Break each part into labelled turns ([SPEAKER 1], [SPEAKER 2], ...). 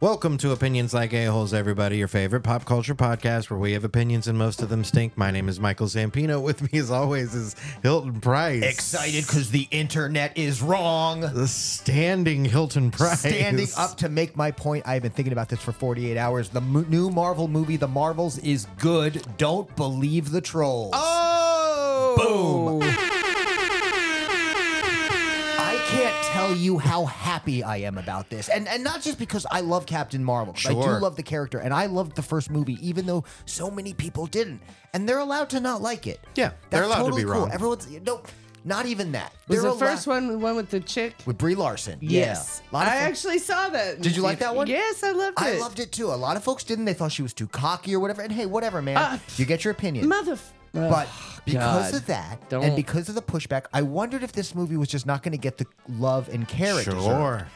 [SPEAKER 1] Welcome to Opinions Like A-Holes, everybody, your favorite pop culture podcast where we have opinions and most of them stink. My name is Michael Zampino. With me, as always, is Hilton Price.
[SPEAKER 2] Excited because the internet is wrong.
[SPEAKER 1] The standing Hilton Price.
[SPEAKER 2] Standing up to make my point, I've been thinking about this for 48 hours. The mo- new Marvel movie, The Marvels, is good. Don't believe the trolls.
[SPEAKER 1] Oh! Boom!
[SPEAKER 2] I can't tell you how happy I am about this. And and not just because I love Captain Marvel. 'cause I
[SPEAKER 1] Sure.
[SPEAKER 2] do love the character and I loved the first movie even though so many people didn't. And they're allowed to not like it.
[SPEAKER 1] Yeah, they're
[SPEAKER 2] That's
[SPEAKER 1] allowed to
[SPEAKER 2] totally
[SPEAKER 1] be
[SPEAKER 2] cool.
[SPEAKER 1] wrong.
[SPEAKER 2] Everyone's no not even that.
[SPEAKER 3] Was
[SPEAKER 2] They're
[SPEAKER 3] the first
[SPEAKER 2] allo-
[SPEAKER 3] one the one with the chick?
[SPEAKER 2] with Brie Larson.
[SPEAKER 3] Yes.
[SPEAKER 2] Yeah. A lot of
[SPEAKER 3] I
[SPEAKER 2] fun-
[SPEAKER 3] actually saw that. in
[SPEAKER 2] Did you
[SPEAKER 3] the
[SPEAKER 2] like that
[SPEAKER 3] theater.
[SPEAKER 2] one?
[SPEAKER 3] Yes, I loved it.
[SPEAKER 2] I loved it too. A lot of folks didn't. They thought she was too cocky or whatever. And hey, whatever, man.
[SPEAKER 3] Uh,
[SPEAKER 2] you get your opinion.
[SPEAKER 3] Mother.
[SPEAKER 2] but because of that and
[SPEAKER 3] Don't-
[SPEAKER 2] because of the pushback, I wondered if this movie was just not going to get the love and care it deserved.
[SPEAKER 1] Sure.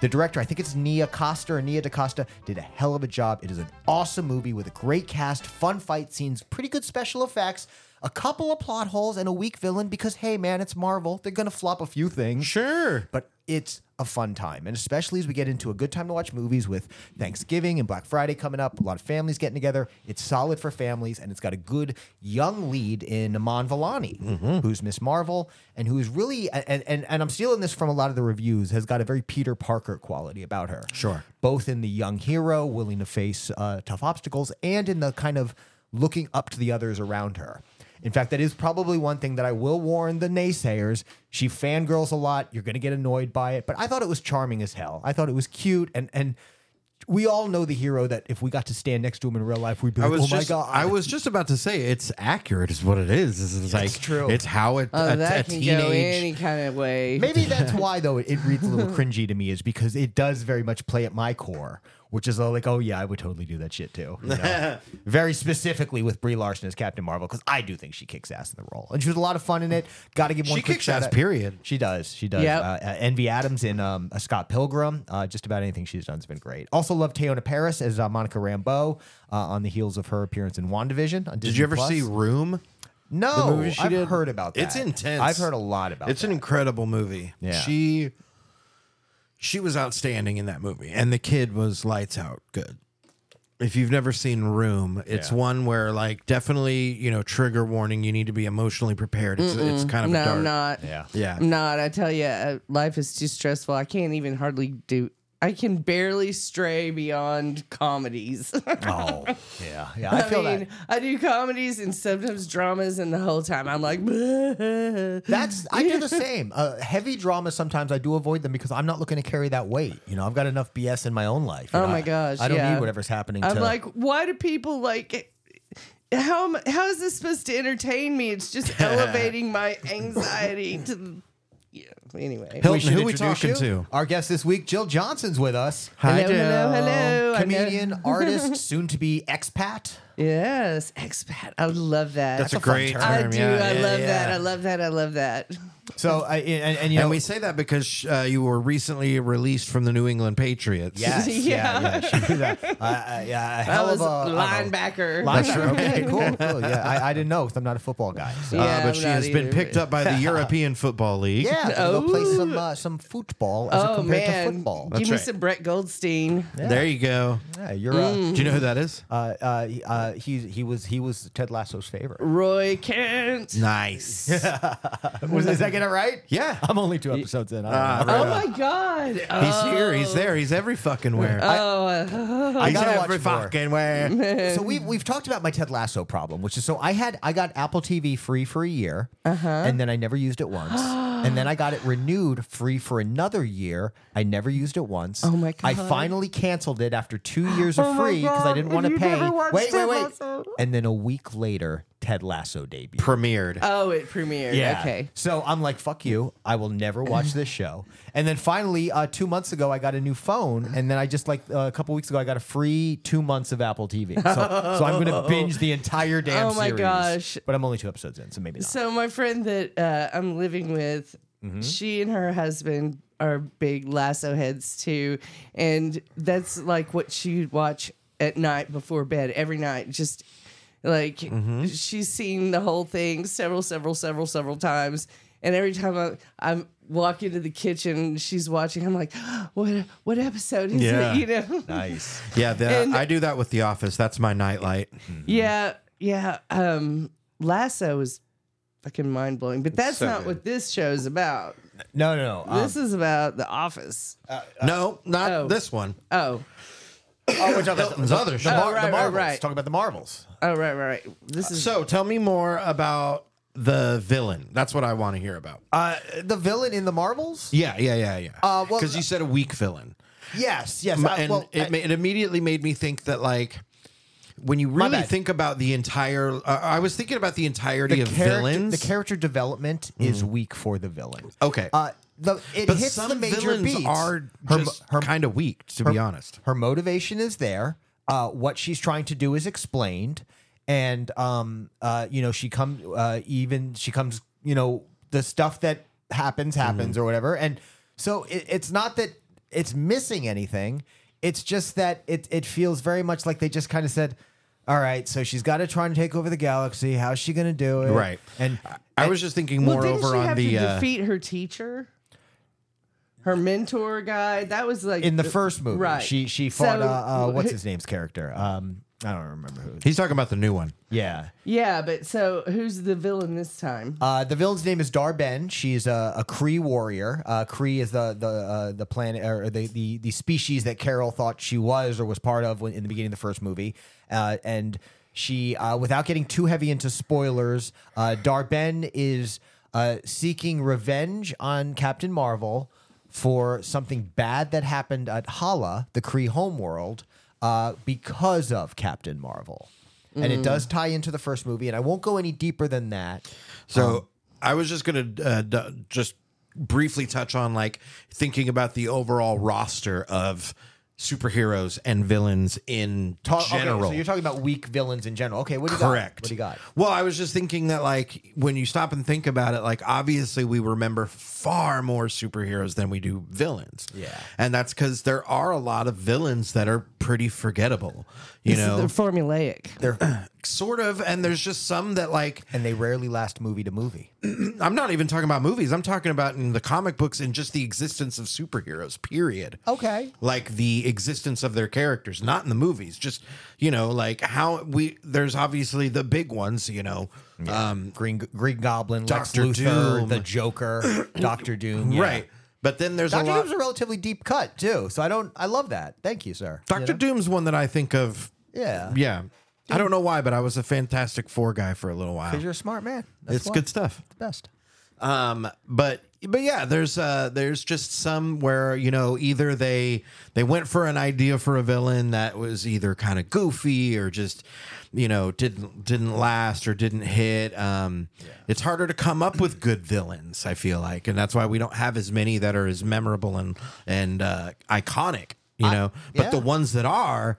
[SPEAKER 2] The director, I think it's Nia Costa or Nia DaCosta, did a hell of a job. It is an awesome movie with a great cast, fun fight scenes, pretty good special effects, a couple of plot holes, and a weak villain because, hey, man, it's Marvel. They're going to flop a few things
[SPEAKER 1] Sure.
[SPEAKER 2] but it's a fun time. And especially as we get into a good time to watch movies with Thanksgiving and Black Friday coming up, a lot of families getting together. It's solid for families, and it's got a good young lead in Aman Vellani,
[SPEAKER 1] Mm-hmm.
[SPEAKER 2] who's Miss Marvel, and who's really, and, and, and I'm stealing this from a lot of the reviews, has got a very Peter Parker quality about her.
[SPEAKER 1] Sure.
[SPEAKER 2] Both in the young hero, willing to face uh, tough obstacles, and in the kind of looking up to the others around her. In fact, that is probably one thing that I will warn the naysayers. She fangirls a lot. You're going to get annoyed by it. But I thought it was charming as hell. I thought it was cute. And, and we all know the hero that if we got to stand next to him in real life, we'd be
[SPEAKER 1] I
[SPEAKER 2] like,
[SPEAKER 1] was
[SPEAKER 2] oh
[SPEAKER 1] just,
[SPEAKER 2] my God.
[SPEAKER 1] I was just about to say it's accurate, is what it is. It's, it's like
[SPEAKER 2] true.
[SPEAKER 1] It's how it
[SPEAKER 3] Oh,
[SPEAKER 1] a,
[SPEAKER 3] that
[SPEAKER 1] a
[SPEAKER 3] can
[SPEAKER 1] teenage.
[SPEAKER 3] go any kind of way.
[SPEAKER 2] Maybe that's why, though, it, it reads a little cringy to me, is because it does very much play at my core, which is all like, oh, yeah, I would totally do that shit too. you know? very specifically with Brie Larson as Captain Marvel, because I do think she kicks ass in the role. And she was a lot of fun in it. Got to give one
[SPEAKER 1] She
[SPEAKER 2] quick
[SPEAKER 1] kicks
[SPEAKER 2] shout
[SPEAKER 1] ass,
[SPEAKER 2] out-
[SPEAKER 1] period.
[SPEAKER 2] She does. She does.
[SPEAKER 3] Yep.
[SPEAKER 2] Uh, uh, Envy Adams in um, uh, Scott Pilgrim. Uh, just about anything she's done has been great. Also love Teona Paris as uh, Monica Rambeau uh, on the heels of her appearance in WandaVision. On
[SPEAKER 1] Did you ever see Room?
[SPEAKER 2] No,
[SPEAKER 1] movie she
[SPEAKER 2] I've
[SPEAKER 1] did?
[SPEAKER 2] heard about that.
[SPEAKER 1] It's intense.
[SPEAKER 2] I've heard a lot about
[SPEAKER 1] it's
[SPEAKER 2] that.
[SPEAKER 1] an incredible movie
[SPEAKER 2] Yeah.
[SPEAKER 1] she she was outstanding in that movie and the kid was lights out good if you've never seen room it's
[SPEAKER 2] Yeah.
[SPEAKER 1] one where like definitely you know trigger warning you need to be emotionally prepared it's, it's kind of
[SPEAKER 3] no,
[SPEAKER 1] a dark
[SPEAKER 3] I'm not.
[SPEAKER 2] Yeah.
[SPEAKER 1] yeah
[SPEAKER 3] I'm not. I tell you, uh, life is too stressful. I can't even hardly do. I can barely stray beyond comedies.
[SPEAKER 2] Oh, yeah, yeah. I
[SPEAKER 3] I,
[SPEAKER 2] feel
[SPEAKER 3] mean,
[SPEAKER 2] that.
[SPEAKER 3] I do comedies and sometimes dramas, and the whole time I'm like,
[SPEAKER 2] That's I do the same. Uh, heavy drama sometimes I do avoid them because I'm not looking to carry that weight. You know, I've got enough BS in my own life. you
[SPEAKER 3] Oh
[SPEAKER 2] know,
[SPEAKER 3] my
[SPEAKER 2] I-
[SPEAKER 3] gosh,
[SPEAKER 2] I don't
[SPEAKER 3] yeah.
[SPEAKER 2] need whatever's happening.
[SPEAKER 3] I'm
[SPEAKER 2] to,
[SPEAKER 3] like, why do people like? How am- how is this supposed to entertain me? It's just elevating my anxiety to. the- Yeah. Anyway.
[SPEAKER 1] Hilton,
[SPEAKER 2] should
[SPEAKER 1] who we
[SPEAKER 2] introduce
[SPEAKER 1] talking
[SPEAKER 2] you.
[SPEAKER 1] to?
[SPEAKER 2] Our guest this week, Jill Johnson's with us. Um,
[SPEAKER 1] Hi,
[SPEAKER 3] hello, hello,
[SPEAKER 1] Jill.
[SPEAKER 3] hello. I know-
[SPEAKER 2] Comedian, artist, soon to be expat.
[SPEAKER 3] Yes, expat. I love that.
[SPEAKER 1] that's, a
[SPEAKER 2] fun
[SPEAKER 1] great
[SPEAKER 2] term.
[SPEAKER 1] term.
[SPEAKER 3] I do.
[SPEAKER 1] yeah,
[SPEAKER 3] I
[SPEAKER 1] yeah,
[SPEAKER 3] love
[SPEAKER 1] yeah.
[SPEAKER 3] that. I love that. I love that.
[SPEAKER 2] So I and, and you know
[SPEAKER 1] and we say that because uh, you were recently released from the New England Patriots.
[SPEAKER 2] yes, yeah,
[SPEAKER 3] Yeah.
[SPEAKER 2] yeah, she did that. Uh, uh, yeah, a
[SPEAKER 3] I
[SPEAKER 2] hell of
[SPEAKER 3] was
[SPEAKER 2] a of a-
[SPEAKER 3] linebacker.
[SPEAKER 2] Linebacker. Okay, cool, cool. Yeah, I, I didn't know because I'm not a football guy. So.
[SPEAKER 1] Uh,
[SPEAKER 3] Yeah,
[SPEAKER 1] but
[SPEAKER 3] I'm
[SPEAKER 1] she
[SPEAKER 3] not
[SPEAKER 1] has been
[SPEAKER 3] either,
[SPEAKER 1] picked
[SPEAKER 3] but-
[SPEAKER 1] up by the European Football League.
[SPEAKER 2] Yeah, to go play
[SPEAKER 3] Ooh.
[SPEAKER 2] some uh, some football as
[SPEAKER 3] Oh
[SPEAKER 2] compared
[SPEAKER 3] man,
[SPEAKER 2] to football.
[SPEAKER 3] give
[SPEAKER 1] That's
[SPEAKER 3] me
[SPEAKER 1] right.
[SPEAKER 3] some Brett Goldstein.
[SPEAKER 1] There you go.
[SPEAKER 2] yeah, you're uh,
[SPEAKER 3] Mm.
[SPEAKER 1] Do you know who that is?
[SPEAKER 2] Uh, uh, he- uh, he he was he was Ted Lasso's favorite.
[SPEAKER 3] Roy Kent.
[SPEAKER 1] Nice.
[SPEAKER 2] Was did I get it right?
[SPEAKER 1] Yeah.
[SPEAKER 2] I'm only two episodes in. I,
[SPEAKER 1] Ah,
[SPEAKER 2] don't know.
[SPEAKER 1] right
[SPEAKER 3] Oh
[SPEAKER 1] on.
[SPEAKER 3] my God. Oh,
[SPEAKER 1] He's here. He's there. He's every fucking where.
[SPEAKER 3] oh,
[SPEAKER 2] I
[SPEAKER 1] He's
[SPEAKER 2] gotta
[SPEAKER 1] every
[SPEAKER 2] watch more.
[SPEAKER 1] fucking where.
[SPEAKER 2] So we've we've talked about my Ted Lasso problem, which is so I had I got Apple TV free for a year,
[SPEAKER 3] Uh-huh.
[SPEAKER 2] and then I never used it once, and then I got it renewed free for another year. I never used it once. Oh
[SPEAKER 3] my
[SPEAKER 2] I
[SPEAKER 3] God.
[SPEAKER 2] finally canceled it after two years of
[SPEAKER 3] Oh my
[SPEAKER 2] free because I
[SPEAKER 3] God,
[SPEAKER 2] didn't want to
[SPEAKER 3] you
[SPEAKER 2] pay.
[SPEAKER 3] never watched
[SPEAKER 2] Wait, wait,
[SPEAKER 3] Ted
[SPEAKER 2] wait.
[SPEAKER 3] Lasso?
[SPEAKER 2] And then a week later, Ted Lasso debuted.
[SPEAKER 1] Premiered.
[SPEAKER 3] oh, it premiered. Okay.
[SPEAKER 2] So I'm like, fuck you. I will never watch this show. And then finally, uh, two months ago, I got a new phone. And then I just like uh, a couple weeks ago, I got a free two months of Apple TV. So, so I'm going to binge the entire damn
[SPEAKER 3] Oh my
[SPEAKER 2] series.
[SPEAKER 3] gosh.
[SPEAKER 2] But I'm only two episodes in, so maybe not.
[SPEAKER 3] So my friend that uh, I'm living with, she and her husband are big lasso heads too, and that's like what she'd watch at night before bed every night. Just like she's seen the whole thing several, several, several, several times, and every time I, I'm walk into the kitchen. and She's watching. I'm like, what? What episode is
[SPEAKER 1] Yeah.
[SPEAKER 3] it? You know?
[SPEAKER 2] Nice.
[SPEAKER 1] Yeah, the,
[SPEAKER 3] And-
[SPEAKER 1] I do that with The Office. That's my nightlight.
[SPEAKER 3] Yeah, yeah. Um, Lasso is fucking mind blowing, but that's
[SPEAKER 1] so
[SPEAKER 3] not
[SPEAKER 1] good.
[SPEAKER 3] what this show's about.
[SPEAKER 2] No, no. no. Um,
[SPEAKER 3] this is about The Office.
[SPEAKER 1] no, not
[SPEAKER 3] oh.
[SPEAKER 1] this one.
[SPEAKER 3] Oh,
[SPEAKER 2] Uh, oh, we're talking about the,
[SPEAKER 1] Hilton's other
[SPEAKER 2] the,
[SPEAKER 1] show.
[SPEAKER 2] Mar-
[SPEAKER 3] Oh, right,
[SPEAKER 2] the
[SPEAKER 3] right,
[SPEAKER 2] Marvels.
[SPEAKER 3] right.
[SPEAKER 2] Talking about the Marvels.
[SPEAKER 3] oh, right, right, right.
[SPEAKER 2] Uh,
[SPEAKER 3] This is
[SPEAKER 1] So tell me more about the villain. That's what I want to hear about.
[SPEAKER 2] Uh, the villain in the Marvels?
[SPEAKER 1] Yeah, yeah, yeah, yeah.
[SPEAKER 2] Uh, well-
[SPEAKER 1] Because you said a weak villain,
[SPEAKER 2] Yes, yes. I-
[SPEAKER 1] and
[SPEAKER 2] well, uh,
[SPEAKER 1] it,
[SPEAKER 2] I-
[SPEAKER 1] ma- it immediately made me think that like. When you really
[SPEAKER 2] bad.
[SPEAKER 1] think about the entire, uh, I was thinking about the entirety of
[SPEAKER 2] character-
[SPEAKER 1] villains. Mm.
[SPEAKER 2] The character development is weak for the villain.
[SPEAKER 1] Okay.
[SPEAKER 2] Uh, the, it
[SPEAKER 1] but
[SPEAKER 2] hits
[SPEAKER 1] some
[SPEAKER 2] the major
[SPEAKER 1] villains
[SPEAKER 2] beats.
[SPEAKER 1] are
[SPEAKER 2] Her-
[SPEAKER 1] just
[SPEAKER 2] her-
[SPEAKER 1] kind of weak, to be honest.
[SPEAKER 2] her motivation is there. Uh, what she's trying to do is explained, and um, uh, you know, she comes uh, even she comes, you know, the stuff that happens happens or whatever, and so it, it's not that it's missing anything. It's just that it it feels very much like they just kind of said, "All right, so she's got to try and take over the galaxy. How's she going to do it?"
[SPEAKER 1] Right.
[SPEAKER 2] and
[SPEAKER 1] I was just thinking
[SPEAKER 3] well,
[SPEAKER 1] more
[SPEAKER 3] didn't
[SPEAKER 1] over
[SPEAKER 3] she
[SPEAKER 1] on
[SPEAKER 3] have
[SPEAKER 1] the
[SPEAKER 3] to
[SPEAKER 1] uh,
[SPEAKER 3] defeat her teacher, her mentor guy? That was like
[SPEAKER 2] in the first movie,
[SPEAKER 3] Right.
[SPEAKER 2] she she fought
[SPEAKER 3] So-
[SPEAKER 2] uh, uh, what's his name's character. Um, I don't remember who.
[SPEAKER 1] He's talking about the new one.
[SPEAKER 2] Yeah,
[SPEAKER 3] yeah. But so who's the villain this time?
[SPEAKER 2] Uh, the villain's name is Darben. She's a, a Cree warrior. Uh, Cree is the the uh, the planet or the, the the species that Carol thought she was or was part of when, in the beginning of the first movie. Uh, and she, uh, without getting too heavy into spoilers, uh, Darben is uh, seeking revenge on Captain Marvel for something bad that happened at Hala, the Cree homeworld, uh, because of Captain Marvel. And it does tie into the first movie, and I won't go any deeper than that.
[SPEAKER 1] So I was just gonna uh, d- just briefly touch on like thinking about the overall roster of superheroes and villains in
[SPEAKER 2] Ta- okay,
[SPEAKER 1] general.
[SPEAKER 2] so you're talking about weak villains in general. Okay, what do you
[SPEAKER 1] Correct.
[SPEAKER 2] got? What do you got?
[SPEAKER 1] Well, I was just thinking that, like, when you stop and think about it, like, obviously we remember far more superheroes than we do villains.
[SPEAKER 2] Yeah.
[SPEAKER 1] And that's because there are a lot of villains that are pretty forgettable, you
[SPEAKER 3] This is-
[SPEAKER 1] know,
[SPEAKER 3] they're formulaic.
[SPEAKER 2] They're
[SPEAKER 1] sort of. And there's just some that, like,
[SPEAKER 2] and they rarely last movie to movie.
[SPEAKER 1] I'm not even talking about movies. I'm talking about in the comic books and just the existence of superheroes, period.
[SPEAKER 2] Okay.
[SPEAKER 1] Like the existence of their characters, not in the movies. Just, you know, like how we, there's obviously the big ones, you know. Um,
[SPEAKER 2] Green Green Goblin,
[SPEAKER 1] Dr.
[SPEAKER 2] Lex Luthor,
[SPEAKER 1] Doom.
[SPEAKER 2] the Joker, Doctor Doom. yeah.
[SPEAKER 1] Right. But then there's a
[SPEAKER 2] Doctor
[SPEAKER 1] lot.
[SPEAKER 2] Doom's a relatively deep cut too, so I don't. I love that. Thank you, sir.
[SPEAKER 1] Doctor Doom's one that I think of.
[SPEAKER 2] Yeah.
[SPEAKER 1] Yeah. I don't know why, but I was a Fantastic Four guy for a little
[SPEAKER 2] Because
[SPEAKER 1] while.
[SPEAKER 2] you're a smart man. That's
[SPEAKER 1] It's
[SPEAKER 2] why.
[SPEAKER 1] good stuff.
[SPEAKER 2] It's Best.
[SPEAKER 1] Um, but but yeah, there's uh there's just some where you know either they they went for an idea for a villain that was either kind of goofy or just you know didn't didn't last or didn't hit. Um, it's harder to come up with good villains. I feel like, and that's why we don't have as many that are as memorable and and uh, iconic. You know, but the
[SPEAKER 2] yeah.
[SPEAKER 1] ones that are.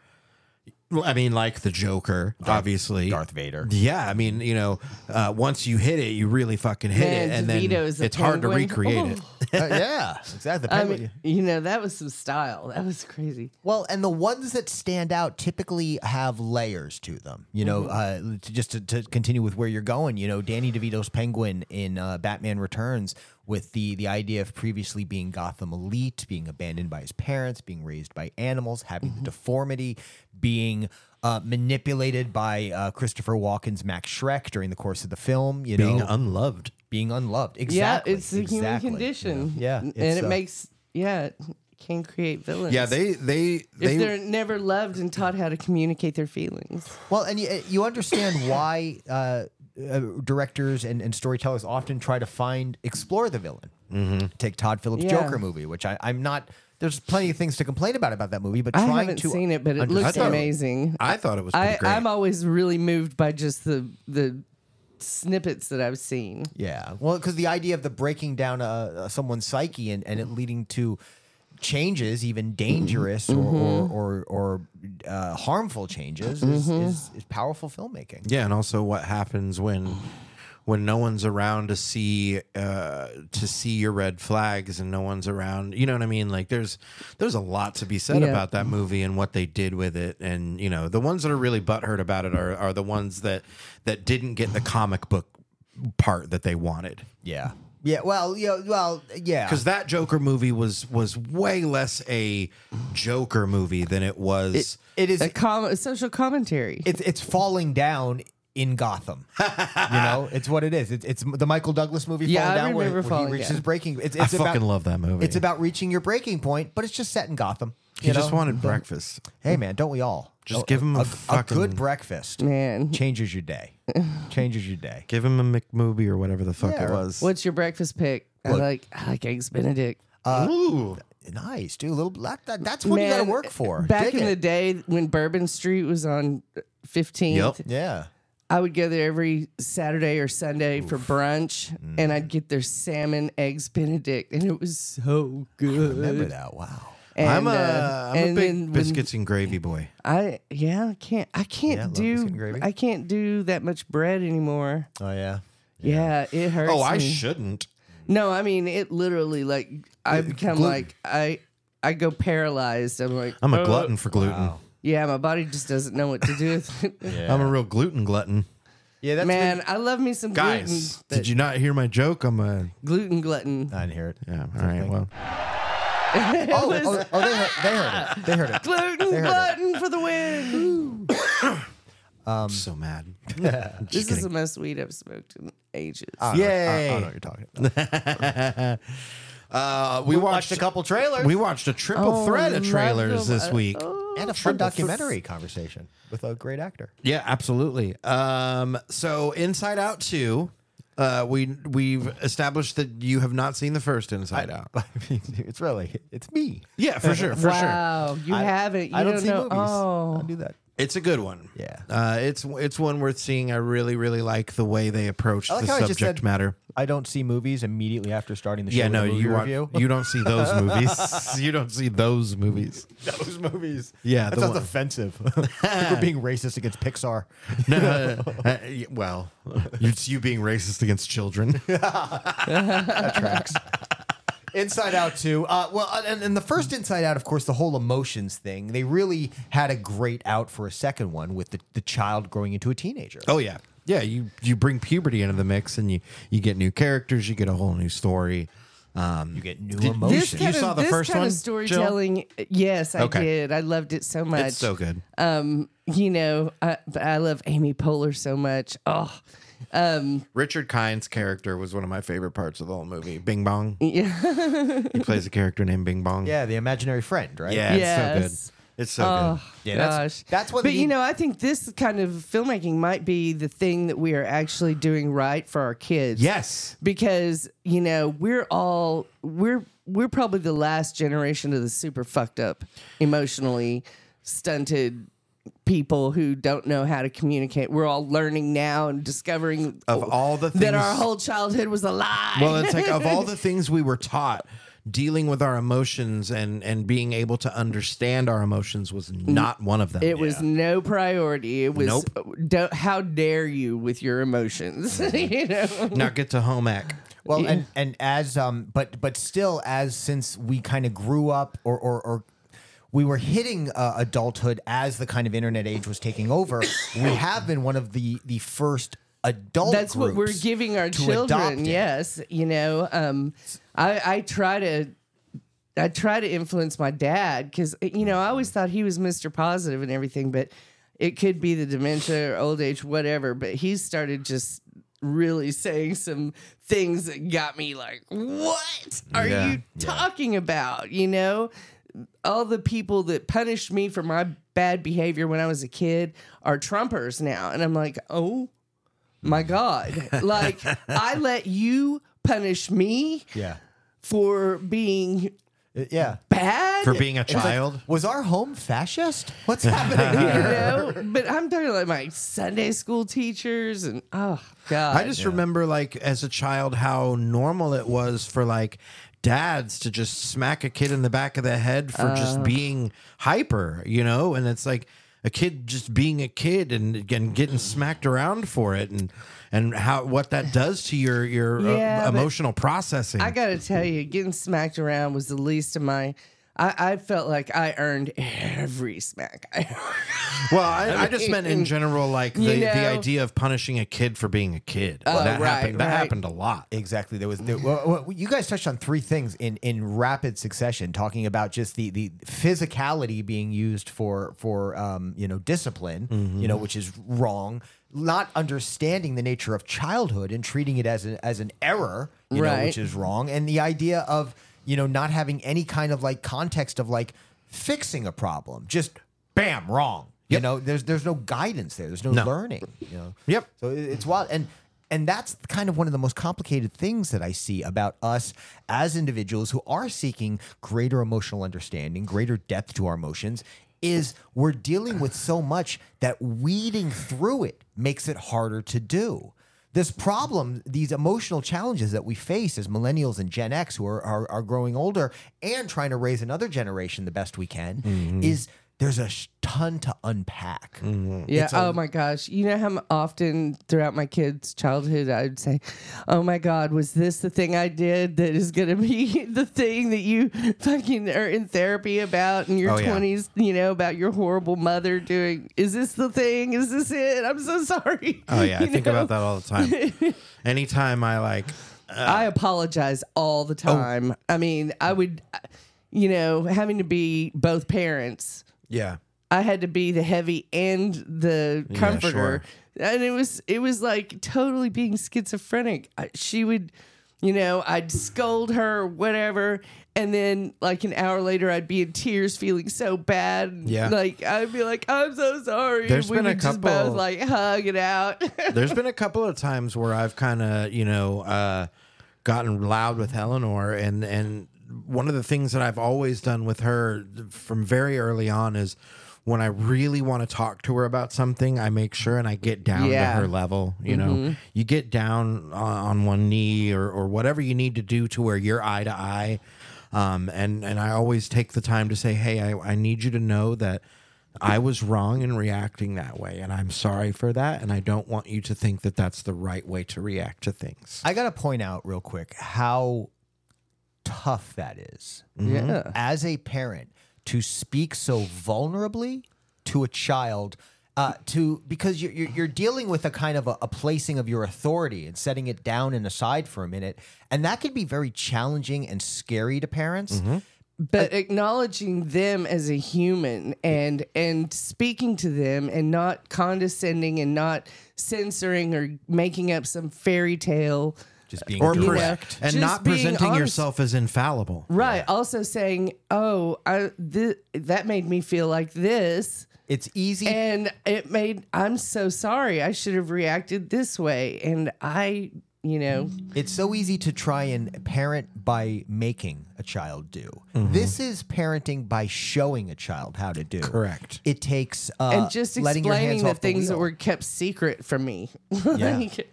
[SPEAKER 1] I mean, like the Joker, obviously.
[SPEAKER 2] Darth Vader.
[SPEAKER 1] Yeah, I mean, you know, uh, once you hit it, you really fucking hit
[SPEAKER 3] Man,
[SPEAKER 1] it, and then
[SPEAKER 3] DeVito's a
[SPEAKER 1] it's hard to
[SPEAKER 3] penguin. Oh.
[SPEAKER 1] recreate it.
[SPEAKER 2] Uh, yeah, exactly.
[SPEAKER 3] I
[SPEAKER 2] Penguin-
[SPEAKER 3] mean, you know, that was some style. That was crazy.
[SPEAKER 2] Well, and the ones that stand out typically have layers to them. You know,
[SPEAKER 3] Mm-hmm.
[SPEAKER 2] uh, to, just to, to continue with where you're going, you know, Danny DeVito's Penguin in uh, Batman Returns with the the idea of previously being Gotham elite, being abandoned by his parents, being raised by animals, having
[SPEAKER 3] Mm-hmm.
[SPEAKER 2] the deformity, being uh, manipulated by uh, Christopher Walken's Max Shrek during the course of the film. You
[SPEAKER 1] Being
[SPEAKER 2] know,
[SPEAKER 1] unloved.
[SPEAKER 2] being unloved. Exactly.
[SPEAKER 3] Yeah, it's the human
[SPEAKER 2] exactly, you know.
[SPEAKER 3] condition.
[SPEAKER 2] Yeah,
[SPEAKER 3] and
[SPEAKER 2] it's,
[SPEAKER 3] it
[SPEAKER 2] uh,
[SPEAKER 3] makes yeah it can create villains.
[SPEAKER 1] Yeah, they they
[SPEAKER 3] if they,
[SPEAKER 1] they.
[SPEAKER 3] are never loved and taught how to communicate their feelings.
[SPEAKER 2] Well, and you, you understand why uh, uh, directors and, and storytellers often try to find, explore the villain. Take Todd Phillips'
[SPEAKER 3] Yeah.
[SPEAKER 2] Joker movie, which I, I'm not. There's plenty of things to complain about about that movie, but
[SPEAKER 3] I
[SPEAKER 2] trying
[SPEAKER 3] haven't
[SPEAKER 2] to
[SPEAKER 3] seen it, but it
[SPEAKER 2] understand-
[SPEAKER 3] looks
[SPEAKER 1] thought-
[SPEAKER 3] amazing.
[SPEAKER 1] I thought it was pretty
[SPEAKER 3] I,
[SPEAKER 1] great.
[SPEAKER 3] I'm always really moved by just the the snippets that I've seen.
[SPEAKER 2] Yeah, well, because the idea of the breaking down uh, uh, someone's psyche and, and it leading to changes, even dangerous or,
[SPEAKER 3] Mm-hmm.
[SPEAKER 2] or, or, or uh, harmful changes, is, is, is powerful filmmaking.
[SPEAKER 1] yeah, and also what happens when when no one's around to see uh to see your red flags and no one's around. You know what I mean? Like there's there's a lot to be said
[SPEAKER 3] Yeah.
[SPEAKER 1] about that movie and what they did with it. And you know, the ones that are really butthurt about it are are the ones that that didn't get the comic book part that they wanted.
[SPEAKER 2] Yeah. Yeah. Well. Yeah. Well. Yeah.
[SPEAKER 1] because that Joker movie was was way less a Joker movie than it was.
[SPEAKER 2] it is.
[SPEAKER 3] A, com- a social commentary.
[SPEAKER 2] It's it's falling down in Gotham. you know, it's what it is. It's, it's the Michael Douglas movie.
[SPEAKER 3] Yeah,
[SPEAKER 2] falling
[SPEAKER 3] I
[SPEAKER 2] down where,
[SPEAKER 3] remember
[SPEAKER 2] where
[SPEAKER 3] Falling
[SPEAKER 2] he reaches
[SPEAKER 3] Down.
[SPEAKER 2] breaking. It's,
[SPEAKER 1] I
[SPEAKER 2] it's about,
[SPEAKER 1] fucking love that movie.
[SPEAKER 2] It's about reaching your breaking point, but it's just set in Gotham.
[SPEAKER 1] he
[SPEAKER 2] you
[SPEAKER 1] just
[SPEAKER 2] know?
[SPEAKER 1] wanted breakfast.
[SPEAKER 2] Hey man, don't we all?
[SPEAKER 1] Just give him a fucking-
[SPEAKER 2] good breakfast.
[SPEAKER 3] Man.
[SPEAKER 2] changes your day. Changes your day.
[SPEAKER 1] Give him a McMovie or whatever the fuck
[SPEAKER 2] Yeah,
[SPEAKER 1] it
[SPEAKER 2] or-
[SPEAKER 1] was.
[SPEAKER 3] What's your breakfast pick? I like I like eggs Benedict.
[SPEAKER 1] Uh, Ooh,
[SPEAKER 2] Nice, dude. A little that, that- that's what you got to
[SPEAKER 3] Man,
[SPEAKER 2] work for.
[SPEAKER 3] Back
[SPEAKER 2] Dig
[SPEAKER 3] in the
[SPEAKER 2] it.
[SPEAKER 3] day when Bourbon Street was on 15th,
[SPEAKER 1] Yep.
[SPEAKER 2] yeah.
[SPEAKER 3] I would go there every Saturday or Sunday for brunch and I'd get their salmon eggs Benedict and it was so good.
[SPEAKER 2] Remember that? Wow.
[SPEAKER 3] And,
[SPEAKER 1] I'm a
[SPEAKER 3] uh,
[SPEAKER 1] am
[SPEAKER 3] and
[SPEAKER 1] a
[SPEAKER 3] then
[SPEAKER 1] big
[SPEAKER 3] when
[SPEAKER 1] biscuits and gravy boy.
[SPEAKER 3] I yeah, I can't I
[SPEAKER 2] Yeah, love
[SPEAKER 3] can't
[SPEAKER 2] biscuit and
[SPEAKER 3] do
[SPEAKER 2] gravy.
[SPEAKER 3] I can't do that much bread anymore.
[SPEAKER 2] Oh yeah.
[SPEAKER 3] Yeah, it hurts.
[SPEAKER 1] Oh, I
[SPEAKER 3] me.
[SPEAKER 1] shouldn't.
[SPEAKER 3] No, I mean it literally like I become
[SPEAKER 1] gluten.
[SPEAKER 3] like I I go paralyzed. I'm like
[SPEAKER 1] I'm a
[SPEAKER 3] "Oh."
[SPEAKER 1] glutton for gluten.
[SPEAKER 3] Yeah, my body just doesn't know what to do with it.
[SPEAKER 2] Yeah.
[SPEAKER 1] I'm a real gluten glutton.
[SPEAKER 2] yeah. That's
[SPEAKER 3] Man, I love me some
[SPEAKER 1] Guys,
[SPEAKER 3] gluten.
[SPEAKER 1] did you not hear my joke? I'm a
[SPEAKER 3] gluten glutton.
[SPEAKER 2] Been, I didn't hear it.
[SPEAKER 1] yeah. All right. Well,
[SPEAKER 2] Oh, oh, oh, they, heard, they heard it. They heard it. heard
[SPEAKER 3] Gluten
[SPEAKER 2] it.
[SPEAKER 3] glutton for the win.
[SPEAKER 1] I'm so mad.
[SPEAKER 3] this is the most weed I've smoked in ages.
[SPEAKER 2] I don't know- I, I don't know what you're talking about.
[SPEAKER 1] Uh, we, watched,
[SPEAKER 2] Watched a couple trailers.
[SPEAKER 1] We watched a triple
[SPEAKER 3] Oh,
[SPEAKER 1] threat
[SPEAKER 3] I
[SPEAKER 1] of
[SPEAKER 3] love
[SPEAKER 1] trailers
[SPEAKER 3] them.
[SPEAKER 1] this
[SPEAKER 3] I-
[SPEAKER 1] week.
[SPEAKER 2] and a fun documentary conversation with a great actor.
[SPEAKER 1] Yeah, absolutely. Um, so Inside Out two, uh, we we've established that you have not seen the first Inside Out.
[SPEAKER 2] I mean, it's really it's me.
[SPEAKER 1] Yeah, for sure, for sure.
[SPEAKER 3] wow, you
[SPEAKER 2] I-
[SPEAKER 3] haven't. You
[SPEAKER 2] I don't,
[SPEAKER 3] don't,
[SPEAKER 2] see
[SPEAKER 3] know.
[SPEAKER 2] movies. I
[SPEAKER 3] Oh,
[SPEAKER 2] don't do that.
[SPEAKER 1] It's a good one.
[SPEAKER 2] Yeah.
[SPEAKER 1] uh, it's it's one worth seeing. I really really like the way they approached
[SPEAKER 2] I like
[SPEAKER 1] the
[SPEAKER 2] how I just
[SPEAKER 1] subject
[SPEAKER 2] said-
[SPEAKER 1] matter.
[SPEAKER 2] I don't see movies immediately after starting the show.
[SPEAKER 1] Yeah,
[SPEAKER 2] with
[SPEAKER 1] no,
[SPEAKER 2] a movie
[SPEAKER 1] you want-
[SPEAKER 2] review.
[SPEAKER 1] you don't see those movies. you don't see those movies.
[SPEAKER 2] those movies.
[SPEAKER 1] Yeah,
[SPEAKER 2] that
[SPEAKER 1] the
[SPEAKER 2] sounds
[SPEAKER 1] one-
[SPEAKER 2] offensive. Like we're being racist against Pixar.
[SPEAKER 1] No, uh, uh, y- well, it's you being racist against children.
[SPEAKER 2] Inside Out too. Uh, well, and, and the first Inside Out, of course, the whole emotions thing. They really had a great out for a second one with the, the child growing into a teenager.
[SPEAKER 1] Oh yeah, yeah. You you bring puberty into the mix, and you you get new characters. You get a whole new story. Um,
[SPEAKER 2] You get new
[SPEAKER 1] Did-
[SPEAKER 2] emotions.
[SPEAKER 3] this
[SPEAKER 1] You
[SPEAKER 3] kind of
[SPEAKER 1] saw the
[SPEAKER 3] this
[SPEAKER 1] first
[SPEAKER 3] kind
[SPEAKER 1] one,
[SPEAKER 3] of
[SPEAKER 1] Jill?
[SPEAKER 3] storytelling. Yes, I
[SPEAKER 1] Okay.
[SPEAKER 3] did. I loved it so much.
[SPEAKER 1] it's so good.
[SPEAKER 3] um, you know, I, but I love Amy Poehler so much. Oh, um,
[SPEAKER 1] Richard Kine's character was one of my favorite parts of the whole movie. Bing Bong.
[SPEAKER 3] yeah,
[SPEAKER 1] He plays a character named Bing Bong.
[SPEAKER 2] yeah, the imaginary friend, right?
[SPEAKER 1] yeah. It's
[SPEAKER 3] Yes.
[SPEAKER 1] so good. It's so
[SPEAKER 3] oh
[SPEAKER 2] Yeah, that's-
[SPEAKER 3] gosh,
[SPEAKER 2] that's what
[SPEAKER 3] But
[SPEAKER 2] the-
[SPEAKER 3] you know, I think this kind of filmmaking might be the thing that we are actually doing right for our kids.
[SPEAKER 1] good. Yes.
[SPEAKER 3] because you know we're all we're we're probably the last generation of the super fucked up, emotionally stunted people who don't know how to communicate. We're all learning now and discovering
[SPEAKER 1] Of all the
[SPEAKER 3] that our
[SPEAKER 1] things-
[SPEAKER 3] whole childhood was a lie.
[SPEAKER 1] Well, it's like of all the things we were taught, dealing with our emotions and and being able to understand our emotions was not one of them.
[SPEAKER 3] It was no priority. It was uh,
[SPEAKER 1] Nope.
[SPEAKER 3] don't, how dare you with your emotions? you know,
[SPEAKER 1] now get to Homac.
[SPEAKER 2] Well, and and as um, but but still, as since we kind of grew up or or. or we were hitting uh, adulthood as the kind of internet age was taking over. we have been one of the the first adult.
[SPEAKER 3] that's what we're
[SPEAKER 2] groups
[SPEAKER 3] giving our
[SPEAKER 2] to adopt
[SPEAKER 3] children.
[SPEAKER 2] it.
[SPEAKER 3] Yes, you know, um, I, I try to. I try to influence my dad because you know I always thought he was Mr. Positive and everything, but it could be the dementia or old age, whatever. But he started just really saying some things that got me like, "What are
[SPEAKER 1] Yeah,
[SPEAKER 3] you talking about?" You know, all the people that punished me for my bad behavior when I was a kid are Trumpers now. And I'm like, oh my God. like, I let you punish me
[SPEAKER 2] Yeah,
[SPEAKER 3] for being
[SPEAKER 2] Uh, yeah.
[SPEAKER 3] bad.
[SPEAKER 1] For being a
[SPEAKER 2] It's like,
[SPEAKER 1] child.
[SPEAKER 2] was our home fascist? What's happening
[SPEAKER 3] you
[SPEAKER 2] here?
[SPEAKER 3] know, but I'm talking like my Sunday school teachers and oh god.
[SPEAKER 1] I just remember, like, as a child, how normal it was for like dads to just smack a kid in the back of the head for
[SPEAKER 3] Uh.
[SPEAKER 1] just being hyper, you know? And it's like a kid just being a kid and again getting smacked around for it, and and how what that does to your your uh,
[SPEAKER 3] Yeah, but
[SPEAKER 1] emotional processing.
[SPEAKER 3] I gotta tell you, getting smacked around was the least of my I, I felt like I earned every smack. I,
[SPEAKER 1] Well, I, I just meant in general, like the,
[SPEAKER 3] You
[SPEAKER 1] the
[SPEAKER 3] know? Oh,
[SPEAKER 1] idea of punishing a kid for being a kid. that
[SPEAKER 3] right,
[SPEAKER 1] happened. That
[SPEAKER 3] right.
[SPEAKER 1] happened a lot.
[SPEAKER 2] Exactly. There was there, well, well, you guys touched on three things in in rapid succession, talking about just the the physicality being used for for um, you know discipline, you know, which is wrong. Not understanding the nature of childhood and treating it as an as an error, you know,
[SPEAKER 3] Right.
[SPEAKER 2] which is wrong, and the idea of you know not having any kind of like context of like fixing a problem, just bam, wrong. You know, there's there's no guidance there. There's no,
[SPEAKER 1] No.
[SPEAKER 2] learning. You know.
[SPEAKER 1] Yep.
[SPEAKER 2] So it- it's wild, and and that's kind of one of the most complicated things that I see about us as individuals who are seeking greater emotional understanding, greater depth to our emotions. Is we're dealing with so much that weeding through it makes it harder to do. This problem, these emotional challenges that we face as millennials and Gen X who are, are, are growing older and trying to raise another generation the best we can, is there's a sh- ton to unpack.
[SPEAKER 3] yeah. oh my gosh. You know how m- often throughout my kids' childhood I'd say, "Oh my God, was this the thing I did that is going to be the thing that you fucking are in therapy about in
[SPEAKER 1] Oh,
[SPEAKER 3] your
[SPEAKER 1] yeah.
[SPEAKER 3] twenties? You know about your horrible mother doing? Is this the thing? Is this it? I'm so sorry.
[SPEAKER 1] Oh yeah, I
[SPEAKER 3] You
[SPEAKER 1] think
[SPEAKER 3] know?
[SPEAKER 1] about uh, that all the time. Anytime I like,
[SPEAKER 3] I apologize all
[SPEAKER 1] Oh.
[SPEAKER 3] the time. I mean, I would, uh, you know, having to be both parents,
[SPEAKER 1] yeah,
[SPEAKER 3] I had to be the heavy and the comforter, and it was it was like totally being schizophrenic. I, she would, you know, I'd scold her, whatever, and then like an hour later, I'd be in tears, feeling so bad.
[SPEAKER 1] Yeah.
[SPEAKER 3] like I'd be like, I'm so sorry.
[SPEAKER 1] There's
[SPEAKER 3] we
[SPEAKER 1] been a
[SPEAKER 3] would just
[SPEAKER 1] couple-
[SPEAKER 3] both like hug it out.
[SPEAKER 1] There's been a couple of times where I've kind of, you know, uh, gotten loud with Eleanor, and and one of the things that I've always done with her from very early on is when I really want to talk to her about something, I make sure and I get down
[SPEAKER 3] Yeah.
[SPEAKER 1] to her level. You
[SPEAKER 3] Mm-hmm.
[SPEAKER 1] know, you get down on, on one knee or or whatever you need to do to where you're eye to eye. Um, and and I always take the time to say, hey, I, I need you to know that I was wrong in reacting that way, and I'm sorry for that. And I don't want you to think that that's the right way to react to things.
[SPEAKER 2] I got to point out real quick how tough that is
[SPEAKER 3] Yeah.
[SPEAKER 2] as a parent to speak so vulnerably to a child. Uh, to because you're you're you're dealing with a kind of a, a placing of your authority and setting it down and aside for a minute, and that can be very challenging and scary to parents.
[SPEAKER 3] but acknowledging them as a human and and speaking to them and not condescending and not censoring or making up some fairy tale
[SPEAKER 2] Just being
[SPEAKER 1] Or
[SPEAKER 2] direct.
[SPEAKER 1] pres-
[SPEAKER 3] Correct.
[SPEAKER 1] and
[SPEAKER 3] Just
[SPEAKER 1] not
[SPEAKER 3] being
[SPEAKER 1] presenting
[SPEAKER 3] honest.
[SPEAKER 1] yourself as infallible.
[SPEAKER 3] right also saying oh i th- that made me feel like this
[SPEAKER 2] it's easy
[SPEAKER 3] and it made i'm so sorry i should have reacted this way and i you know
[SPEAKER 2] It's so easy to try and parent by making a child do.
[SPEAKER 1] Mm-hmm.
[SPEAKER 2] This is parenting by showing a child how to do.
[SPEAKER 1] Correct.
[SPEAKER 2] It takes uh,
[SPEAKER 3] and just
[SPEAKER 2] letting your
[SPEAKER 3] explaining
[SPEAKER 2] hands
[SPEAKER 3] the
[SPEAKER 2] off the
[SPEAKER 3] things that
[SPEAKER 2] wheel.
[SPEAKER 3] were kept secret from me.
[SPEAKER 2] Yeah.
[SPEAKER 3] like,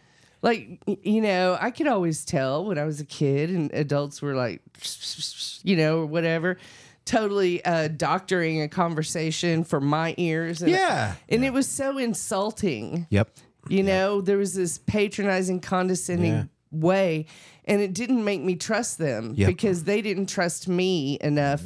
[SPEAKER 3] like, y- you know, I could always tell when I was a kid, and adults were like, you know, or whatever, totally uh, doctoring a conversation for my ears. And,
[SPEAKER 1] Yeah.
[SPEAKER 3] and it was so insulting.
[SPEAKER 1] Yep.
[SPEAKER 3] You know, there was this patronizing, condescending
[SPEAKER 1] Yeah.
[SPEAKER 3] way, and it didn't make me trust them
[SPEAKER 1] Yep.
[SPEAKER 3] because they didn't trust me enough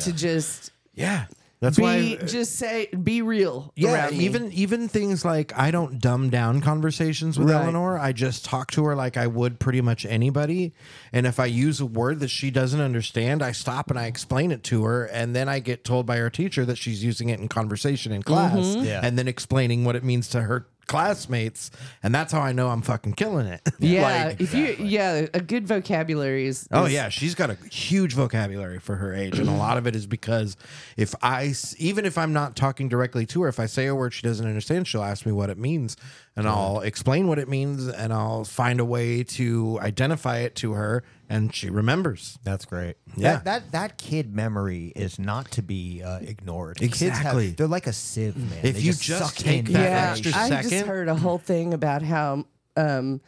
[SPEAKER 3] to just
[SPEAKER 1] Yeah. That's
[SPEAKER 3] be
[SPEAKER 1] Mm-hmm. why. uh,
[SPEAKER 3] just say be real
[SPEAKER 1] yeah,
[SPEAKER 3] around me.
[SPEAKER 1] even even things like I don't dumb down conversations with
[SPEAKER 3] Right.
[SPEAKER 1] Eleanor. I just talk to her like I would pretty much anybody. And if I use a word that she doesn't understand, I stop and I explain it to her, and then I get told by her teacher that she's using it in conversation in class,
[SPEAKER 3] Mm-hmm.
[SPEAKER 2] Yeah.
[SPEAKER 1] and then explaining what it means to her classmates, and that's how I know I'm fucking killing it.
[SPEAKER 3] Yeah, if you yeah, a good vocabulary is.
[SPEAKER 1] Oh
[SPEAKER 3] is-
[SPEAKER 1] yeah, she's got a huge vocabulary for her age, and a lot of it is because if I, s- even if I'm not talking directly to her, if I say a word she doesn't understand, she'll ask me what it means, and I'll explain what it means, and I'll find a way to identify it to her, and she remembers.
[SPEAKER 2] That's great.
[SPEAKER 1] Yeah.
[SPEAKER 2] That, that that kid memory is not to be uh, ignored. Kids
[SPEAKER 1] Exactly.
[SPEAKER 2] have, they're like a sieve,
[SPEAKER 3] Mm.
[SPEAKER 2] man.
[SPEAKER 1] If
[SPEAKER 2] They
[SPEAKER 1] you just
[SPEAKER 2] suck
[SPEAKER 1] take
[SPEAKER 2] in
[SPEAKER 1] that
[SPEAKER 3] yeah.
[SPEAKER 1] extra
[SPEAKER 3] I just
[SPEAKER 1] second.
[SPEAKER 3] heard a whole thing about how um,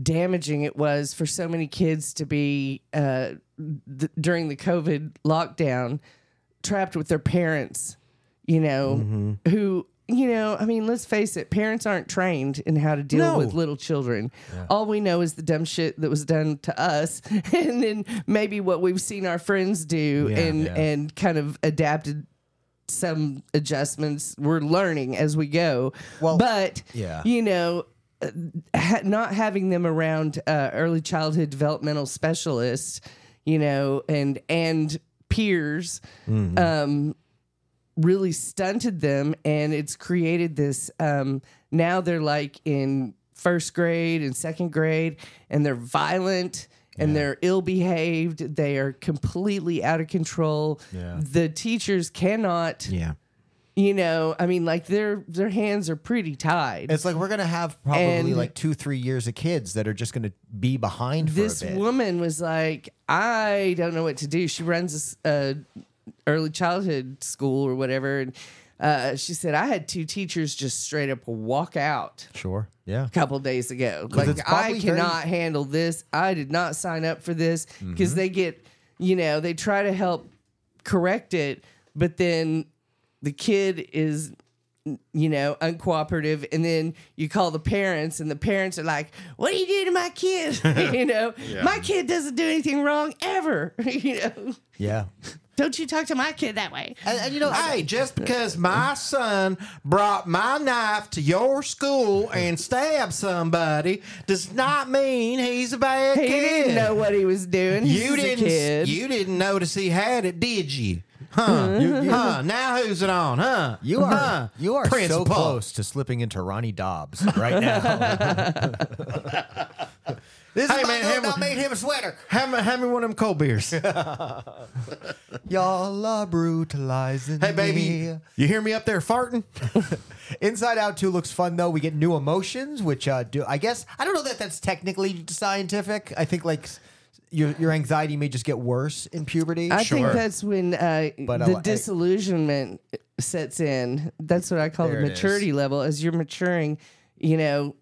[SPEAKER 3] damaging it was for so many kids to be uh, th- during the
[SPEAKER 1] Mm-hmm.
[SPEAKER 3] COVID lockdown trapped with their parents. You know, who you know, I mean, let's face it, parents aren't trained in how to deal
[SPEAKER 1] No.
[SPEAKER 3] with little children. All we know is the dumb shit that was done to us, and then maybe what we've seen our friends do,
[SPEAKER 1] Yeah.
[SPEAKER 3] and
[SPEAKER 2] Yeah.
[SPEAKER 3] and kind of adapted some adjustments. We're learning as we go.
[SPEAKER 2] Well,
[SPEAKER 3] but
[SPEAKER 1] yeah.
[SPEAKER 3] you know. uh, Ha- not having them around uh, early childhood developmental specialists, you know, and and peers,
[SPEAKER 2] Mm-hmm.
[SPEAKER 3] um, really stunted them and it's created this um now they're like in first grade and second grade and they're violent and they're ill behaved they are completely out of control
[SPEAKER 2] Yeah.
[SPEAKER 3] the teachers cannot
[SPEAKER 1] Yeah.
[SPEAKER 3] you know i mean like their their hands are pretty tied
[SPEAKER 2] It's like we're gonna have probably
[SPEAKER 3] And-
[SPEAKER 2] like two, three years of kids that are just gonna be behind for
[SPEAKER 3] this
[SPEAKER 2] a bit.
[SPEAKER 3] woman was like, I don't know what to do. She runs a s- a, early childhood school or whatever, and uh, she said I had two teachers just straight up walk out
[SPEAKER 2] sure. Yeah.
[SPEAKER 3] a couple days ago.
[SPEAKER 2] it's
[SPEAKER 3] Like I
[SPEAKER 2] probably very-
[SPEAKER 3] cannot handle this. I did not sign up for this because they get, you know, they try to help correct it, but then the kid is you know, uncooperative. And then you call the parents, and the parents are like, What do you do to my kid? you know, my kid doesn't do anything wrong ever. you know,
[SPEAKER 2] Yeah.
[SPEAKER 3] don't you talk to my kid that way.
[SPEAKER 1] And, and you know, hey, just because my son brought my knife to your school and stabbed somebody does not mean he's a bad
[SPEAKER 3] He
[SPEAKER 1] kid.
[SPEAKER 3] didn't know what he was doing.
[SPEAKER 1] you
[SPEAKER 3] He's a
[SPEAKER 1] didn't.
[SPEAKER 3] kid.
[SPEAKER 1] You didn't notice he had it, did you? Huh? Huh? Now who's it on? Huh?
[SPEAKER 2] You are
[SPEAKER 1] Huh?
[SPEAKER 2] Uh-huh. you are
[SPEAKER 1] Principal.
[SPEAKER 2] so close to slipping into Ronnie Dobbs right now. this
[SPEAKER 1] Hey, man, have a-
[SPEAKER 2] him a sweater.
[SPEAKER 1] Have me, have me one of them cold beers. hey,
[SPEAKER 2] Y'all are brutalizing. me.
[SPEAKER 1] baby, you hear me up there farting?
[SPEAKER 2] Inside Out 2 looks fun though. We get new emotions, which uh, do I guess I don't know that that's technically scientific. I think like s- your your anxiety may just get worse in puberty.
[SPEAKER 3] I think that's when uh,
[SPEAKER 2] But I
[SPEAKER 3] the
[SPEAKER 2] li- I-
[SPEAKER 3] disillusionment sets in. That's what I call
[SPEAKER 2] There
[SPEAKER 3] the
[SPEAKER 2] it
[SPEAKER 3] maturity level. As you're maturing, you know,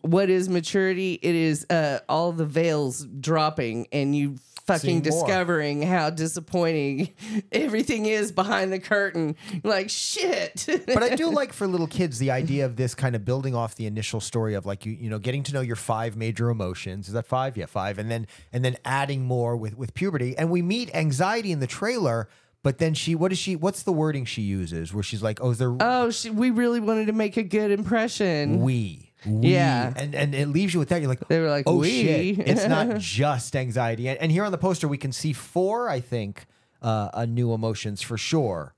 [SPEAKER 3] what is maturity? It is uh, all the veils dropping and you
[SPEAKER 2] Seeing more.
[SPEAKER 3] fucking discovering how disappointing everything is behind the curtain. Like, shit.
[SPEAKER 2] but I do like for little kids the idea of this kind of building off the initial story of like you you know getting to know your five major emotions. Is that five? Yeah, five. And then and then adding more with with puberty. And we meet anxiety in the trailer, but then she what is she what's the wording she uses where she's like, "Oh, is there
[SPEAKER 3] oh, she, we really wanted to make a good impression.
[SPEAKER 2] we. we.
[SPEAKER 3] Yeah.
[SPEAKER 2] And and it leaves you with that. You're like,
[SPEAKER 3] They were like,
[SPEAKER 2] oh
[SPEAKER 3] "We."
[SPEAKER 2] shit, it's not just anxiety. And, and here on the poster, we can see four, I think, uh, uh, new emotions for sure.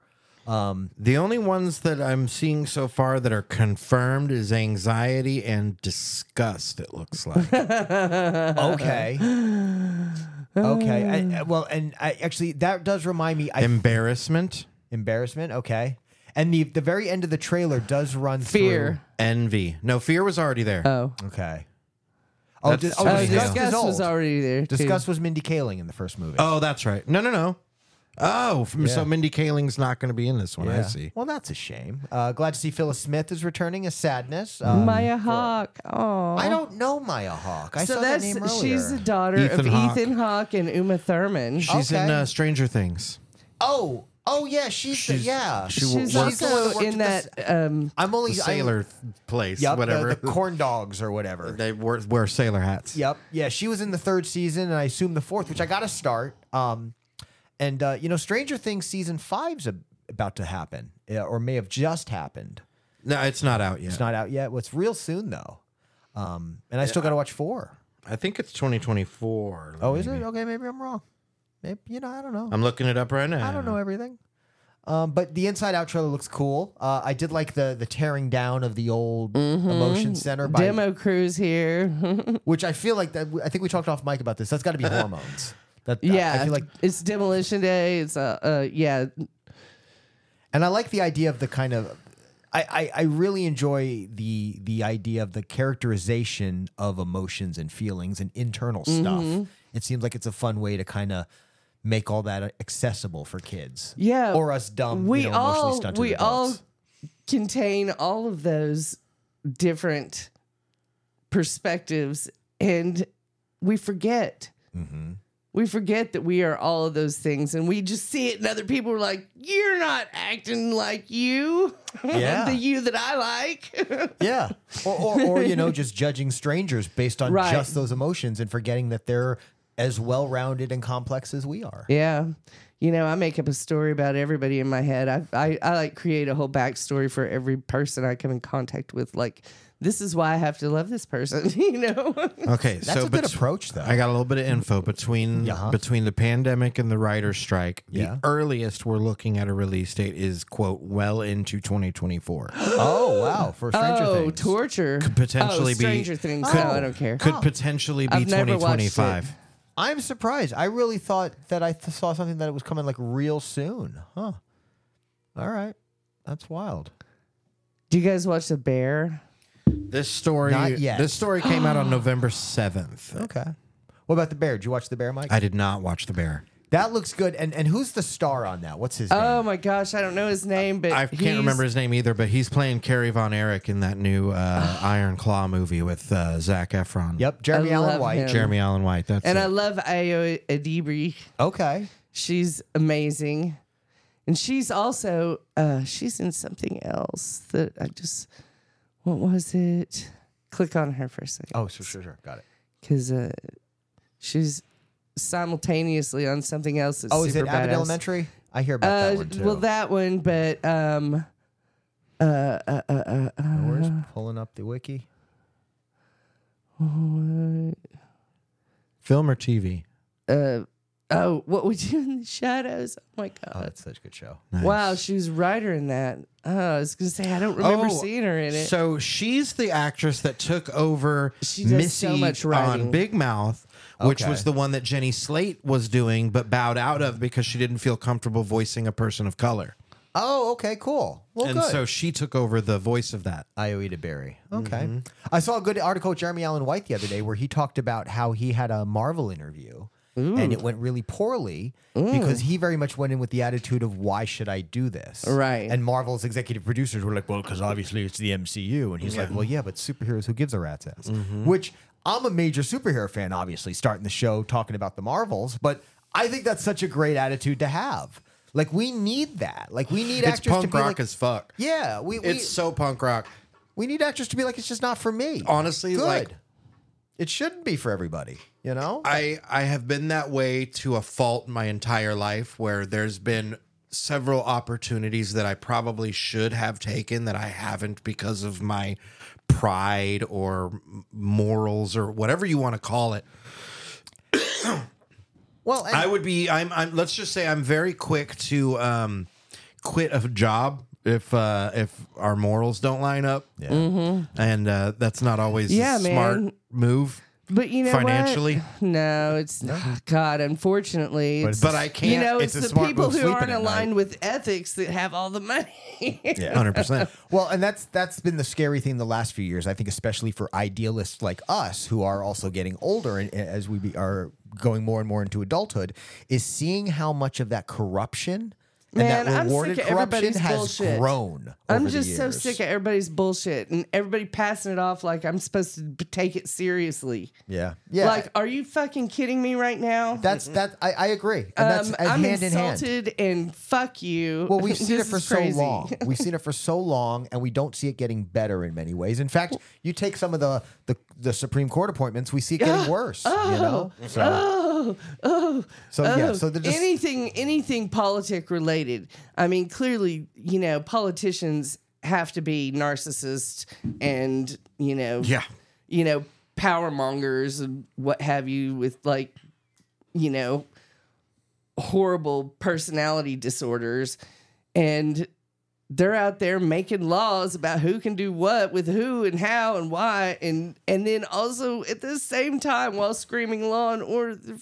[SPEAKER 1] The only ones that I'm seeing so far that are confirmed is anxiety and disgust. It looks like.
[SPEAKER 3] Uh-huh.
[SPEAKER 2] Okay. okay. I- I-
[SPEAKER 3] Uh.
[SPEAKER 2] well, and I, actually, that does remind me. I,
[SPEAKER 1] embarrassment,
[SPEAKER 2] embarrassment. Okay. And the the very end of the trailer does run
[SPEAKER 3] Fear.
[SPEAKER 1] envy. No, fear was already there.
[SPEAKER 3] Oh.
[SPEAKER 2] Through. Okay. Oh,
[SPEAKER 1] That's
[SPEAKER 2] dis- oh,
[SPEAKER 1] true.
[SPEAKER 3] Oh,
[SPEAKER 2] disgust, is
[SPEAKER 3] disgust
[SPEAKER 2] old.
[SPEAKER 3] was already there. too.
[SPEAKER 2] disgust was Mindy Kaling in the first movie.
[SPEAKER 1] oh, that's right. No, no, no. Oh, f-
[SPEAKER 2] Yeah.
[SPEAKER 1] so Mindy Kaling's not going to be in this one. I
[SPEAKER 2] Yeah.
[SPEAKER 1] see.
[SPEAKER 2] Well, that's a shame. Uh, glad to see Phyllis Smith is returning. A sadness. Uh,
[SPEAKER 3] Maya Hawk. Oh.
[SPEAKER 2] I don't know Maya Hawk. I
[SPEAKER 3] so
[SPEAKER 2] saw
[SPEAKER 3] that's
[SPEAKER 2] that name earlier.
[SPEAKER 3] she's the daughter
[SPEAKER 1] Ethan
[SPEAKER 3] of
[SPEAKER 1] Hawke.
[SPEAKER 3] Ethan Hawke and Uma Thurman.
[SPEAKER 1] She's in
[SPEAKER 2] Okay.
[SPEAKER 1] uh, Stranger Things.
[SPEAKER 2] oh, oh yeah, she's, the,
[SPEAKER 1] She's-
[SPEAKER 2] yeah.
[SPEAKER 1] she will-
[SPEAKER 3] She's
[SPEAKER 1] worked-
[SPEAKER 3] also
[SPEAKER 2] worked
[SPEAKER 3] in
[SPEAKER 2] at the
[SPEAKER 3] that. Um,
[SPEAKER 2] I'm only
[SPEAKER 1] The sailor th- place,
[SPEAKER 2] I, yep, the-
[SPEAKER 1] whatever.
[SPEAKER 2] the, corn dogs or whatever.
[SPEAKER 1] they wear, wear sailor hats.
[SPEAKER 2] Yep. Yeah, she was in the third season, and I assume the fourth, which I got to start. Um, and uh, you know, Stranger Things season five's ab- about to happen, yeah, or may have just happened.
[SPEAKER 1] No, it's not out yet.
[SPEAKER 2] It's not out yet. Well, it's real soon though. Um, and I still got to watch four.
[SPEAKER 1] I think it's 2024.
[SPEAKER 2] Oh, is
[SPEAKER 1] maybe.
[SPEAKER 2] it okay? Maybe I'm wrong. Maybe you know, I don't know.
[SPEAKER 1] I'm looking it up right now.
[SPEAKER 2] I don't know everything. Um, but the inside out trailer looks cool. Uh, I did like the the tearing down of the old emotion center by
[SPEAKER 3] demo crews here.
[SPEAKER 2] which I feel like that I think we talked off mic about this. That's got to be hormones. That I-
[SPEAKER 3] yeah,
[SPEAKER 2] I, feel like,
[SPEAKER 3] it's demolition day. It's uh, uh yeah,
[SPEAKER 2] and I like the idea of the kind of. I, I, I really enjoy the the idea of the characterization of emotions and feelings and internal stuff.
[SPEAKER 3] Mm-hmm.
[SPEAKER 2] It seems like it's a fun way to kind of make all that accessible for kids.
[SPEAKER 3] Yeah.
[SPEAKER 2] Or us dumb.
[SPEAKER 3] we
[SPEAKER 2] you know, emotionally
[SPEAKER 3] all
[SPEAKER 2] stunted
[SPEAKER 3] we
[SPEAKER 2] adults.
[SPEAKER 3] all contain all of those different
[SPEAKER 2] Mm-hmm.
[SPEAKER 3] perspectives and we forget we forget that we are all of those things and we just see it and other people are like, You're not acting like you.
[SPEAKER 2] Yeah.
[SPEAKER 3] the you that I like.
[SPEAKER 2] Yeah. Or, or, or you know, just judging strangers based on
[SPEAKER 3] Right.
[SPEAKER 2] just those emotions and forgetting that they're as well rounded and complex as we are.
[SPEAKER 3] yeah. You know, I make up a story about everybody in my head. I, I, I like create a whole backstory for every person I come in contact with. Like, this is why I have to love this person, you know?
[SPEAKER 1] Okay,
[SPEAKER 2] That's
[SPEAKER 1] so
[SPEAKER 2] a good
[SPEAKER 1] bet-
[SPEAKER 2] approach, though.
[SPEAKER 1] I got a little bit of info between
[SPEAKER 2] Yeah.
[SPEAKER 1] between the pandemic and the writer strike.
[SPEAKER 2] Yeah.
[SPEAKER 1] The earliest we're looking at a release date is quote well into 2024.
[SPEAKER 2] oh, wow. For Stranger
[SPEAKER 3] oh,
[SPEAKER 2] Things.
[SPEAKER 3] torture. Could
[SPEAKER 1] potentially
[SPEAKER 3] oh,
[SPEAKER 1] be-
[SPEAKER 3] Stranger Things.
[SPEAKER 2] could-
[SPEAKER 3] no, I don't care.
[SPEAKER 1] Could potentially be
[SPEAKER 3] I've never watched it.
[SPEAKER 1] 2025.
[SPEAKER 2] I'm surprised. I really thought that I th- saw something that it was coming like real soon. Huh. All right. That's wild.
[SPEAKER 3] Do you guys watch The Bear?
[SPEAKER 1] This story
[SPEAKER 2] Not yet.
[SPEAKER 1] this story came out on November 7th.
[SPEAKER 2] Okay. What about the bear? Did you watch the bear, Mike?
[SPEAKER 1] I did not watch The Bear.
[SPEAKER 2] that looks good. And and who's the star on that? What's his
[SPEAKER 3] Oh
[SPEAKER 2] name?
[SPEAKER 3] my gosh, I don't know his name, but
[SPEAKER 1] I
[SPEAKER 3] he's-
[SPEAKER 1] can't remember his name either, but he's playing Kerry Von Erich in that new uh, Iron Claw movie with uh, Zach Efron.
[SPEAKER 2] Yep, Jeremy
[SPEAKER 3] I
[SPEAKER 2] Allen
[SPEAKER 3] love
[SPEAKER 2] White.
[SPEAKER 3] him.
[SPEAKER 1] Jeremy Allen White. That's
[SPEAKER 3] And
[SPEAKER 1] it.
[SPEAKER 3] I love Ayo Adibri.
[SPEAKER 2] Okay.
[SPEAKER 3] She's amazing. And she's also uh, she's in something else that I just what was it? Click on her for a second
[SPEAKER 2] Oh, sure, sure, sure. Got it.
[SPEAKER 3] because uh, she's simultaneously on something else. That's
[SPEAKER 2] Oh, is
[SPEAKER 3] super
[SPEAKER 2] it Abbott
[SPEAKER 3] badass.
[SPEAKER 2] Elementary? I hear about
[SPEAKER 3] Uh,
[SPEAKER 2] that one too.
[SPEAKER 3] well, that one, but um, uh, uh, uh, uh, uh,
[SPEAKER 2] Where's pulling up the wiki?
[SPEAKER 1] Film or TV?
[SPEAKER 3] uh, oh, what we do in the shadows? Oh my
[SPEAKER 2] Oh,
[SPEAKER 3] god!
[SPEAKER 2] that's such a good show.
[SPEAKER 3] Wow, she was writer in that. Oh, I was gonna say I don't remember
[SPEAKER 1] Oh,
[SPEAKER 3] seeing her in it.
[SPEAKER 1] So she's the actress that took over
[SPEAKER 3] She
[SPEAKER 1] Missy
[SPEAKER 3] does so much
[SPEAKER 1] on
[SPEAKER 3] writing.
[SPEAKER 1] Big Mouth, which
[SPEAKER 2] Okay.
[SPEAKER 1] was the one that Jenny Slate was doing but bowed out of because she didn't feel comfortable voicing a person of color.
[SPEAKER 2] Oh, okay, cool. Well,
[SPEAKER 1] and
[SPEAKER 2] good.
[SPEAKER 1] so she took over the voice of that.
[SPEAKER 2] Ioita Berry. Okay.
[SPEAKER 1] Mm-hmm.
[SPEAKER 2] I saw a good article with Jeremy Allen White the other day where he talked about how he had a Marvel interview and it went really poorly
[SPEAKER 1] Mm.
[SPEAKER 2] because he very much went in with the attitude of why should I do this?
[SPEAKER 3] Right.
[SPEAKER 2] And Marvel's executive producers were like, well, because obviously it's the MCU. And he's like, well, yeah, but superheroes, who gives a rat's ass?
[SPEAKER 1] Mm-hmm.
[SPEAKER 2] Which I'm a major superhero fan, obviously, starting the show talking about the Marvels, but I think that's such a great attitude to have. Like we need that. Like we need
[SPEAKER 1] It's
[SPEAKER 2] actors to
[SPEAKER 1] punk
[SPEAKER 2] be
[SPEAKER 1] rock
[SPEAKER 2] like,
[SPEAKER 1] as fuck.
[SPEAKER 2] yeah, we, we
[SPEAKER 1] It's so punk rock.
[SPEAKER 2] we need actors to be like, it's just not for me.
[SPEAKER 1] Honestly,
[SPEAKER 2] good.
[SPEAKER 1] like-
[SPEAKER 2] it shouldn't be for everybody. You know,
[SPEAKER 1] I I have been that way to a fault my entire life where there's been several opportunities that I probably should have taken that I haven't because of my pride or m- morals or whatever you want to call it.
[SPEAKER 2] well, and,
[SPEAKER 1] I would be I'm I'm let's just say I'm very quick to um quit a job if uh if our morals don't line up.
[SPEAKER 2] yeah.
[SPEAKER 1] And uh that's not always
[SPEAKER 3] Yeah,
[SPEAKER 1] a smart
[SPEAKER 3] man.
[SPEAKER 1] move.
[SPEAKER 3] but you know what?
[SPEAKER 1] financially?
[SPEAKER 3] No, it's not. God, unfortunately, it's,
[SPEAKER 1] But I can't
[SPEAKER 3] you know
[SPEAKER 2] it's
[SPEAKER 3] it's,
[SPEAKER 2] a
[SPEAKER 3] the
[SPEAKER 2] smart
[SPEAKER 3] people
[SPEAKER 2] move
[SPEAKER 3] who
[SPEAKER 2] sleeping
[SPEAKER 3] aren't
[SPEAKER 2] at
[SPEAKER 3] aligned
[SPEAKER 2] night.
[SPEAKER 3] with ethics that have all the money.
[SPEAKER 2] Yeah.
[SPEAKER 1] 100%.
[SPEAKER 2] Well, and that's that's been the scary thing the last few years. I think, especially for idealists like us who are also getting older and as we be, are going more and more into adulthood, is seeing how much of that corruption
[SPEAKER 3] Man,
[SPEAKER 2] and that
[SPEAKER 3] I'm
[SPEAKER 2] rewarded
[SPEAKER 3] sick of
[SPEAKER 2] corruption
[SPEAKER 3] everybody's
[SPEAKER 2] has
[SPEAKER 3] bullshit.
[SPEAKER 2] grown.
[SPEAKER 3] I'm
[SPEAKER 2] over the
[SPEAKER 3] just so
[SPEAKER 2] years.
[SPEAKER 3] sick of everybody's bullshit and everybody passing it off like I'm supposed to b- take it seriously.
[SPEAKER 2] Yeah, yeah.
[SPEAKER 3] Like, are you fucking kidding me right now?
[SPEAKER 2] that's that. I, I agree. And that's
[SPEAKER 3] um,
[SPEAKER 2] uh,
[SPEAKER 3] I'm
[SPEAKER 2] hand in hand.
[SPEAKER 3] insulted and fuck you.
[SPEAKER 2] Well, we've seen it
[SPEAKER 3] This
[SPEAKER 2] for
[SPEAKER 3] is
[SPEAKER 2] so
[SPEAKER 3] crazy.
[SPEAKER 2] long. We've seen it for so long, and we don't see it getting better in many ways. In fact, you take some of the the, the Supreme Court appointments, we see it getting worse. you know, so
[SPEAKER 3] Oh, oh,
[SPEAKER 2] so yeah, so they're just
[SPEAKER 3] anything anything politic related. I mean, clearly, you know, politicians have to be narcissists and you know,
[SPEAKER 1] Yeah.
[SPEAKER 3] you know, power mongers and what have you with like, you know, horrible personality disorders, and they're out there making laws about who can do what with who and how and why and and then also at the same time while screaming law and order they're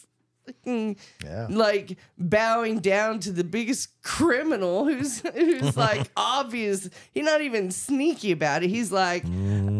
[SPEAKER 3] fucking
[SPEAKER 2] Yeah.
[SPEAKER 3] like bowing down to the biggest criminal who's who's like obvious he's not even sneaky about it he's like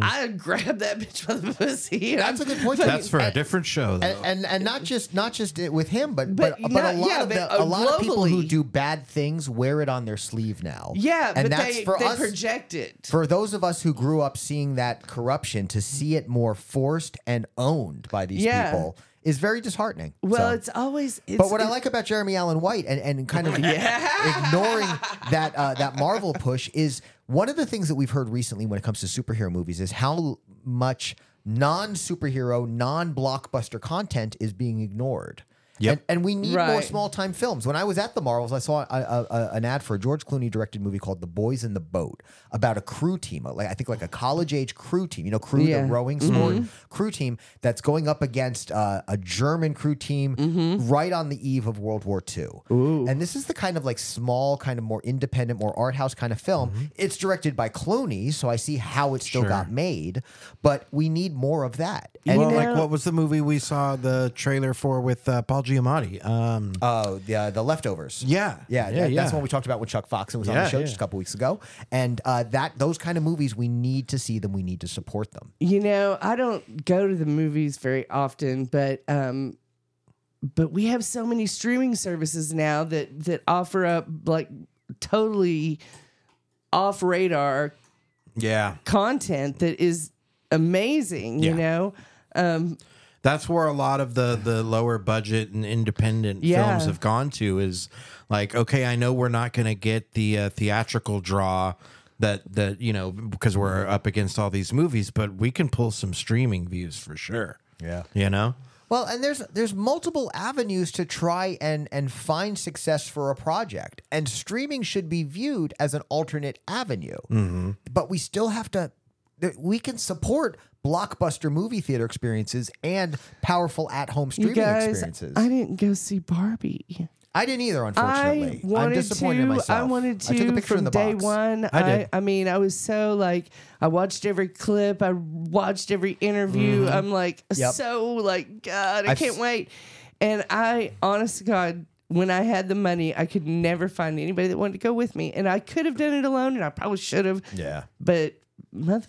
[SPEAKER 3] i grabbed that bitch by the pussy
[SPEAKER 2] Mm. that's a good point.
[SPEAKER 1] That's for a different show though.
[SPEAKER 2] and, and and not just not just it with him, but but but,
[SPEAKER 3] But not-
[SPEAKER 2] a lot
[SPEAKER 3] yeah,
[SPEAKER 2] of
[SPEAKER 3] but,
[SPEAKER 2] the, a
[SPEAKER 3] uh,
[SPEAKER 2] lot of people who
[SPEAKER 3] globally-
[SPEAKER 2] do bad things wear it on their sleeve now.
[SPEAKER 3] yeah
[SPEAKER 2] and
[SPEAKER 3] but
[SPEAKER 2] that's
[SPEAKER 3] they,
[SPEAKER 2] for
[SPEAKER 3] they
[SPEAKER 2] us.
[SPEAKER 3] project it
[SPEAKER 2] for those of us who grew up seeing that corruption, to see it more forced and owned by these
[SPEAKER 3] Yeah.
[SPEAKER 2] people is very disheartening.
[SPEAKER 3] Well,
[SPEAKER 2] So-
[SPEAKER 3] it's always. It's,
[SPEAKER 2] But what I
[SPEAKER 3] it-
[SPEAKER 2] like about Jeremy Allen White and, and kind of ignoring that uh, that Marvel push is one of the things that we've heard recently when it comes to superhero movies is how much non superhero, non blockbuster content is being ignored.
[SPEAKER 1] Yep.
[SPEAKER 2] And, and we need more
[SPEAKER 3] Right.
[SPEAKER 2] small time films. When I was at the Marvels, I saw a, a, a- an ad for a George Clooney directed movie called The Boys in the Boat about a crew team, like I think like a college age crew team. You know, crew
[SPEAKER 3] Yeah.
[SPEAKER 2] the rowing sport
[SPEAKER 1] Mm-hmm.
[SPEAKER 2] crew team that's going up against uh, a German crew team
[SPEAKER 1] Mm-hmm.
[SPEAKER 2] right on the eve of World War II. And this is the kind of like small, kind of more independent, more art house kind of film.
[SPEAKER 1] Mm-hmm.
[SPEAKER 2] It's directed by Clooney, so I see how it still got made, but we need more of that. And
[SPEAKER 1] well,
[SPEAKER 3] know-
[SPEAKER 1] like what was the movie we saw the trailer for with uh, Paul Giamatti? Um,
[SPEAKER 2] Oh, the uh, the leftovers.
[SPEAKER 1] Yeah.
[SPEAKER 2] yeah,
[SPEAKER 1] Yeah,
[SPEAKER 2] that-
[SPEAKER 1] yeah.
[SPEAKER 2] That's one we talked about with Chuck Fox and was on
[SPEAKER 1] Yeah,
[SPEAKER 2] the show
[SPEAKER 1] yeah.
[SPEAKER 2] just a couple weeks ago. And uh, that those kind of movies, we need to see them. We need to support them.
[SPEAKER 3] You know, I don't go to the movies very often, but um but we have so many streaming services now that that offer up like totally off radar
[SPEAKER 1] yeah,
[SPEAKER 3] content that is amazing,
[SPEAKER 1] Yeah.
[SPEAKER 3] you know.
[SPEAKER 1] that's where a lot of the the lower budget and independent
[SPEAKER 3] Yeah.
[SPEAKER 1] films have gone to. Is like, okay, I know we're not going to get the uh, theatrical draw that that you know because we're up against all these movies, but we can pull some streaming views for sure.
[SPEAKER 2] Yeah.
[SPEAKER 1] you know.
[SPEAKER 2] Well, and there's there's multiple avenues to try and and find success for a project, and streaming should be viewed as an alternate avenue.
[SPEAKER 1] Mm-hmm.
[SPEAKER 2] But we still have to. th- We can support blockbuster movie theater experiences and powerful at-home
[SPEAKER 3] You
[SPEAKER 2] streaming
[SPEAKER 3] guys,
[SPEAKER 2] experiences.
[SPEAKER 3] I didn't go see Barbie.
[SPEAKER 2] I didn't either,
[SPEAKER 3] I
[SPEAKER 2] unfortunately. I'm
[SPEAKER 3] wanted
[SPEAKER 2] disappointed
[SPEAKER 3] to.
[SPEAKER 2] in myself.
[SPEAKER 3] I wanted to
[SPEAKER 2] I took a picture
[SPEAKER 3] from
[SPEAKER 2] in the
[SPEAKER 3] day
[SPEAKER 2] box.
[SPEAKER 3] one.
[SPEAKER 1] I did.
[SPEAKER 3] I, mean, I was so like, I watched every clip. I watched every interview. I'm like,
[SPEAKER 2] Mm-hmm. Yep.
[SPEAKER 3] so like, God, I
[SPEAKER 2] I've
[SPEAKER 3] can't
[SPEAKER 2] s-
[SPEAKER 3] wait. And I, honest to God, when I had the money, I could never find anybody that wanted to go with me, and I could have done it alone, and I probably should have.
[SPEAKER 2] Yeah.
[SPEAKER 3] But motherfucker.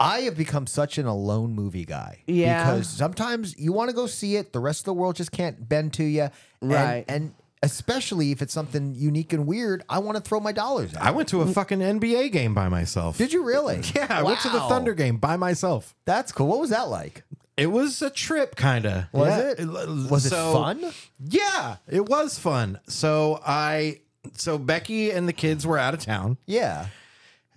[SPEAKER 2] I have become such an alone movie guy.
[SPEAKER 3] Yeah.
[SPEAKER 2] Because sometimes you want to go see it, the rest of the world just can't bend to you.
[SPEAKER 3] Right.
[SPEAKER 2] And, and especially if it's something unique and weird, I want to throw my dollars out.
[SPEAKER 1] I went to a fucking NBA game by myself.
[SPEAKER 2] Did you really?
[SPEAKER 1] Yeah, I went to the
[SPEAKER 2] Wow.
[SPEAKER 1] Thunder game by myself.
[SPEAKER 2] That's cool. What was that like?
[SPEAKER 1] It was a trip, kind of.
[SPEAKER 2] Was it? Was it fun?
[SPEAKER 1] Yeah, it was fun. So I, so Becky and the kids were out of town,
[SPEAKER 2] Yeah.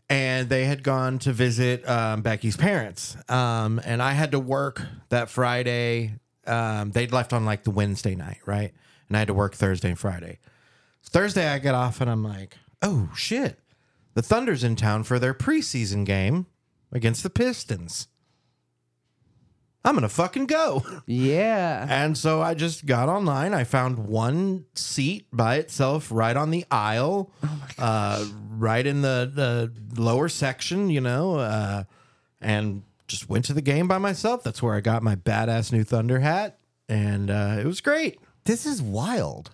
[SPEAKER 1] and they had gone to visit um, Becky's parents. Um, and I had to work that Friday. Um, they'd left on like the Wednesday night, right? And I had to work Thursday and Friday. Thursday, I get off, and I'm like, oh shit, the Thunder's in town for their preseason game against the Pistons. I'm gonna fucking go.
[SPEAKER 3] Yeah.
[SPEAKER 2] Ah,
[SPEAKER 1] And so I just got online. I found one seat by itself right on the aisle, uh, right in the, the lower section, you know, uh, and just went to the game by myself. That's where I got my badass new Thunder hat. And uh, it was great.
[SPEAKER 2] This is wild.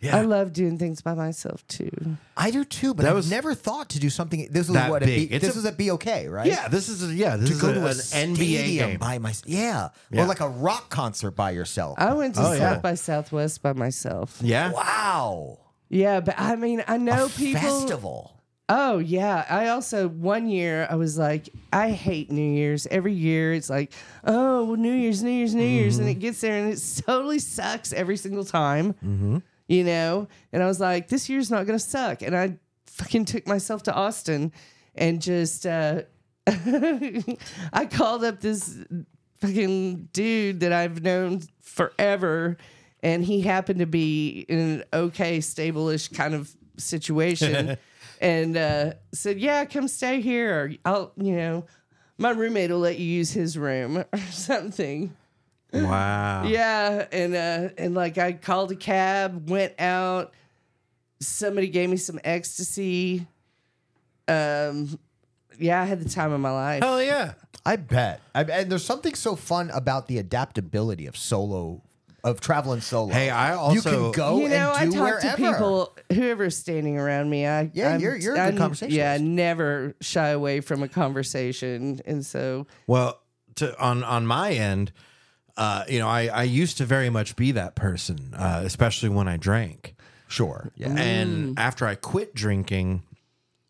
[SPEAKER 1] Yeah.
[SPEAKER 3] I love doing things by myself too.
[SPEAKER 2] I do too, but
[SPEAKER 1] That
[SPEAKER 2] I've
[SPEAKER 1] was-
[SPEAKER 2] never thought to do something. This was
[SPEAKER 1] That
[SPEAKER 2] what
[SPEAKER 1] big.
[SPEAKER 2] a B,
[SPEAKER 1] It's
[SPEAKER 2] this
[SPEAKER 1] a-
[SPEAKER 2] was at BOK, right?
[SPEAKER 1] Yeah, this is a, yeah, this
[SPEAKER 2] To
[SPEAKER 1] is
[SPEAKER 2] go
[SPEAKER 1] a-
[SPEAKER 2] to a
[SPEAKER 1] an NBA
[SPEAKER 2] stadium
[SPEAKER 1] game.
[SPEAKER 2] by myself. Yeah.
[SPEAKER 1] Yeah.
[SPEAKER 2] Or like a rock concert by yourself.
[SPEAKER 3] I went to
[SPEAKER 1] Oh,
[SPEAKER 3] South
[SPEAKER 1] yeah.
[SPEAKER 3] by Southwest by myself.
[SPEAKER 1] yeah,
[SPEAKER 2] wow.
[SPEAKER 3] Yeah, but I mean, I know people.
[SPEAKER 2] Festival.
[SPEAKER 3] Oh yeah. I also one year I was like, I hate New Year's. Every year it's like, oh well, New Year's, New Year's, New Year's, and it gets there and it totally sucks every single time. You know, and I was like, this year's not gonna suck, and I fucking took myself to Austin and just uh, I called up this fucking dude that I've known forever, and he happened to be in an okay, stable-ish kind of situation, and uh, said, "Yeah, come stay here, or I'll, you know, my roommate will let you use his room or something."
[SPEAKER 1] wow,
[SPEAKER 3] Yeah, and uh, and like I called a cab, went out. Somebody gave me some ecstasy. Um, yeah, I had the time of my life.
[SPEAKER 2] Oh,
[SPEAKER 1] hell yeah.
[SPEAKER 2] I bet. I, and there's something so fun about the adaptability of solo, of traveling solo.
[SPEAKER 1] Hey, I
[SPEAKER 2] you can
[SPEAKER 1] also-
[SPEAKER 2] go
[SPEAKER 3] you know, I
[SPEAKER 2] oh, and do
[SPEAKER 3] talk
[SPEAKER 2] wherever.
[SPEAKER 3] to people, whoever's standing around me. I
[SPEAKER 2] Yeah,
[SPEAKER 3] I'm-
[SPEAKER 2] you're- you're a good
[SPEAKER 3] I'm-
[SPEAKER 2] conversationalist.
[SPEAKER 3] Yeah, I never shy away from a conversation, and so
[SPEAKER 1] Well, to on on my end, uh, you know, I I used to very much be that person, uh, especially when I drank.
[SPEAKER 2] Sure. Yeah.
[SPEAKER 1] And after I quit drinking,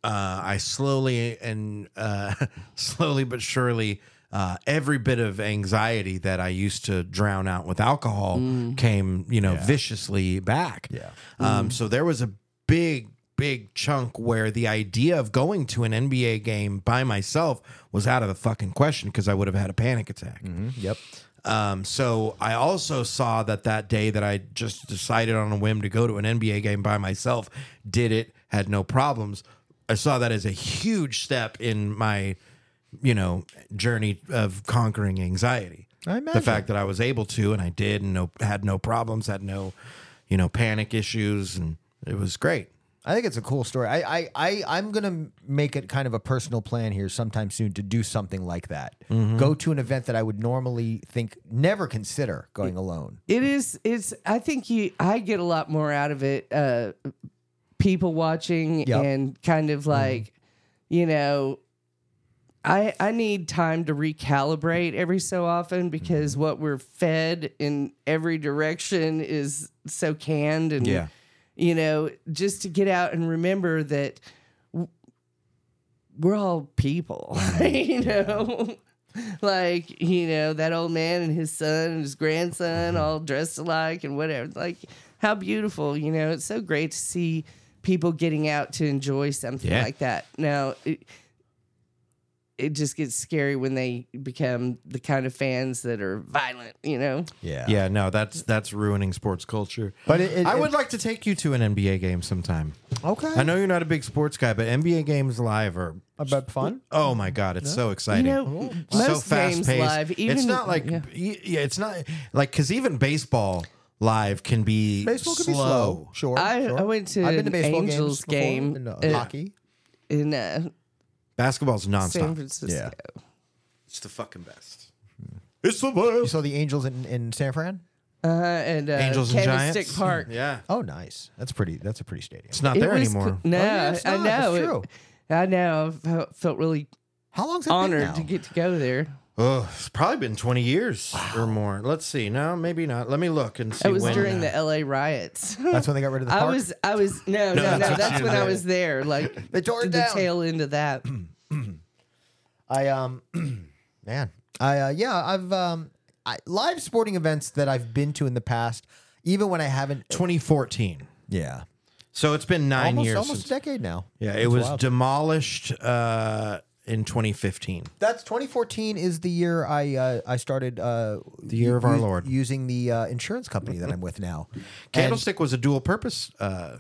[SPEAKER 1] uh, I slowly and uh, slowly but surely uh, every bit of anxiety that I used to drown out with alcohol came, you know, viciously back.
[SPEAKER 2] Yeah.
[SPEAKER 1] Um, So there was a big, big chunk where the idea of going to an NBA game by myself was out of the fucking question because I would have had a panic attack.
[SPEAKER 2] Yep.
[SPEAKER 1] Um, so I also saw that that day that I just decided on a whim to go to an NBA game by myself, did it, had no problems. I saw that as a huge step in my, you know, journey of conquering anxiety.
[SPEAKER 2] I
[SPEAKER 1] the
[SPEAKER 2] imagine.
[SPEAKER 1] fact that I was able to, and I did, and no, had no problems, had no, you know, panic issues, and it was great.
[SPEAKER 2] I think it's a cool story. I, I, I, I'm going to make it kind of a personal plan here sometime soon to do something like that.
[SPEAKER 1] Mm-hmm.
[SPEAKER 2] Go to an event that I would normally think never consider going alone.
[SPEAKER 3] It is. It's. I think you. I get a lot more out of it. Uh, people watching
[SPEAKER 2] Yep.
[SPEAKER 3] and kind of like, you know, I I need time to recalibrate every so often because what we're fed in every direction is so canned and
[SPEAKER 1] Yeah.
[SPEAKER 3] you know, just to get out and remember that w- we're all people, you know. like, you know, that old man and his son and his grandson all dressed alike and whatever. Like, how beautiful, you know. It's so great to see people getting out to enjoy something
[SPEAKER 1] Yeah.
[SPEAKER 3] like that. Now, it, it just gets scary when they become the kind of fans that are violent, you know.
[SPEAKER 2] Yeah.
[SPEAKER 1] Yeah, no, that's that's ruining sports culture.
[SPEAKER 2] But it- it-
[SPEAKER 1] I
[SPEAKER 2] it-
[SPEAKER 1] would like to take you to an NBA game sometime.
[SPEAKER 2] Okay.
[SPEAKER 1] I know you're not a big sports guy, but NBA games live are
[SPEAKER 2] About fun?
[SPEAKER 1] Oh my god, it's so exciting.
[SPEAKER 3] You know, m-
[SPEAKER 1] Mm-hmm. so
[SPEAKER 3] most games
[SPEAKER 1] fast-paced.
[SPEAKER 3] live,
[SPEAKER 1] it's
[SPEAKER 3] even-
[SPEAKER 1] not like
[SPEAKER 3] yeah.
[SPEAKER 1] yeah, yeah it's not like because even baseball live can be
[SPEAKER 2] Baseball could
[SPEAKER 1] slow.
[SPEAKER 2] be slow. Sure.
[SPEAKER 3] I-
[SPEAKER 2] sure.
[SPEAKER 3] I went to
[SPEAKER 2] I've been
[SPEAKER 3] an
[SPEAKER 2] to baseball games
[SPEAKER 3] Angels
[SPEAKER 2] before,
[SPEAKER 3] game
[SPEAKER 2] and, uh,
[SPEAKER 3] at-
[SPEAKER 2] hockey.
[SPEAKER 3] in uh,
[SPEAKER 1] Basketball's
[SPEAKER 3] San
[SPEAKER 1] nonstop.
[SPEAKER 3] Francisco.
[SPEAKER 2] Yeah.
[SPEAKER 1] it's the fucking best. It's the
[SPEAKER 2] You
[SPEAKER 1] best.
[SPEAKER 2] saw the Angels in, in San Fran?
[SPEAKER 3] Uh, and uh,
[SPEAKER 1] Angels and Giants.
[SPEAKER 3] Candlestick Park.
[SPEAKER 1] Yeah,
[SPEAKER 2] Oh, nice. That's pretty. That's a pretty stadium.
[SPEAKER 1] it's not
[SPEAKER 3] It
[SPEAKER 1] there
[SPEAKER 3] was
[SPEAKER 1] anymore.
[SPEAKER 3] co- no,
[SPEAKER 2] yeah, it's
[SPEAKER 3] I
[SPEAKER 2] not.
[SPEAKER 3] know.
[SPEAKER 2] It's
[SPEAKER 3] it-
[SPEAKER 2] true.
[SPEAKER 3] I know. I felt- felt really
[SPEAKER 2] How long's that been
[SPEAKER 3] honored
[SPEAKER 2] now?
[SPEAKER 3] to get to go there.
[SPEAKER 1] oh, it's probably been twenty years or more. Let's see. No, maybe not. Let me look and see.
[SPEAKER 3] It was
[SPEAKER 1] when,
[SPEAKER 3] during
[SPEAKER 1] uh,
[SPEAKER 3] the L.A. riots.
[SPEAKER 2] That's when they got rid of the
[SPEAKER 3] I
[SPEAKER 2] park.
[SPEAKER 3] was, I was, no, no, no.
[SPEAKER 1] that's what
[SPEAKER 3] That's,
[SPEAKER 1] you
[SPEAKER 3] when I
[SPEAKER 1] did.
[SPEAKER 3] was there. Like
[SPEAKER 2] They tore it
[SPEAKER 3] the
[SPEAKER 2] down.
[SPEAKER 3] tail end of that.
[SPEAKER 2] I um, man, I uh, yeah, I've um, I, live sporting events that I've been to in the past, even when I haven't.
[SPEAKER 1] 2014.
[SPEAKER 2] Yeah,
[SPEAKER 1] So it's been nine
[SPEAKER 2] almost
[SPEAKER 1] years.
[SPEAKER 2] almost
[SPEAKER 1] since-
[SPEAKER 2] a decade now.
[SPEAKER 1] yeah, it
[SPEAKER 2] That's
[SPEAKER 1] was
[SPEAKER 2] wild.
[SPEAKER 1] demolished uh, in 2015.
[SPEAKER 2] That's 2014 is the year I uh, I started uh, the
[SPEAKER 1] year of our Lord.
[SPEAKER 2] using the uh, insurance company that I'm with now. And-
[SPEAKER 1] Candlestick was a dual purpose uh,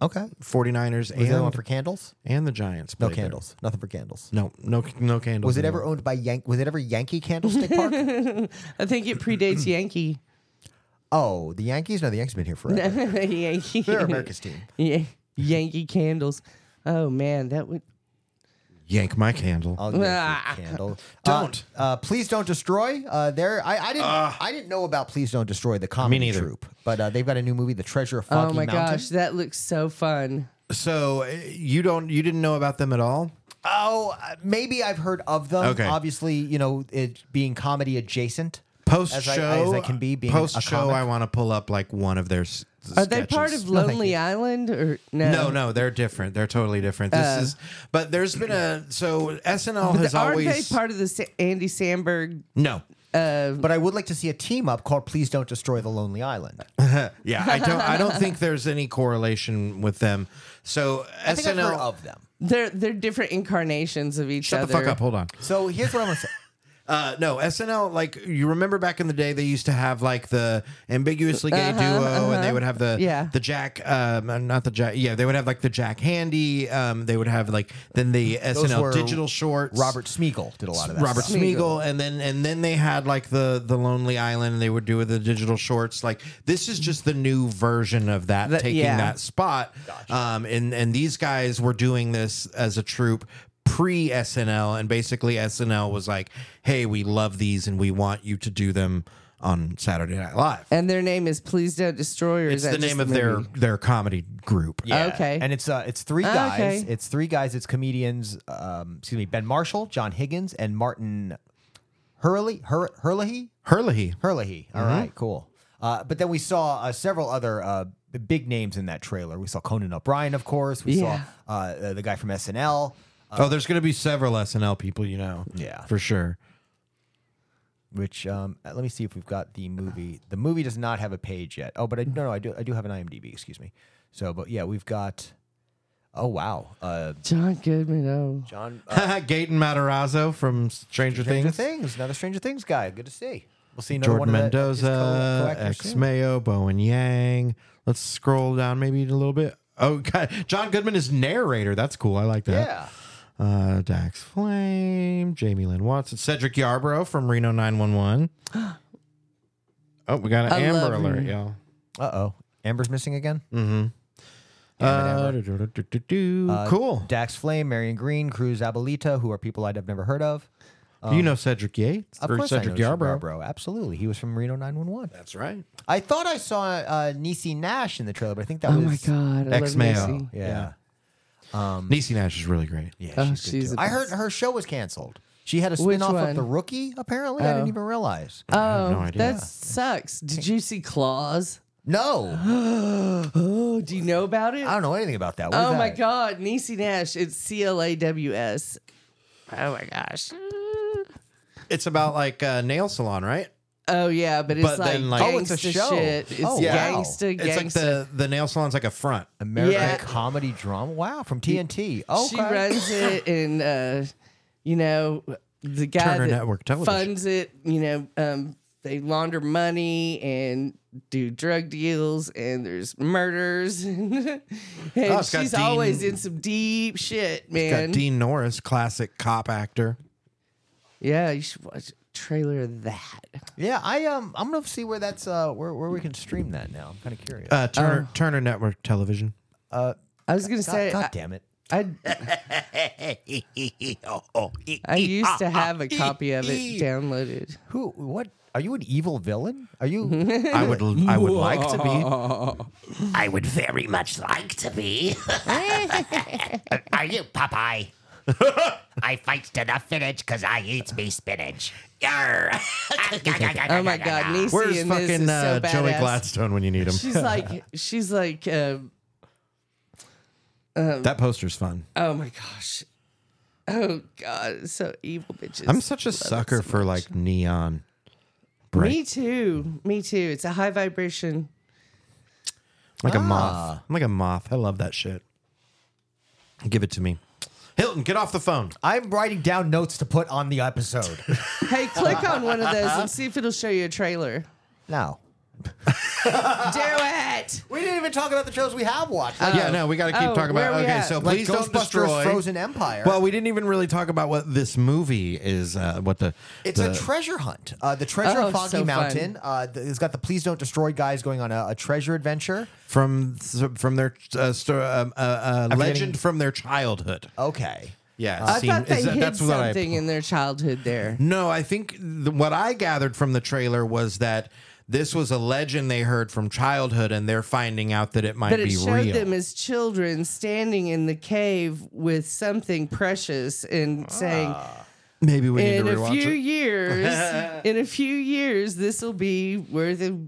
[SPEAKER 2] okay, was
[SPEAKER 1] 49ers
[SPEAKER 2] the other one
[SPEAKER 1] and,
[SPEAKER 2] for candles?
[SPEAKER 1] and the Giants.
[SPEAKER 2] No
[SPEAKER 1] played there.
[SPEAKER 2] candles, nothing for candles.
[SPEAKER 1] No, no, no candles.
[SPEAKER 2] Was it
[SPEAKER 1] no.
[SPEAKER 2] ever owned by Yank? Was it ever Yankee Candlestick Park?
[SPEAKER 3] I think it predates Yankee.
[SPEAKER 2] Oh, the Yankees? No, the Yankees have been here forever.
[SPEAKER 3] Yankee.
[SPEAKER 2] They're America's team.
[SPEAKER 3] Yeah, Yankee candles. Oh man, that would.
[SPEAKER 1] yank my candle?
[SPEAKER 2] I'll give you
[SPEAKER 3] Ah.
[SPEAKER 2] a candle.
[SPEAKER 1] Don't.
[SPEAKER 2] Uh, uh, please don't destroy. Uh, there, I, I didn't. I didn't know about Please Don't Destroy the comedy
[SPEAKER 1] neither.
[SPEAKER 2] troupe, but uh, they've got a new movie, The Treasure of
[SPEAKER 3] Oh
[SPEAKER 2] Foggy
[SPEAKER 3] my
[SPEAKER 2] Mountain.
[SPEAKER 3] gosh, that looks so fun.
[SPEAKER 1] so uh, you don't, you didn't know about them at all?
[SPEAKER 2] Oh, uh, maybe I've heard of them.
[SPEAKER 1] Okay.
[SPEAKER 2] Obviously, you know it being comedy adjacent.
[SPEAKER 1] Post
[SPEAKER 2] as I,
[SPEAKER 1] show,
[SPEAKER 2] as I can be. Being
[SPEAKER 1] post
[SPEAKER 2] a
[SPEAKER 1] show,
[SPEAKER 2] comic.
[SPEAKER 1] I want to pull up like one of their. s-
[SPEAKER 3] Are they part
[SPEAKER 1] sketches.
[SPEAKER 3] of Lonely Island or no?
[SPEAKER 1] No, no, they're different. They're totally different. This is, but there's been a so SNL has
[SPEAKER 3] Uh. Aren't
[SPEAKER 1] always
[SPEAKER 3] they part of the Sa- Andy Samberg?
[SPEAKER 1] no.
[SPEAKER 2] but I would like to see a team up called Please Don't Destroy the Lonely Island.
[SPEAKER 1] Yeah, I don't. I don't think there's any correlation with them. So
[SPEAKER 2] I think I've
[SPEAKER 1] SNL.
[SPEAKER 2] heard of them.
[SPEAKER 3] They're they're different incarnations of each
[SPEAKER 1] shut
[SPEAKER 3] other.
[SPEAKER 1] the fuck up. Hold on.
[SPEAKER 2] So here's what I'm gonna say.
[SPEAKER 1] Uh, no, SNL, like, you remember back in the day, they used to have, like, the ambiguously gay duo, and they would have the,
[SPEAKER 3] Yeah.
[SPEAKER 1] the Jack, um, uh, not the Jack, yeah, they would have, like, the Jack Handy. Um, they would have, like, then the
[SPEAKER 2] Those
[SPEAKER 1] SNL
[SPEAKER 2] were
[SPEAKER 1] digital shorts.
[SPEAKER 2] Robert Smeagol did a lot of that.
[SPEAKER 1] Robert
[SPEAKER 2] stuff.
[SPEAKER 1] Smeagol. and then and then they had like the the Lonely Island. And they would do the digital shorts. Like this is just the new version of that,
[SPEAKER 3] That-
[SPEAKER 1] taking
[SPEAKER 3] yeah.
[SPEAKER 1] that spot. Um, and and these guys were doing this as a troupe pre SNL, and basically SNL was like, "Hey, we love these, and we want you to do them on Saturday Night Live."
[SPEAKER 3] And their name is Please Don't Destroy. Or
[SPEAKER 1] It's
[SPEAKER 3] is that
[SPEAKER 1] the
[SPEAKER 3] just
[SPEAKER 1] name
[SPEAKER 3] the
[SPEAKER 1] of their
[SPEAKER 3] movie?
[SPEAKER 1] their comedy group.
[SPEAKER 2] Yeah.
[SPEAKER 3] Okay.
[SPEAKER 2] And it's uh, it's three
[SPEAKER 3] Ah,
[SPEAKER 2] guys.
[SPEAKER 3] okay.
[SPEAKER 2] It's three guys. It's comedians. Um, excuse me, Ben Marshall, John Higgins, and Martin Hurley. Hur- Hurley.
[SPEAKER 1] Herlihy.
[SPEAKER 2] Hurley. All
[SPEAKER 3] Mm-hmm.
[SPEAKER 2] right, cool. Uh, but then we saw uh, several other uh, b- big names in that trailer. We saw Conan O'Brien, of course. We
[SPEAKER 3] Yeah.
[SPEAKER 2] saw uh, uh, the guy from SNL.
[SPEAKER 1] oh, there's going to be several SNL people, you know.
[SPEAKER 2] Yeah.
[SPEAKER 1] for sure.
[SPEAKER 2] which um, let me see if we've got the movie. The movie does not have a page yet. Oh, but I no no I do I do have an IMDb. Excuse me. So, but yeah, we've got. Oh wow, uh,
[SPEAKER 3] John Goodman. Oh,
[SPEAKER 2] John uh,
[SPEAKER 1] Gaten Matarazzo from Stranger,
[SPEAKER 2] Stranger
[SPEAKER 1] Things.
[SPEAKER 2] Things, another Stranger Things guy. Good to see. uh, We'll see another
[SPEAKER 1] Jordan
[SPEAKER 2] one of the- his co-
[SPEAKER 1] Mendoza,
[SPEAKER 2] co-actors
[SPEAKER 1] X
[SPEAKER 2] soon.
[SPEAKER 1] Mayo, Bowen Yang. Let's scroll down maybe a little bit. Oh, God. John Goodman is narrator. That's cool. I like that.
[SPEAKER 2] Yeah.
[SPEAKER 1] Uh, Dax Flame, Jamie Lynn Watson, Cedric Yarborough from Reno 911. oh, we got an
[SPEAKER 3] I
[SPEAKER 1] Amber
[SPEAKER 3] love
[SPEAKER 1] Alert,
[SPEAKER 3] Reno.
[SPEAKER 1] y'all.
[SPEAKER 2] Uh oh, Amber's missing again.
[SPEAKER 1] Uh, do-do-do-do-do.
[SPEAKER 2] Uh,
[SPEAKER 1] cool.
[SPEAKER 2] Dax Flame, Marion Green, Cruz Abolita, who are people I'd have never heard of.
[SPEAKER 1] Do you know Cedric Yates
[SPEAKER 2] um, Of
[SPEAKER 1] or
[SPEAKER 2] course,
[SPEAKER 1] Cedric
[SPEAKER 2] I know Jim
[SPEAKER 1] Yarborough?
[SPEAKER 2] Yarbrough. Absolutely, he was from Reno 911.
[SPEAKER 1] That's right.
[SPEAKER 2] I thought I saw uh, Niecy Nash in the trailer, but I think that
[SPEAKER 3] oh
[SPEAKER 2] was
[SPEAKER 3] my God. I
[SPEAKER 1] Ex
[SPEAKER 3] love
[SPEAKER 1] Mayo.
[SPEAKER 3] Macy.
[SPEAKER 2] Yeah, Um,
[SPEAKER 1] Niecy Nash is really great.
[SPEAKER 2] yeah,
[SPEAKER 3] Oh,
[SPEAKER 2] she's good
[SPEAKER 3] she's
[SPEAKER 2] too.
[SPEAKER 3] the
[SPEAKER 2] I heard
[SPEAKER 3] best.
[SPEAKER 2] her show was canceled. She had a
[SPEAKER 3] Which
[SPEAKER 2] spin-off of
[SPEAKER 3] one?
[SPEAKER 2] The Rookie. Apparently, I didn't even realize.
[SPEAKER 1] have
[SPEAKER 3] Oh,
[SPEAKER 1] no idea.
[SPEAKER 3] that sucks. Did you see Claws?
[SPEAKER 2] No, I
[SPEAKER 3] Oh, do you know about it?
[SPEAKER 2] don't know anything about that. What is
[SPEAKER 3] Oh my
[SPEAKER 2] that?
[SPEAKER 3] God, Niecy Nash. It's C L A W S. Oh my gosh.
[SPEAKER 1] It's about like a nail salon, right?
[SPEAKER 3] Oh yeah, but it's
[SPEAKER 1] But
[SPEAKER 3] like,
[SPEAKER 1] then, like-
[SPEAKER 2] Oh, it's a
[SPEAKER 3] gangsta
[SPEAKER 2] show.
[SPEAKER 3] shit. It's
[SPEAKER 2] Oh, wow.
[SPEAKER 3] gangsta,
[SPEAKER 1] It's like
[SPEAKER 3] gangsta.
[SPEAKER 1] the, the nail salon's like a front.
[SPEAKER 2] American
[SPEAKER 3] Yeah.
[SPEAKER 2] comedy drama. Wow, from TNT. Oh,
[SPEAKER 3] She runs it, and uh, you know the guy
[SPEAKER 1] Turner
[SPEAKER 3] that
[SPEAKER 1] Network Television.
[SPEAKER 3] funds it. You know, um, they launder money and do drug deals, and there's murders, and
[SPEAKER 1] Oh, it's got
[SPEAKER 3] she's
[SPEAKER 1] Dean-
[SPEAKER 3] always in some deep shit,
[SPEAKER 1] Got
[SPEAKER 3] man.
[SPEAKER 1] Dean Norris, classic cop actor.
[SPEAKER 3] yeah, you should watch a trailer of that.
[SPEAKER 2] Yeah, I um, I'm gonna see where that's uh, where where we can stream that now. I'm kind of curious.
[SPEAKER 1] Uh, Turner,
[SPEAKER 3] Oh.
[SPEAKER 1] Turner Network Television.
[SPEAKER 3] I was gonna
[SPEAKER 2] God,
[SPEAKER 3] say, uh,
[SPEAKER 2] God
[SPEAKER 3] I-
[SPEAKER 2] damn it.
[SPEAKER 3] I, I used to have a copy of it downloaded.
[SPEAKER 2] Who? What? Are you an evil villain? Are you?
[SPEAKER 1] I would I would like to be.
[SPEAKER 4] I would very much like to be.
[SPEAKER 3] Oh
[SPEAKER 4] Are you Popeye? I fight to the finish because I eats me spinach. Yarr. Ah,
[SPEAKER 3] Oh my god, Niecy
[SPEAKER 1] Where's
[SPEAKER 3] in this
[SPEAKER 1] fucking
[SPEAKER 3] is so
[SPEAKER 1] uh, Joey
[SPEAKER 3] badass.
[SPEAKER 1] Gladstone when you need him?
[SPEAKER 3] She's like, she's like, uh,
[SPEAKER 1] that poster's fun.
[SPEAKER 3] oh my gosh, oh god, so evil bitches.
[SPEAKER 1] I'm such a sucker for like neon. bright.
[SPEAKER 3] Me too. Me too. It's a high vibration.
[SPEAKER 1] Like a moth. I'm like a moth. I love that shit. Give it to me. Hilton, get off the phone.
[SPEAKER 2] I'm writing down notes to put on the episode
[SPEAKER 3] Hey, click on one of those and see if it'll show you a trailer.
[SPEAKER 2] now.
[SPEAKER 3] Do it.
[SPEAKER 2] We didn't even talk about the shows we have watched. Like,
[SPEAKER 1] yeah, no, we got to keep
[SPEAKER 3] Oh,
[SPEAKER 1] talking
[SPEAKER 3] where
[SPEAKER 1] about.
[SPEAKER 3] we
[SPEAKER 1] Okay,
[SPEAKER 3] at?
[SPEAKER 1] so
[SPEAKER 2] like
[SPEAKER 1] please don't
[SPEAKER 2] Ghostbusters
[SPEAKER 1] destroy.
[SPEAKER 2] Frozen Empire.
[SPEAKER 1] Well, we didn't even really talk about what this movie is. Uh, what the
[SPEAKER 2] it's
[SPEAKER 1] the-
[SPEAKER 2] a treasure hunt. Uh, the treasure
[SPEAKER 3] Oh,
[SPEAKER 2] of Foggy
[SPEAKER 3] so fun.
[SPEAKER 2] Mountain. Uh, th- it's got the Please Don't Destroy guys going on a, a treasure adventure.
[SPEAKER 1] from from their uh, sto- um, uh, uh, legend
[SPEAKER 2] getting-
[SPEAKER 1] from their childhood.
[SPEAKER 2] Okay.
[SPEAKER 1] Yeah,
[SPEAKER 3] I
[SPEAKER 1] seen-
[SPEAKER 3] thought they
[SPEAKER 1] is that-
[SPEAKER 3] hid
[SPEAKER 1] that's what I-
[SPEAKER 3] something in their childhood there.
[SPEAKER 1] No, I think the, what I gathered from the trailer was that this was a legend they heard from childhood, and they're finding out that it might
[SPEAKER 3] But it
[SPEAKER 1] be
[SPEAKER 3] showed
[SPEAKER 1] real.
[SPEAKER 3] them as children standing in the cave with something precious and saying,
[SPEAKER 1] Maybe Ah. we need
[SPEAKER 3] in
[SPEAKER 1] to
[SPEAKER 3] a
[SPEAKER 1] rewatch
[SPEAKER 3] few
[SPEAKER 1] it.
[SPEAKER 3] years, in a few years, this will be worth a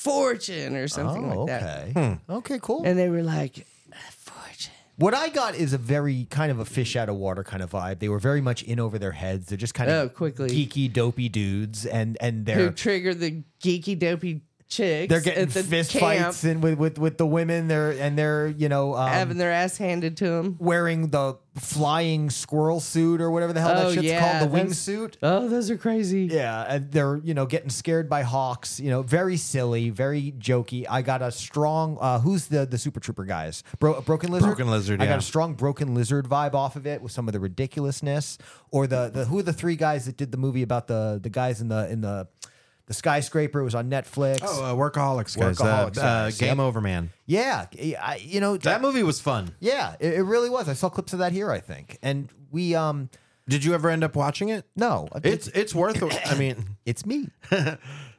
[SPEAKER 3] fortune or something
[SPEAKER 2] Oh,
[SPEAKER 3] like that. Hmm.
[SPEAKER 2] okay. Okay, cool.
[SPEAKER 3] And they were like, a fortune.
[SPEAKER 2] What I got is a very kind of a fish out of water kind of vibe. They were very much in over their heads. They're just kind of
[SPEAKER 3] Oh, quickly.
[SPEAKER 2] geeky, dopey dudes, and and
[SPEAKER 3] Who
[SPEAKER 2] they're
[SPEAKER 3] triggered the geeky dopey chicks?
[SPEAKER 2] they're getting
[SPEAKER 3] at the
[SPEAKER 2] fist
[SPEAKER 3] camp,
[SPEAKER 2] fights and with with with the women. They're and they're you know um,
[SPEAKER 3] having their ass handed to them.
[SPEAKER 2] wearing the flying squirrel suit or whatever the hell
[SPEAKER 3] Oh,
[SPEAKER 2] that shit's
[SPEAKER 3] yeah,
[SPEAKER 2] called, the
[SPEAKER 3] that's-
[SPEAKER 2] wingsuit.
[SPEAKER 3] Oh, those are crazy.
[SPEAKER 2] Yeah, and they're you know getting scared by hawks. You know, very silly, very jokey. I got a strong. Uh, who's the the super trooper guys? Bro, broken lizard.
[SPEAKER 1] Broken Lizard,
[SPEAKER 2] I
[SPEAKER 1] yeah.
[SPEAKER 2] got a strong broken lizard vibe off of it with some of the ridiculousness. Or the the who are the three guys that did the movie about the the guys in the in the the skyscraper? It was on Netflix.
[SPEAKER 1] Oh, uh, workaholics, guys.
[SPEAKER 2] Workaholics,
[SPEAKER 1] uh, uh,
[SPEAKER 2] guys,
[SPEAKER 1] Game
[SPEAKER 2] yep.
[SPEAKER 1] over, man.
[SPEAKER 2] Yeah, I, you know
[SPEAKER 1] That movie was fun.
[SPEAKER 2] Yeah, it, it really was. I saw clips of that here. I think, and we um
[SPEAKER 1] Did you ever end up watching it?
[SPEAKER 2] no,
[SPEAKER 1] It's it's worth. A, I mean,
[SPEAKER 2] it's me.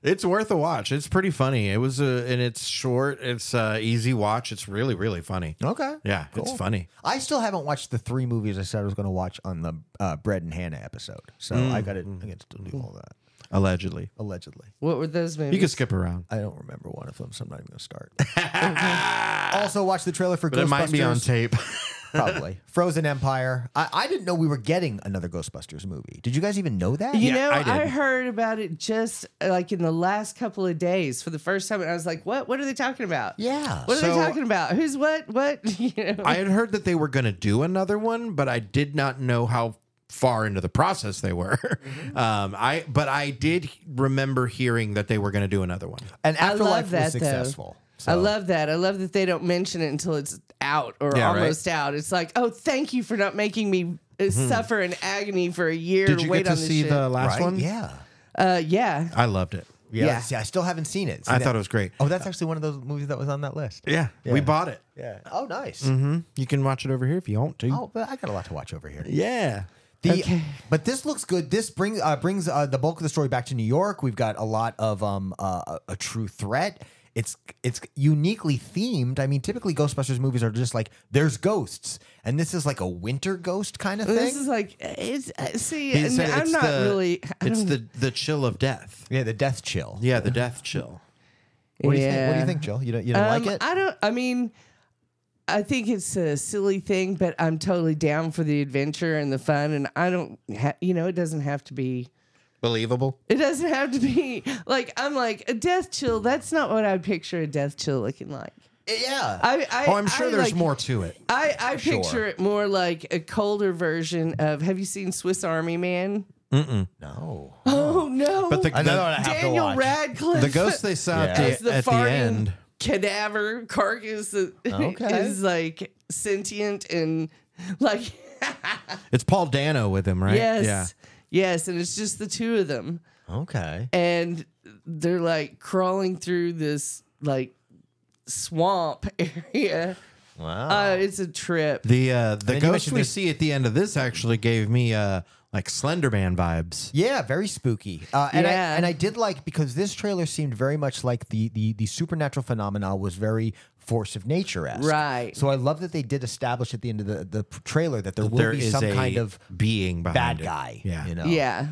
[SPEAKER 1] it's worth a watch. It's pretty funny. It was a, and it's short. It's uh, easy watch. It's really really funny.
[SPEAKER 2] Okay.
[SPEAKER 1] Yeah, it's
[SPEAKER 2] Cool.
[SPEAKER 1] funny.
[SPEAKER 2] I still haven't watched the three movies I said I was going to watch on the uh, Bread and Hannah episode, so I got to I got to still do all that.
[SPEAKER 1] Allegedly,
[SPEAKER 2] Allegedly,
[SPEAKER 3] What were those movies?
[SPEAKER 1] you can skip around.
[SPEAKER 2] I don't remember one of them, so I'm not even going to start. also, watch the trailer for
[SPEAKER 1] But
[SPEAKER 2] Ghostbusters.
[SPEAKER 1] it might be on tape.
[SPEAKER 2] Probably. Frozen Empire. I, I didn't know we were getting another Ghostbusters movie. Did you guys even know that?
[SPEAKER 3] You
[SPEAKER 1] Yeah,
[SPEAKER 3] know,
[SPEAKER 1] I did.
[SPEAKER 3] I, heard about it just uh, like in the last couple of days for the first time, and I was like, "What? What are they talking about?
[SPEAKER 2] Yeah.
[SPEAKER 3] what are
[SPEAKER 1] So-
[SPEAKER 3] they talking about? Who's what? What? You know,
[SPEAKER 1] I had heard that they were going to do another one, but I did not know how far into the process they were. Um, I but I did remember hearing that they were going to do another one.
[SPEAKER 2] And
[SPEAKER 3] I
[SPEAKER 2] Afterlife
[SPEAKER 3] love that
[SPEAKER 2] was successful.
[SPEAKER 3] though. I love that. I love that they don't mention it until it's out or
[SPEAKER 1] Yeah, right.
[SPEAKER 3] almost out. It's like, oh, thank you for not making me uh, suffer in agony for a year.
[SPEAKER 1] Mm-hmm. Did you
[SPEAKER 3] wait
[SPEAKER 1] get to
[SPEAKER 3] on this
[SPEAKER 1] see
[SPEAKER 3] shit.
[SPEAKER 1] the last
[SPEAKER 2] right?
[SPEAKER 1] one?
[SPEAKER 2] Yeah.
[SPEAKER 3] Uh, yeah,
[SPEAKER 1] I loved it.
[SPEAKER 2] yeah.
[SPEAKER 3] Yeah.
[SPEAKER 2] See, I still haven't seen it. See
[SPEAKER 1] I
[SPEAKER 2] that-
[SPEAKER 1] thought it was great.
[SPEAKER 2] Oh, that's actually one of those movies that was on that list.
[SPEAKER 1] Yeah, we bought it.
[SPEAKER 2] Yeah. Oh, nice.
[SPEAKER 1] You can watch it over here if you want to.
[SPEAKER 2] Oh, but I got a lot to watch over here.
[SPEAKER 1] Yeah.
[SPEAKER 2] The, But this looks good. This bring, uh, brings uh, the bulk of the story back to New York. We've got a lot of um, uh, a- a true threat. It's it's uniquely themed. I mean, typically Ghostbusters movies are just like there's ghosts, and this is like a winter ghost kind of thing.
[SPEAKER 3] this is like, it's uh, see,
[SPEAKER 1] He
[SPEAKER 3] and
[SPEAKER 1] said
[SPEAKER 3] I'm
[SPEAKER 1] it's
[SPEAKER 3] not
[SPEAKER 1] the-
[SPEAKER 3] really. I
[SPEAKER 1] It's
[SPEAKER 3] don't-
[SPEAKER 1] the the chill of death.
[SPEAKER 2] yeah, the death chill.
[SPEAKER 1] Yeah, the death chill.
[SPEAKER 2] What do you think? What do
[SPEAKER 3] yeah.
[SPEAKER 2] you think, Jill? You don't you don't like
[SPEAKER 3] Um,
[SPEAKER 2] it?
[SPEAKER 3] I don't. I mean, I think it's a silly thing, but I'm totally down for the adventure and the fun. And I don't, ha- you know, it doesn't have to be.
[SPEAKER 1] Believable.
[SPEAKER 3] It doesn't have to be like I'm like a death chill. That's not what I picture a death chill looking like.
[SPEAKER 2] yeah.
[SPEAKER 3] I, I
[SPEAKER 1] Oh, I'm sure
[SPEAKER 3] I,
[SPEAKER 1] there's
[SPEAKER 3] like-
[SPEAKER 1] more to it.
[SPEAKER 3] I, I
[SPEAKER 2] Sure.
[SPEAKER 3] picture it more like a colder version of. Have you seen Swiss Army Man?
[SPEAKER 2] no.
[SPEAKER 3] Oh no!
[SPEAKER 1] But the,
[SPEAKER 2] Another one
[SPEAKER 1] the,
[SPEAKER 2] I have to
[SPEAKER 3] Daniel
[SPEAKER 2] watch.
[SPEAKER 3] Radcliffe.
[SPEAKER 1] the ghost they saw at,
[SPEAKER 2] Yeah.
[SPEAKER 3] is
[SPEAKER 1] the,
[SPEAKER 3] the
[SPEAKER 1] at the
[SPEAKER 3] farting
[SPEAKER 1] end.
[SPEAKER 3] cadaver carcass that
[SPEAKER 2] Okay.
[SPEAKER 3] is like sentient and like
[SPEAKER 1] It's Paul Dano with him, right?
[SPEAKER 3] yes
[SPEAKER 1] Yeah.
[SPEAKER 3] yes and it's just the two of them
[SPEAKER 2] Okay.
[SPEAKER 3] and they're like crawling through this like swamp area
[SPEAKER 2] Wow.
[SPEAKER 3] uh, it's a trip
[SPEAKER 1] The uh, the
[SPEAKER 2] you
[SPEAKER 1] ghost
[SPEAKER 2] mentioned
[SPEAKER 1] we
[SPEAKER 2] this-
[SPEAKER 1] see at the end of this actually gave me uh like Slenderman vibes.
[SPEAKER 2] Yeah, very spooky. Uh, and I
[SPEAKER 3] Yeah.
[SPEAKER 2] and I did like because this trailer seemed very much like the the the supernatural phenomena was very force of nature esque.
[SPEAKER 3] Right.
[SPEAKER 2] So I love that they did establish at the end of the the p- trailer that there will
[SPEAKER 1] there
[SPEAKER 2] be
[SPEAKER 1] is
[SPEAKER 2] some
[SPEAKER 1] a
[SPEAKER 2] kind of
[SPEAKER 1] being behind
[SPEAKER 2] bad
[SPEAKER 1] it.
[SPEAKER 2] guy.
[SPEAKER 1] Yeah,
[SPEAKER 2] You know.
[SPEAKER 3] yeah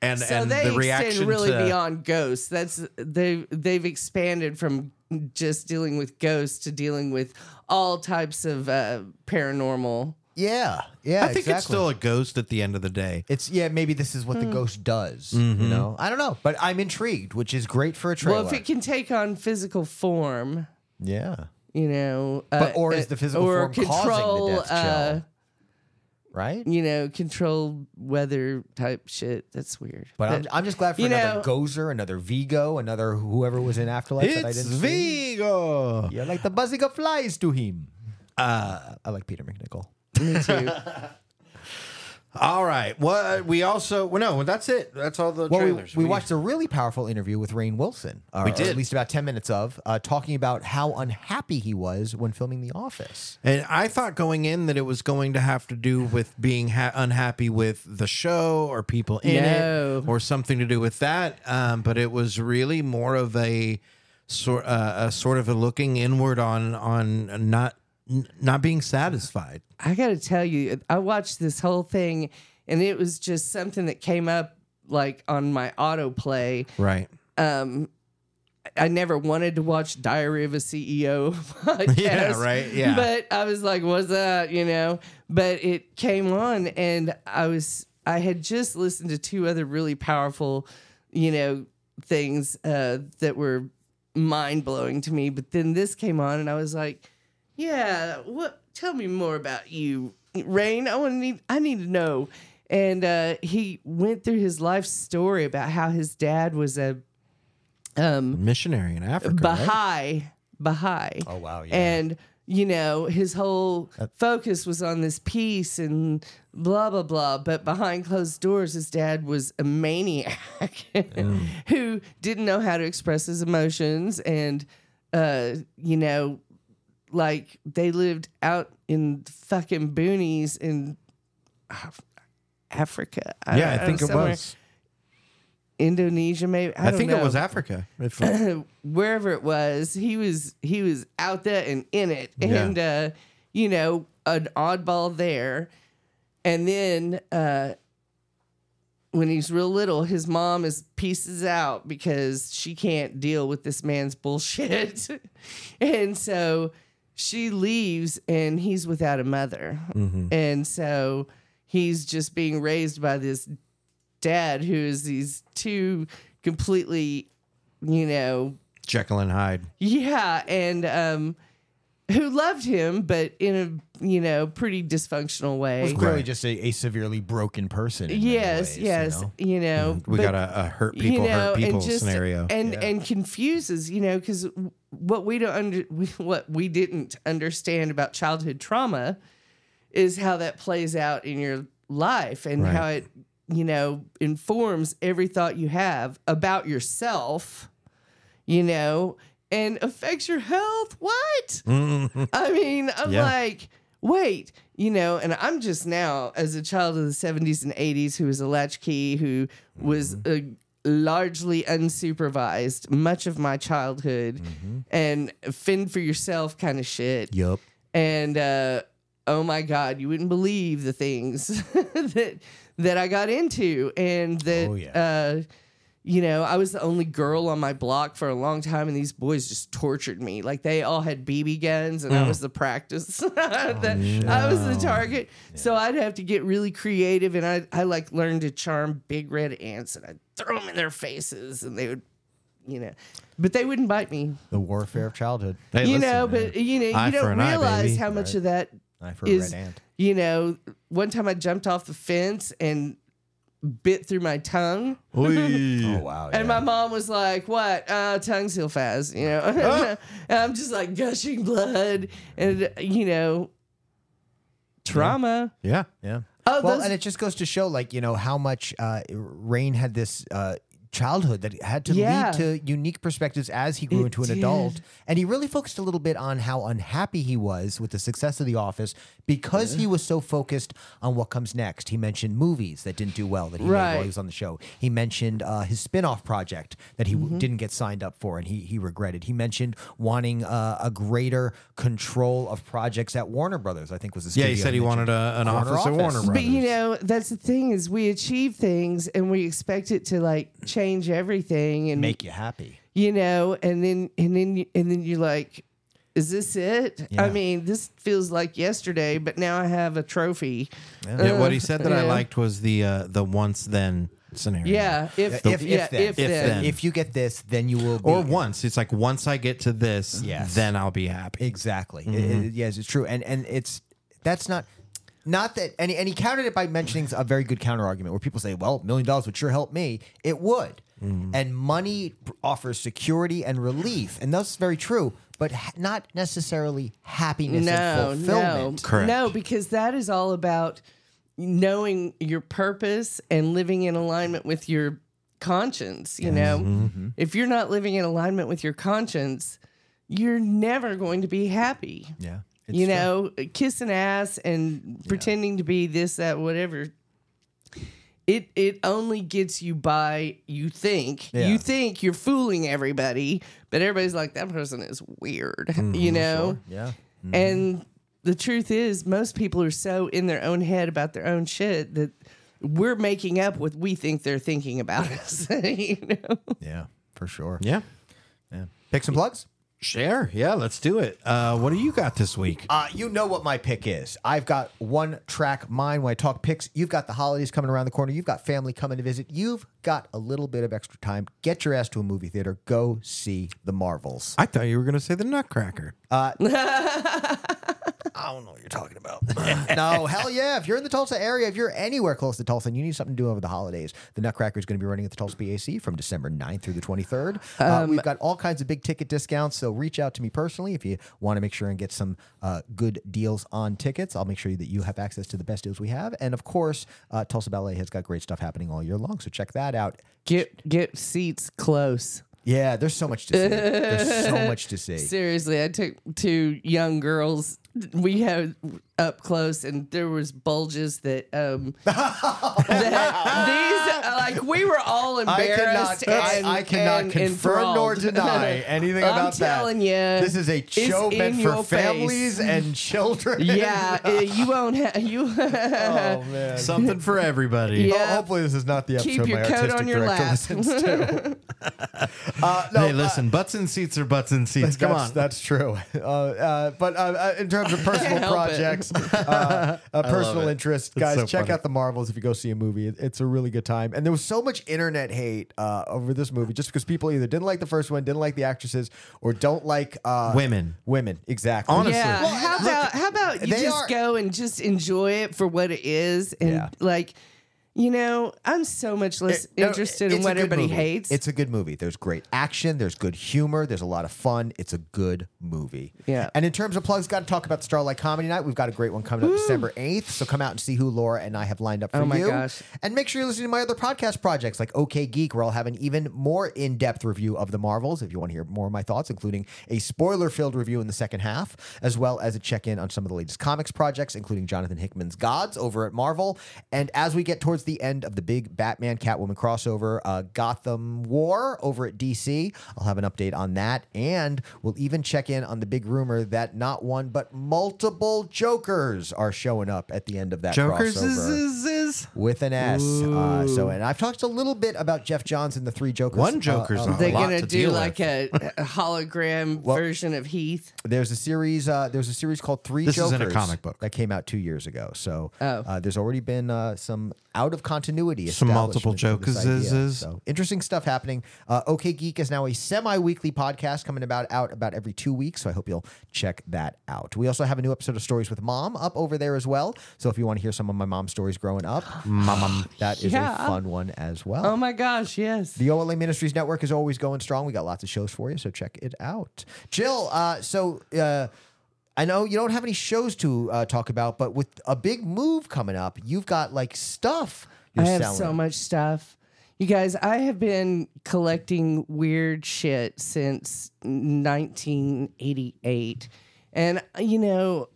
[SPEAKER 1] and
[SPEAKER 3] so
[SPEAKER 1] and
[SPEAKER 3] they
[SPEAKER 1] the reaction
[SPEAKER 3] extend really
[SPEAKER 1] to
[SPEAKER 3] beyond ghosts that's they they've expanded from just dealing with ghosts to dealing with all types of uh, paranormal
[SPEAKER 2] Yeah. Yeah.
[SPEAKER 1] I think
[SPEAKER 2] exactly.
[SPEAKER 1] it's still a ghost at the end of the day.
[SPEAKER 2] It's yeah. Maybe this is what
[SPEAKER 3] Mm.
[SPEAKER 2] the ghost does.
[SPEAKER 1] Mm-hmm.
[SPEAKER 2] You know. I don't know, but I'm intrigued, which is great for a trailer.
[SPEAKER 3] Well, if it can take on physical form,
[SPEAKER 2] yeah.
[SPEAKER 3] you know, uh,
[SPEAKER 2] But or is the physical
[SPEAKER 3] or
[SPEAKER 2] form causing the death chill?
[SPEAKER 3] uh,
[SPEAKER 2] right.
[SPEAKER 3] you know, control weather type shit. That's weird.
[SPEAKER 2] But I'm,
[SPEAKER 3] That-
[SPEAKER 2] I'm just glad for
[SPEAKER 3] you
[SPEAKER 2] another
[SPEAKER 3] know-
[SPEAKER 2] Gozer, another Vigo, another whoever was in Afterlife that I
[SPEAKER 1] It's
[SPEAKER 2] didn't see.
[SPEAKER 1] Vigo.
[SPEAKER 2] Yeah, like the buzzing of flies to him. Uh, I like Peter McNichol.
[SPEAKER 3] me too.
[SPEAKER 1] All right. Well, we also well, no. That's it. That's all the
[SPEAKER 2] Well, we,
[SPEAKER 1] trailers.
[SPEAKER 2] we watched a really powerful interview with Rain Wilson. Or, we
[SPEAKER 1] did.
[SPEAKER 2] at least about 10 minutes of, uh, talking about how unhappy he was when filming The Office.
[SPEAKER 1] And I thought going in that it was going to have to do with being ha- unhappy with the show or people in
[SPEAKER 3] No.
[SPEAKER 1] it or something to do with that. Um, but it was really more of a sort uh, a sort of a looking inward on on not n- not being satisfied.
[SPEAKER 3] I got to tell you, I watched this whole thing, and it was just something that came up like on my autoplay.
[SPEAKER 1] Right.
[SPEAKER 3] I never wanted to watch Diary of a CEO podcast.
[SPEAKER 1] Yeah, right, yeah.
[SPEAKER 3] But I was like, what's that? You know? But it came on and I was I had just listened to two other really powerful, you know, things uh, that were mind blowing to me. But then this came on and I was like, Yeah, what tell me more about you, Rain. I wanna need I need to know. And uh, he went through his life story about how his dad was a
[SPEAKER 1] Mm-hmm. Missionary in Africa. right?
[SPEAKER 3] Baha'i. Baha'i.
[SPEAKER 2] Oh, wow, yeah.
[SPEAKER 3] And, you know, his whole focus was on this peace and blah, blah, blah. But behind closed doors, his dad was a maniac
[SPEAKER 1] Mm.
[SPEAKER 3] who didn't know how to express his emotions. And, uh, you know, like they lived out in the fucking boonies in Af- Africa. I
[SPEAKER 1] Yeah,
[SPEAKER 3] don't
[SPEAKER 1] I
[SPEAKER 3] know,
[SPEAKER 1] think it
[SPEAKER 3] somewhere.
[SPEAKER 1] was.
[SPEAKER 3] Indonesia, maybe. I,
[SPEAKER 1] I
[SPEAKER 3] don't
[SPEAKER 1] think
[SPEAKER 3] know
[SPEAKER 1] it was Africa. If-
[SPEAKER 3] wherever it was, he was he was out there and in it, and uh, you know, an oddball there. And then uh, when he's real little, his mom is pieces out because she can't deal with this man's bullshit, and so she leaves and he's without a mother. And so he's just being raised by this dad who is these two completely, you know,
[SPEAKER 1] Jekyll and Hyde.
[SPEAKER 3] yeah, and um who loved him but in a, you know, pretty dysfunctional
[SPEAKER 2] was
[SPEAKER 3] way.
[SPEAKER 2] clearly
[SPEAKER 1] Right.
[SPEAKER 2] just a, a severely broken person. in many
[SPEAKER 3] Yes,
[SPEAKER 2] ways,
[SPEAKER 3] yes,
[SPEAKER 2] You know?
[SPEAKER 3] you know.
[SPEAKER 1] Mm-hmm. We
[SPEAKER 3] but-
[SPEAKER 1] got a, a hurt people hurt people scenario.
[SPEAKER 3] and and confuses you know because what we don't under what we didn't understand about childhood trauma is how that plays out in your life and how it you know informs every thought you have about yourself you know and affects your health what i mean i'm
[SPEAKER 1] Yeah.
[SPEAKER 3] like wait you know and i'm just now as a child of the 70s and 80s who was a latchkey who was uh, largely unsupervised much of my childhood and fend for yourself kind of shit
[SPEAKER 2] Yup.
[SPEAKER 3] and uh, oh my god, you wouldn't believe the things that that I got into, and that
[SPEAKER 2] Oh, yeah.
[SPEAKER 3] uh, you know I was the only girl on my block for a long time, and these boys just tortured me. Like they all had BB guns, and
[SPEAKER 1] Mm.
[SPEAKER 3] I was the practice.
[SPEAKER 1] Oh,
[SPEAKER 3] that, I was the target, so I'd have to get really creative, and I I like learned to charm big red ants, and I'd throw them in their faces, and they would. You know, but they wouldn't bite me.
[SPEAKER 2] The warfare of childhood.
[SPEAKER 1] Hey,
[SPEAKER 3] you
[SPEAKER 1] listen,
[SPEAKER 3] know,
[SPEAKER 1] man.
[SPEAKER 3] but you know,
[SPEAKER 1] Eye
[SPEAKER 3] you
[SPEAKER 1] for
[SPEAKER 3] don't
[SPEAKER 1] an eye,
[SPEAKER 3] realize
[SPEAKER 1] baby.
[SPEAKER 3] how much of that
[SPEAKER 2] Eye for
[SPEAKER 3] is
[SPEAKER 2] a red ant.
[SPEAKER 3] you know one time i jumped off the fence and bit through my tongue
[SPEAKER 2] Oh wow.
[SPEAKER 3] and my mom was like what uh, tongues heal fast you know
[SPEAKER 2] Ah!
[SPEAKER 3] and i'm just like gushing blood and you know trauma
[SPEAKER 1] yeah.
[SPEAKER 2] yeah.
[SPEAKER 3] Oh,
[SPEAKER 2] well,
[SPEAKER 3] those-
[SPEAKER 2] and it just goes to show, like you know, how much uh, Rain had this uh, childhood that had to
[SPEAKER 3] Yeah.
[SPEAKER 2] lead to unique perspectives as he grew
[SPEAKER 3] It
[SPEAKER 2] into an
[SPEAKER 3] did.
[SPEAKER 2] adult, and he really focused a little bit on how unhappy he was with the success of The Office because he was so focused on what comes next. He mentioned movies that didn't do well that he made while
[SPEAKER 3] Right.
[SPEAKER 2] he was on the show. He mentioned uh, his spin-off project that he
[SPEAKER 3] Mm-hmm.
[SPEAKER 2] w- didn't get signed up for and he he regretted. He mentioned wanting uh, a greater control of projects at Warner Brothers. I think was the
[SPEAKER 1] Yeah, he
[SPEAKER 2] studio
[SPEAKER 1] said he
[SPEAKER 2] mentioned.
[SPEAKER 1] wanted a, an
[SPEAKER 2] Corner
[SPEAKER 1] office, at
[SPEAKER 2] office.
[SPEAKER 1] Warner Brothers.
[SPEAKER 3] but you know that's the thing is we achieve things and we expect it to like change everything and
[SPEAKER 2] make you happy.
[SPEAKER 3] you know and then and then you- and then you're like is this it i
[SPEAKER 2] Yeah.
[SPEAKER 3] mean this feels like yesterday but now i have a trophy
[SPEAKER 1] yeah, what he said that I
[SPEAKER 3] Yeah.
[SPEAKER 1] liked was the uh, the once then scenario.
[SPEAKER 3] yeah if
[SPEAKER 2] The-
[SPEAKER 3] if, yeah,
[SPEAKER 2] then.
[SPEAKER 3] if,
[SPEAKER 2] If
[SPEAKER 3] then.
[SPEAKER 1] then.
[SPEAKER 2] If you get this, then you will be.
[SPEAKER 1] Or once. It's like once I get to this,
[SPEAKER 2] Yes.
[SPEAKER 1] then I'll be happy.
[SPEAKER 2] exactly. It-
[SPEAKER 3] Mm-hmm.
[SPEAKER 2] it- yes, it's true, and and it's that's not. Not that, and, he- and he countered it by mentioning a very good counter argument where people say, well, million dollars would sure help me. It would.
[SPEAKER 3] Mm-hmm.
[SPEAKER 2] And money p- offers security and relief. And that's very true, but ha- not necessarily happiness
[SPEAKER 3] no
[SPEAKER 2] and
[SPEAKER 3] no
[SPEAKER 2] fulfillment.
[SPEAKER 1] Correct.
[SPEAKER 3] no because that is all about knowing your purpose and living in alignment with your conscience you know if you're not living in alignment with your conscience you're never going to be happy
[SPEAKER 2] Yeah.
[SPEAKER 3] you know, kissing ass and pretending to be this, that, whatever. It it only gets you by. You think
[SPEAKER 2] Yeah.
[SPEAKER 3] you think you're fooling everybody, but everybody's like that person is weird. you know,
[SPEAKER 2] Yeah.
[SPEAKER 3] Mm-hmm. and the truth is, most people are so in their own head about their own shit that we're making up what we think they're thinking about us. you know,
[SPEAKER 2] Yeah, for sure.
[SPEAKER 1] Yeah.
[SPEAKER 2] Picks and plugs?
[SPEAKER 1] Share. Yeah, let's do it. Uh, what do you got this week?
[SPEAKER 2] Uh, you know what my pick is. I've got one track mind when I talk picks. You've got the holidays coming around the corner. You've got family coming to visit. You've got a little bit of extra time. Get your ass to a movie theater. Go see the Marvels.
[SPEAKER 1] I thought you were going to say the Nutcracker.
[SPEAKER 2] I don't know what you're talking about. no, hell yeah. If you're in the Tulsa area, if you're anywhere close to Tulsa and you need something to do over the holidays, the Nutcracker is going to be running at the Tulsa BAC from December 9th through the 23rd. uh, we've got all kinds of big ticket discounts, so reach out to me personally if you want to make sure and get some uh, good deals on tickets. I'll make sure that you have access to the best deals we have. And of course, uh, Tulsa Ballet has got great stuff happening all year long, so check that out.
[SPEAKER 3] get get seats close.
[SPEAKER 2] Yeah, there's so much to see. There's so much to see.
[SPEAKER 3] Seriously, I took two young girls we had up close and there was bulges that um that these like we were all
[SPEAKER 2] I
[SPEAKER 3] embarrassed
[SPEAKER 2] cannot, I-
[SPEAKER 3] and,
[SPEAKER 2] I cannot
[SPEAKER 3] and
[SPEAKER 2] confirm nor
[SPEAKER 3] enthralled.
[SPEAKER 2] deny anything
[SPEAKER 3] I'm
[SPEAKER 2] about that.
[SPEAKER 3] telling you,
[SPEAKER 2] this is a
[SPEAKER 3] it's
[SPEAKER 2] show
[SPEAKER 3] in
[SPEAKER 2] meant for
[SPEAKER 3] your face.
[SPEAKER 2] families and children.
[SPEAKER 3] yeah uh, you won't have you
[SPEAKER 2] oh man.
[SPEAKER 1] Something for everybody.
[SPEAKER 2] Ho-
[SPEAKER 3] Yeah.
[SPEAKER 2] hopefully, this is not the episode
[SPEAKER 3] Keep your
[SPEAKER 2] my
[SPEAKER 3] coat
[SPEAKER 2] artistic
[SPEAKER 3] on your
[SPEAKER 2] director
[SPEAKER 3] lap.
[SPEAKER 2] listens to. uh, no,
[SPEAKER 1] hey, listen, butts in seats are butts in seats. Come
[SPEAKER 2] that's,
[SPEAKER 1] on.
[SPEAKER 2] that's true. Uh, uh, but uh, uh, in terms of personal
[SPEAKER 3] help it.
[SPEAKER 2] projects, uh, uh, personal
[SPEAKER 1] it.
[SPEAKER 2] interests,
[SPEAKER 1] It's
[SPEAKER 2] guys,
[SPEAKER 1] so
[SPEAKER 2] check
[SPEAKER 1] funny.
[SPEAKER 2] out the Marvels if you go see a movie. It- it's a really good time. And there was so much internet hate uh, over this movie just because people either didn't like the first one, didn't like the actresses, or don't like uh,
[SPEAKER 1] Women.
[SPEAKER 2] Women, exactly.
[SPEAKER 1] Honestly.
[SPEAKER 3] Yeah.
[SPEAKER 1] Well,
[SPEAKER 3] how about how about you
[SPEAKER 2] they
[SPEAKER 3] just
[SPEAKER 2] are-
[SPEAKER 3] go and just enjoy it for what it is and
[SPEAKER 2] Yeah.
[SPEAKER 3] like you know, I'm so much less
[SPEAKER 2] No,
[SPEAKER 3] interested in
[SPEAKER 2] it's a
[SPEAKER 3] what
[SPEAKER 2] good
[SPEAKER 3] everybody
[SPEAKER 2] movie.
[SPEAKER 3] hates.
[SPEAKER 2] It's a good movie. There's great action. There's good humor. There's a lot of fun. It's a good movie.
[SPEAKER 3] Yeah.
[SPEAKER 2] And in terms of plugs, got to talk about Starlight Comedy Night. We've got a great one coming up December 8th. So come out and see who Laura and I have lined up for
[SPEAKER 3] Oh my
[SPEAKER 2] you.
[SPEAKER 3] gosh.
[SPEAKER 2] And make sure you're listening to my other podcast projects like OK Geek, where I'll have an even more in depth review of the Marvels if you want to hear more of my thoughts, including a spoiler filled review in the second half, as well as a check in on some of the latest comics projects, including Jonathan Hickman's Gods over at Marvel. And as we get towards the end of the big Batman Catwoman crossover, uh, Gotham War over at DC, I'll have an update on that. And we'll even check in on the big rumor that not one, but multiple Jokers are showing up at the end of that
[SPEAKER 1] Jokers
[SPEAKER 2] crossover
[SPEAKER 1] is, is, is.
[SPEAKER 2] with an S. Uh, so, and I've talked a little bit about Jeff Johns and the Three Jokers.
[SPEAKER 1] One
[SPEAKER 2] uh,
[SPEAKER 1] Joker's
[SPEAKER 2] uh,
[SPEAKER 1] not
[SPEAKER 3] They're
[SPEAKER 1] a lot
[SPEAKER 3] gonna
[SPEAKER 1] to
[SPEAKER 3] do
[SPEAKER 1] deal
[SPEAKER 3] like a, a hologram version of Heath.
[SPEAKER 2] there's a series. Uh, there's a series called Three
[SPEAKER 1] This is in
[SPEAKER 2] Jokers.
[SPEAKER 1] a comic book.
[SPEAKER 2] that came out two years ago. So,
[SPEAKER 3] Oh.
[SPEAKER 2] uh, there's already been uh, some out of continuity.
[SPEAKER 1] Some multiple
[SPEAKER 2] establishment of this
[SPEAKER 1] Jokers is-
[SPEAKER 2] idea.
[SPEAKER 1] is.
[SPEAKER 2] So, interesting stuff happening. Uh, OK Geek is now a semi-weekly podcast coming about out about every two weeks. So I hope you'll check that out. We also have a new episode of Stories with Mom up over there as well. So if you want to hear some of my mom's stories growing up, mom, that is a
[SPEAKER 3] Yeah.
[SPEAKER 2] fun one as well.
[SPEAKER 3] Oh my gosh, yes.
[SPEAKER 2] The OLA Ministries Network is always going strong. We got lots of shows for you, so check it out. Jill, uh, so uh, I know you don't have any shows to uh, talk about, but with a big move coming up, you've got like stuff. You're
[SPEAKER 3] I have
[SPEAKER 2] selling.
[SPEAKER 3] so much stuff. You guys, I have been collecting weird shit since 1988. And, you know,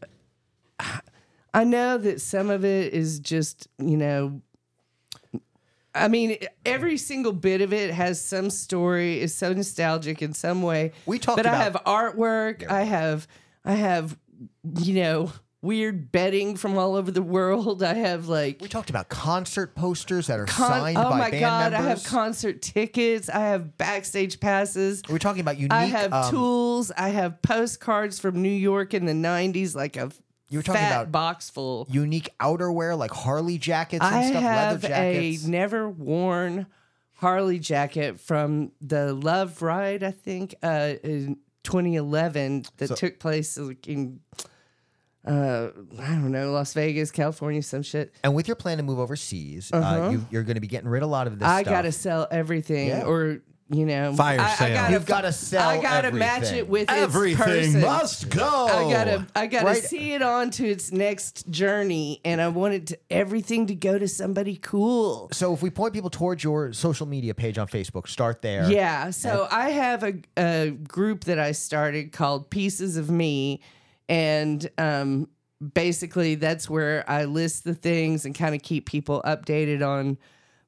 [SPEAKER 3] I know that some of it is just, you know, I mean, every single bit of it has some story, is so nostalgic in some way.
[SPEAKER 2] We talked
[SPEAKER 3] but I
[SPEAKER 2] about-
[SPEAKER 3] have artwork, I have, I have, you know, weird bedding from all over the world. I have like
[SPEAKER 2] We talked about concert posters that are
[SPEAKER 3] Con-
[SPEAKER 2] signed
[SPEAKER 3] oh
[SPEAKER 2] by
[SPEAKER 3] my
[SPEAKER 2] band
[SPEAKER 3] god i
[SPEAKER 2] members.
[SPEAKER 3] have concert tickets i have backstage passes
[SPEAKER 2] We're talking about unique.
[SPEAKER 3] i have
[SPEAKER 2] um,
[SPEAKER 3] tools i have postcards from new york in the 90s like a
[SPEAKER 2] You were talking
[SPEAKER 3] fat
[SPEAKER 2] about
[SPEAKER 3] box full
[SPEAKER 2] unique outerwear like Harley jackets and
[SPEAKER 3] i
[SPEAKER 2] stuff,
[SPEAKER 3] have
[SPEAKER 2] leather
[SPEAKER 3] a
[SPEAKER 2] jackets.
[SPEAKER 3] never worn harley jacket from the love ride i think uh in 2011 that took place like, in uh i don't know las vegas california some shit
[SPEAKER 2] and with your plan to move overseas, uh you, you're going to be getting rid of a lot of this.
[SPEAKER 3] Uh-huh. I
[SPEAKER 2] stuff.
[SPEAKER 3] gotta sell everything,
[SPEAKER 2] Yeah.
[SPEAKER 3] or you know,
[SPEAKER 1] Fire
[SPEAKER 3] I,
[SPEAKER 1] sale.
[SPEAKER 3] I gotta,
[SPEAKER 2] You've gotta sell
[SPEAKER 3] I gotta match
[SPEAKER 2] everything.
[SPEAKER 3] it with
[SPEAKER 1] Everything
[SPEAKER 3] its person.
[SPEAKER 1] must go.
[SPEAKER 3] I gotta, I gotta
[SPEAKER 2] Right.
[SPEAKER 3] see it on to its next journey, and I wanted to, everything to go to somebody cool.
[SPEAKER 2] So if we point people towards your social media page on Facebook, start there.
[SPEAKER 3] Yeah. So I have a, a group that I started called Pieces of Me. And um, basically, that's where I list the things and kind of keep people updated on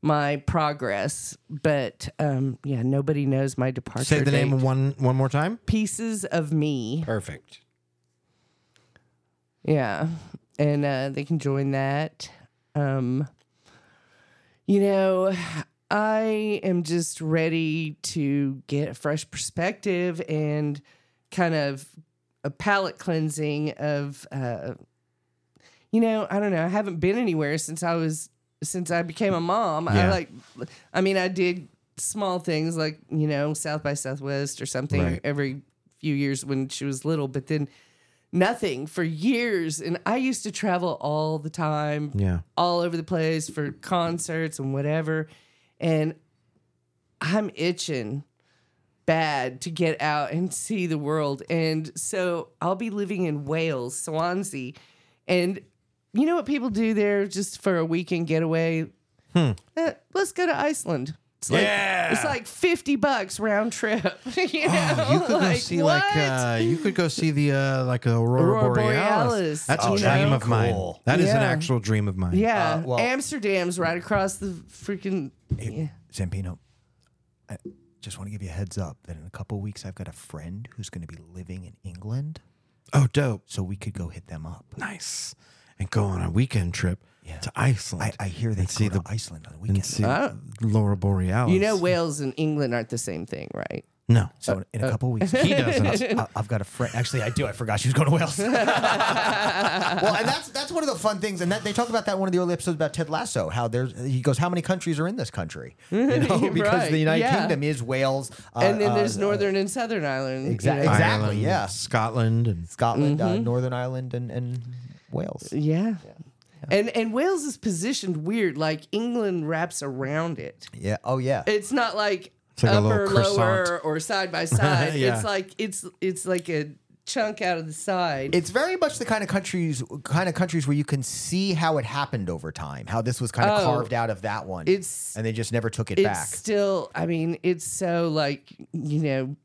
[SPEAKER 3] my progress. But um, yeah, nobody knows my departure.
[SPEAKER 1] Say the name
[SPEAKER 3] date.
[SPEAKER 1] one one more time.
[SPEAKER 3] Pieces of Me.
[SPEAKER 1] Perfect.
[SPEAKER 3] Yeah. And uh, they can join that. Um, you know, I am just ready to get a fresh perspective and kind of a palate cleansing of, uh, you know, I don't know. I haven't been anywhere since I was, since I became a mom. I
[SPEAKER 1] Yeah.
[SPEAKER 3] like, I mean, I did small things like, you know, South by Southwest or something
[SPEAKER 1] Right.
[SPEAKER 3] every few years when she was little, but then nothing for years. And I used to travel all the time,
[SPEAKER 1] Yeah.
[SPEAKER 3] all over the place for concerts and whatever. And I'm itching bad to get out and see the world. And so I'll be living in Wales, Swansea. And you know what people do there just for a weekend getaway? Eh, let's Uh, go to Iceland. It's like,
[SPEAKER 1] Hmm. Yeah. Oh,
[SPEAKER 3] It's like 50 bucks round trip. you know?
[SPEAKER 1] You could go
[SPEAKER 3] like,
[SPEAKER 1] see
[SPEAKER 3] what?
[SPEAKER 1] like uh, you could go see the uh, like Aurora,
[SPEAKER 3] Aurora
[SPEAKER 1] Borealis.
[SPEAKER 3] Borealis,
[SPEAKER 1] That's
[SPEAKER 3] you
[SPEAKER 1] a dream
[SPEAKER 3] know?
[SPEAKER 1] of mine.
[SPEAKER 2] Cool.
[SPEAKER 1] That is an
[SPEAKER 3] Yeah.
[SPEAKER 1] actual dream of mine.
[SPEAKER 3] yeah.
[SPEAKER 2] uh, well-
[SPEAKER 3] Amsterdam's right across the freaking. Yeah.
[SPEAKER 2] Zampino, I just want to give you a heads up that in a couple of weeks I've got a friend who's going to be living in England,
[SPEAKER 1] Oh, dope.
[SPEAKER 2] so we could go hit them up.
[SPEAKER 1] Nice. And go on a weekend trip to Iceland.
[SPEAKER 2] I, I hear they
[SPEAKER 1] and see
[SPEAKER 2] go
[SPEAKER 1] the
[SPEAKER 2] to Iceland on the
[SPEAKER 1] and
[SPEAKER 2] weekend.
[SPEAKER 1] see
[SPEAKER 3] Oh.
[SPEAKER 1] Laura Borealis.
[SPEAKER 3] You know, Wales and England aren't the same thing, right?
[SPEAKER 1] No.
[SPEAKER 2] so in a couple of weeks,
[SPEAKER 1] uh, He doesn't.
[SPEAKER 2] I- I've got a friend. Actually, I do. I forgot she was going to Wales. well, and that's that's one of the fun things, and that they talk about that in one of the early episodes about Ted Lasso. How there's he goes, how many countries are in this country? You know, because
[SPEAKER 3] Right,
[SPEAKER 2] the United
[SPEAKER 3] yeah.
[SPEAKER 2] Kingdom is Wales, uh,
[SPEAKER 3] and then
[SPEAKER 2] uh,
[SPEAKER 3] there's
[SPEAKER 2] uh,
[SPEAKER 3] Northern and Southern Ireland. Mm-hmm. you
[SPEAKER 2] Exact-
[SPEAKER 3] know?
[SPEAKER 2] exactly,
[SPEAKER 1] Ireland,
[SPEAKER 2] yeah.
[SPEAKER 1] Scotland and
[SPEAKER 2] Scotland, uh, Northern Ireland, and and Wales.
[SPEAKER 3] Yeah. And and Wales is positioned weird, like England wraps around it.
[SPEAKER 2] Yeah. Oh yeah.
[SPEAKER 3] It's not like,
[SPEAKER 1] like a little
[SPEAKER 3] upper, lower,
[SPEAKER 1] croissant.
[SPEAKER 3] or side by side.
[SPEAKER 1] Yeah.
[SPEAKER 3] It's like it's it's like a chunk out of the side.
[SPEAKER 2] it's very much the kind of countries kind of countries where you can see how it happened over time, how this was kind of
[SPEAKER 3] Oh.
[SPEAKER 2] carved out of that one.
[SPEAKER 3] It's-
[SPEAKER 2] and they just never took it
[SPEAKER 3] it's
[SPEAKER 2] back.
[SPEAKER 3] still, I mean, it's so like you know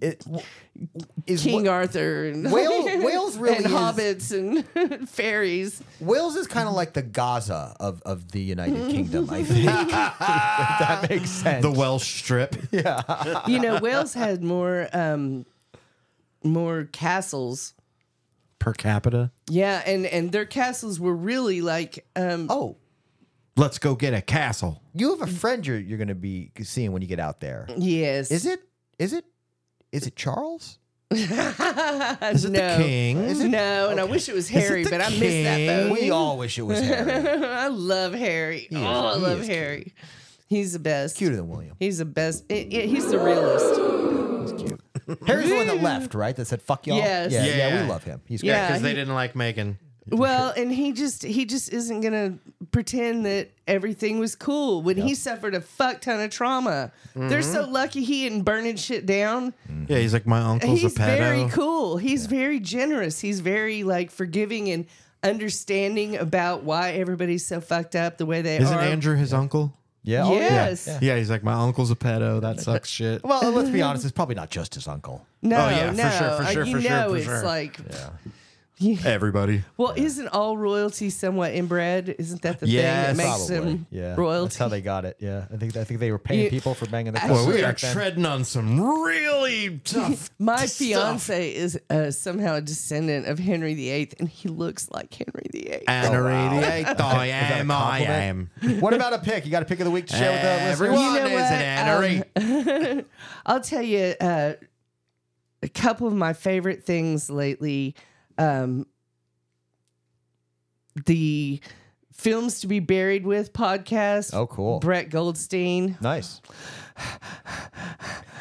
[SPEAKER 2] It- w- is
[SPEAKER 3] King
[SPEAKER 2] Wa-
[SPEAKER 3] Arthur and
[SPEAKER 2] Wales- Wales really
[SPEAKER 3] and
[SPEAKER 2] is-
[SPEAKER 3] hobbits and fairies.
[SPEAKER 2] Wales is kind of like the Gaza of, of the United Kingdom, I think. if that makes sense.
[SPEAKER 1] the Welsh Strip.
[SPEAKER 3] You know, Wales had more um more castles.
[SPEAKER 1] per capita.
[SPEAKER 3] Yeah, and and their castles were really like um
[SPEAKER 2] oh,
[SPEAKER 1] Let's go get a castle.
[SPEAKER 2] you have a friend you're, you're going to be seeing when you get out there.
[SPEAKER 3] yes.
[SPEAKER 2] Is it? Is it? Is it Charles?
[SPEAKER 1] Is it
[SPEAKER 3] no.
[SPEAKER 1] the king?
[SPEAKER 3] No, and I wish it was Harry,
[SPEAKER 1] the
[SPEAKER 3] but I missed that boat.
[SPEAKER 2] We all wish it was Harry.
[SPEAKER 3] I love Harry. oh, I
[SPEAKER 2] he
[SPEAKER 3] love
[SPEAKER 2] is cute.
[SPEAKER 3] Harry. He's the best.
[SPEAKER 2] Cuter than William.
[SPEAKER 3] He's the best. i- i- he's the realist.
[SPEAKER 2] Harry's the one that left, right? That said, "Fuck y'all."
[SPEAKER 3] Yes.
[SPEAKER 2] Yeah, yeah,
[SPEAKER 1] Yeah.
[SPEAKER 2] we love him. He's great.
[SPEAKER 3] Yeah.
[SPEAKER 1] Because they
[SPEAKER 3] he-
[SPEAKER 1] didn't like Megan.
[SPEAKER 3] Well, and he just he just isn't gonna pretend that everything was cool when he suffered a fuck ton of trauma. They're so
[SPEAKER 1] Mm-hmm.
[SPEAKER 3] lucky he isn't burning shit down.
[SPEAKER 1] Yeah, he's like my uncle's
[SPEAKER 3] he's
[SPEAKER 1] a pedo.
[SPEAKER 3] very cool. He's very generous. He's very like forgiving and understanding about why everybody's so fucked up the way they
[SPEAKER 1] Isn't
[SPEAKER 3] are.
[SPEAKER 1] Andrew his uncle?
[SPEAKER 2] Yeah. oh, yeah.
[SPEAKER 3] yes.
[SPEAKER 1] Yeah, he's like my uncle's a pedo. That sucks shit.
[SPEAKER 2] Well, let's be honest. It's probably not just his uncle.
[SPEAKER 3] No,
[SPEAKER 1] Oh, yeah, for
[SPEAKER 3] no.
[SPEAKER 1] sure, for
[SPEAKER 3] Uh,
[SPEAKER 1] sure,
[SPEAKER 3] you
[SPEAKER 1] for sure,
[SPEAKER 3] know
[SPEAKER 1] for
[SPEAKER 3] it's
[SPEAKER 1] sure.
[SPEAKER 3] like
[SPEAKER 1] Everybody.
[SPEAKER 3] well, isn't all royalty somewhat inbred? Isn't that the
[SPEAKER 1] Yes.
[SPEAKER 3] thing that makes
[SPEAKER 2] Probably.
[SPEAKER 3] them
[SPEAKER 2] yeah. That's
[SPEAKER 3] royalty?
[SPEAKER 2] how they got it. Yeah. I think I think they were paying
[SPEAKER 3] You-
[SPEAKER 2] people for banging their
[SPEAKER 1] Well, we
[SPEAKER 2] cousins
[SPEAKER 1] are
[SPEAKER 2] back then.
[SPEAKER 1] treading on some really tough.
[SPEAKER 3] My
[SPEAKER 1] stuff.
[SPEAKER 3] fiance is uh, somehow a descendant of Henry VIII, and he looks like Henry VIII.
[SPEAKER 1] And a radiator, I
[SPEAKER 2] Is that a
[SPEAKER 1] am, I
[SPEAKER 2] compliment?
[SPEAKER 1] am.
[SPEAKER 2] What about a pick? You got a pick of the week to share with the listeners?
[SPEAKER 1] Everyone
[SPEAKER 3] You know
[SPEAKER 1] is an
[SPEAKER 3] what? Um,
[SPEAKER 1] annery.
[SPEAKER 3] I'll tell you uh, a couple of my favorite things lately. Um, the films to be buried with podcast.
[SPEAKER 2] Oh, cool.
[SPEAKER 3] Brett Goldstein.
[SPEAKER 2] Nice.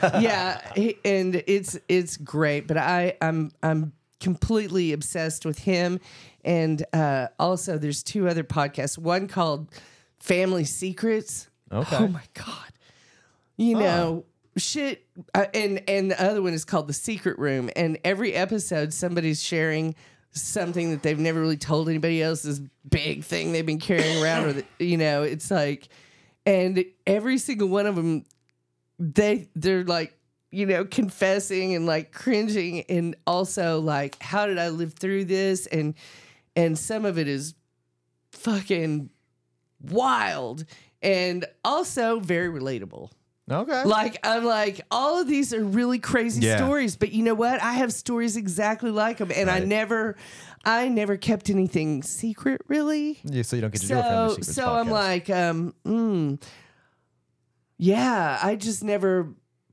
[SPEAKER 3] yeah, he- and it's it's great, but I I'm I'm completely obsessed with him, and uh, also there's two other podcasts. One called Family Secrets.
[SPEAKER 2] Okay.
[SPEAKER 3] Oh my god, you know shit, uh, and and the other one is called The Secret Room, and every episode somebody's sharing. Something that they've never really told anybody else, this big thing they've been carrying around, or that, you know, it's like, and every single one of them they they're like you know confessing and like cringing and also like how did i live through this and and some of it is fucking wild and also very relatable
[SPEAKER 2] Okay.
[SPEAKER 3] like i'm like all of these are really crazy
[SPEAKER 1] Yeah.
[SPEAKER 3] stories but you know what i have stories exactly like them and i never i never kept anything secret really
[SPEAKER 2] Yeah, so you don't get to do a family
[SPEAKER 3] so
[SPEAKER 2] secrets
[SPEAKER 3] so i'm
[SPEAKER 2] podcast.
[SPEAKER 3] like um mm, yeah i just never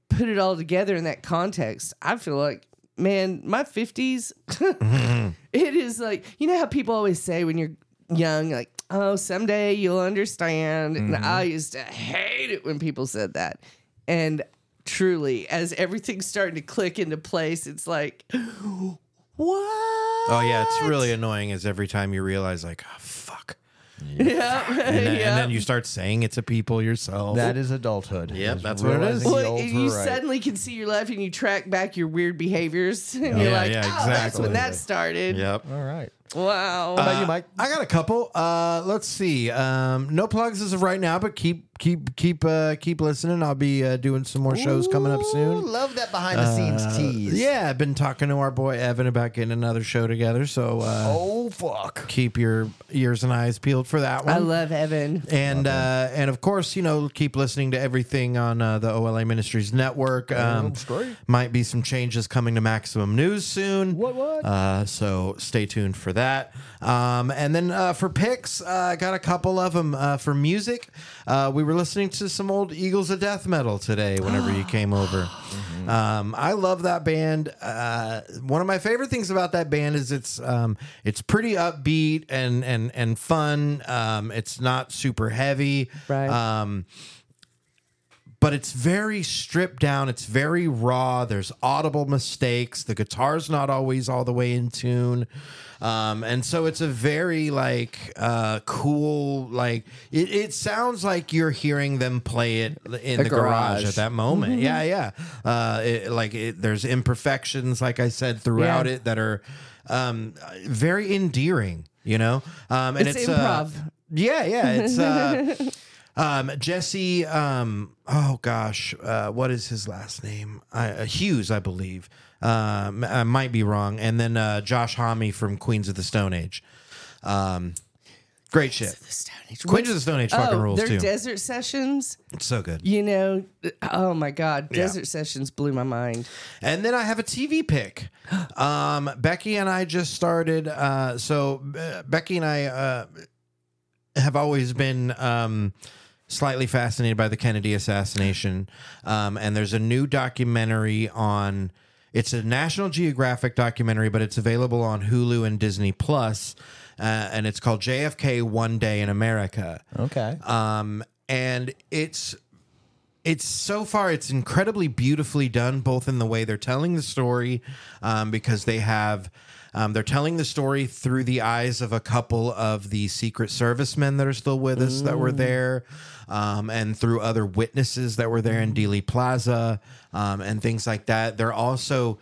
[SPEAKER 3] put it all together in that context i feel like man my 50s it is like you know how people always say when you're young like oh someday you'll understand and i used to hate it when people said that and truly as everything's starting to click into place it's like what
[SPEAKER 1] Oh yeah, it's really annoying. Is every time you realize like, oh, fuck,
[SPEAKER 3] yeah
[SPEAKER 1] and then, and
[SPEAKER 3] yeah
[SPEAKER 1] then you start saying it to people yourself.
[SPEAKER 2] that is adulthood.
[SPEAKER 1] Yep,
[SPEAKER 2] Is
[SPEAKER 1] that's what it
[SPEAKER 2] realizing
[SPEAKER 1] is.
[SPEAKER 2] the
[SPEAKER 3] Well,
[SPEAKER 2] olds
[SPEAKER 3] and
[SPEAKER 2] were
[SPEAKER 3] you
[SPEAKER 2] right.
[SPEAKER 3] suddenly can see your life and you track back your weird behaviors. And
[SPEAKER 1] Yeah,
[SPEAKER 3] you're like,
[SPEAKER 1] yeah,
[SPEAKER 3] oh, that's when
[SPEAKER 1] exactly.
[SPEAKER 3] that started.
[SPEAKER 1] yep. Uh,
[SPEAKER 2] All right.
[SPEAKER 3] Wow.
[SPEAKER 2] How about you, Mike?
[SPEAKER 1] I got a couple. Uh, let's see. Um, no plugs as of right now, but keep keep keep uh, keep listening. I'll be uh, doing some more shows coming up
[SPEAKER 2] Ooh,
[SPEAKER 1] soon.
[SPEAKER 2] love that behind the scenes tease.
[SPEAKER 1] Yeah, I've been talking to our boy Evan about getting another show together. So uh,
[SPEAKER 2] Oh fuck.
[SPEAKER 1] keep your ears and eyes peeled for that one.
[SPEAKER 3] I love Evan.
[SPEAKER 1] and uh, and of course, you know, keep listening to everything on uh, the OLA Ministries Network. Um,
[SPEAKER 2] straight.
[SPEAKER 1] might be some changes coming to Maximum News soon.
[SPEAKER 2] What, what?
[SPEAKER 1] Uh, so stay tuned for that. Um, and then uh, for picks, uh, I got a couple of them uh, for music. Uh, we were listening to some old Eagles of Death Metal today. Whenever you came over,
[SPEAKER 2] Mm-hmm.
[SPEAKER 1] um, I love that band. Uh, one of my favorite things about that band is it's um, it's pretty upbeat and and and fun. Um, it's not super heavy.
[SPEAKER 3] Right.
[SPEAKER 1] Um, but it's very stripped down. It's very raw. There's audible mistakes. The guitar's not always all the way in tune. Um, and so it's a very like uh, cool like it, it sounds like you're hearing them play it in the, garage.
[SPEAKER 3] garage. Mm-hmm.
[SPEAKER 1] at that moment. Yeah, yeah. Uh, it, like it, there's imperfections, like I said throughout
[SPEAKER 3] Yeah.
[SPEAKER 1] it that are um, very endearing. You know, um, and
[SPEAKER 3] It's
[SPEAKER 1] it's,
[SPEAKER 3] improv.
[SPEAKER 1] Uh, yeah, yeah. It's uh, um, Jesse. Um, oh gosh, uh, what is his last name? I, uh, Hughes, I believe. Um, I might be wrong. And then uh, Josh Homme from Queens of the Stone Age. Um, great shit.
[SPEAKER 3] Stone Age.
[SPEAKER 1] Queens of the Stone Age fucking
[SPEAKER 3] oh,
[SPEAKER 1] rules
[SPEAKER 3] their
[SPEAKER 1] too.
[SPEAKER 3] desert sessions.
[SPEAKER 1] it's so good.
[SPEAKER 3] You know, oh my God, desert sessions blew my mind.
[SPEAKER 1] And then I have a TV pick. Um, Becky and I just started. Uh, so uh, Becky and I uh, have always been um, slightly fascinated by the Kennedy assassination. Um, and there's a new documentary on. It's a National Geographic documentary, but it's available on Hulu and Disney Plus, uh, and it's called JFK: One Day in America
[SPEAKER 2] Okay.
[SPEAKER 1] um, and it's it's so far it's incredibly beautifully done both in the way they're telling the story um, because they have um, they're telling the story through the eyes of a couple of the secret servicemen that are still with us that were there um, and through other witnesses that were there in dealey plaza um, and things like that they're also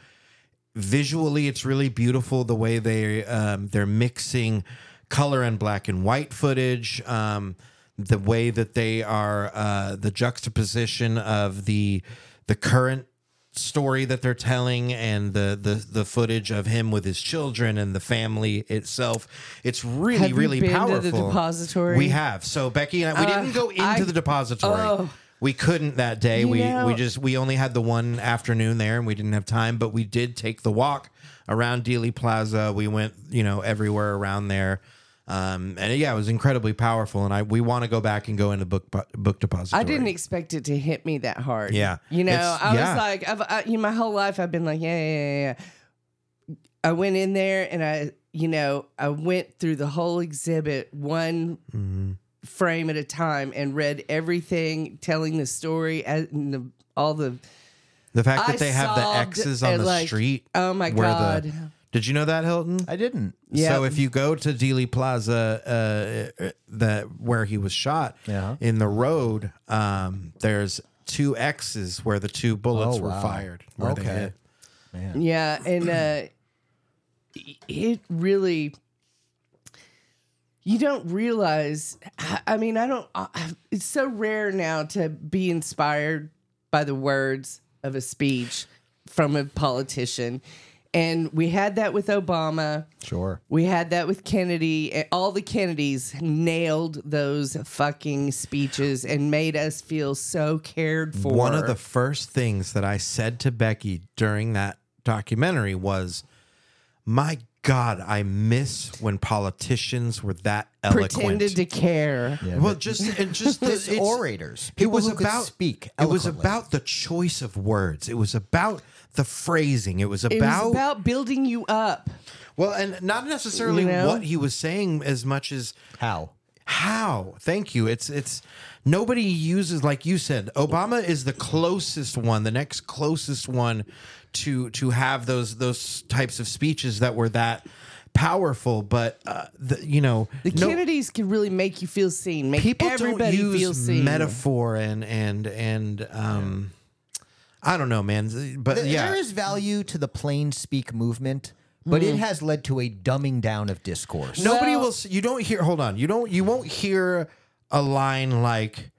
[SPEAKER 1] visually it's really beautiful the way they um, they're mixing color and black and white footage um, the way that they are uh, the juxtaposition of the the current story that they're telling and the, the the footage of him with his children and the family itself it's really
[SPEAKER 3] Have you
[SPEAKER 1] really
[SPEAKER 3] been to
[SPEAKER 1] powerful
[SPEAKER 3] the depository? Uh,
[SPEAKER 1] we have so becky and i we didn't go into
[SPEAKER 3] I-
[SPEAKER 1] the depository
[SPEAKER 3] Oh.
[SPEAKER 1] we couldn't that day.
[SPEAKER 3] You
[SPEAKER 1] We
[SPEAKER 3] know-
[SPEAKER 1] we just we only had the one afternoon there, and we didn't have time. But we did take the walk around Dealey Plaza. We went, you know, everywhere around there, um, and yeah, it was incredibly powerful. And I we want to go back and go into book book depository.
[SPEAKER 3] I didn't e, expect it to hit me that hard.
[SPEAKER 1] Yeah.
[SPEAKER 3] You know,
[SPEAKER 1] It's-
[SPEAKER 3] I
[SPEAKER 1] yeah.
[SPEAKER 3] was like, I've, I, you know, my whole life I've been like, yeah, yeah, yeah, yeah. I went in there and I, you know, I went through the whole exhibit one
[SPEAKER 1] Mm-hmm.
[SPEAKER 3] frame at a time and read everything, telling the story as, and the, all the.
[SPEAKER 1] The fact
[SPEAKER 3] I
[SPEAKER 1] that they have the
[SPEAKER 3] saw
[SPEAKER 1] X's
[SPEAKER 3] d-
[SPEAKER 1] on the
[SPEAKER 3] like,
[SPEAKER 1] street.
[SPEAKER 3] oh my
[SPEAKER 1] where the-
[SPEAKER 3] God.
[SPEAKER 1] did you know that Hilton?
[SPEAKER 2] I didn't.
[SPEAKER 3] Yeah.
[SPEAKER 1] So if you go to Dealey Plaza, uh, uh, the where he was shot
[SPEAKER 2] Yeah.
[SPEAKER 1] in the road, um, there's two X's where the two bullets
[SPEAKER 2] Oh,
[SPEAKER 1] were
[SPEAKER 2] wow.
[SPEAKER 1] fired. Where They
[SPEAKER 2] Okay.
[SPEAKER 1] hit.
[SPEAKER 3] Yeah, and uh, it really you don't realize. I I mean, I don't. I, it's so rare now to be inspired by the words of a speech from a politician, and we had that with Obama.
[SPEAKER 2] Sure.
[SPEAKER 3] We had that with Kennedy. and All the Kennedys nailed those fucking speeches and made us feel so cared for.
[SPEAKER 1] One of the first things that I said to Becky during that documentary was, "My God, I miss when politicians were that eloquent."
[SPEAKER 3] pretended to care.
[SPEAKER 1] well, just and just the
[SPEAKER 2] It's
[SPEAKER 1] it's-
[SPEAKER 2] orators.
[SPEAKER 1] It
[SPEAKER 2] People
[SPEAKER 1] was
[SPEAKER 2] who could
[SPEAKER 1] about
[SPEAKER 2] speak.
[SPEAKER 1] It was
[SPEAKER 2] eloquently.
[SPEAKER 1] about the choice of words. It was about the phrasing. It was
[SPEAKER 3] It
[SPEAKER 1] about,
[SPEAKER 3] was about building you up.
[SPEAKER 1] well, and not necessarily
[SPEAKER 3] You know?
[SPEAKER 1] what he was saying as much as
[SPEAKER 2] how.
[SPEAKER 1] how. Thank you. It's it's nobody uses like you said. Obama is the closest one, the next closest one to to have those those types of speeches that were that powerful. But uh, the, you know,
[SPEAKER 3] The
[SPEAKER 1] no-
[SPEAKER 3] Kennedys can really make you feel seen. Make
[SPEAKER 1] people
[SPEAKER 3] everybody
[SPEAKER 1] don't
[SPEAKER 3] feel
[SPEAKER 1] use
[SPEAKER 3] seen.
[SPEAKER 1] metaphor and and and um, I don't know, man. But
[SPEAKER 2] Th-
[SPEAKER 1] yeah,
[SPEAKER 2] There is value to the plain speak movement but
[SPEAKER 1] Mm-hmm.
[SPEAKER 2] it has led to a dumbing down of discourse.
[SPEAKER 1] Nobody
[SPEAKER 3] Well-
[SPEAKER 1] will. s- You don't hear. Hold on. You don't. You won't hear a line like,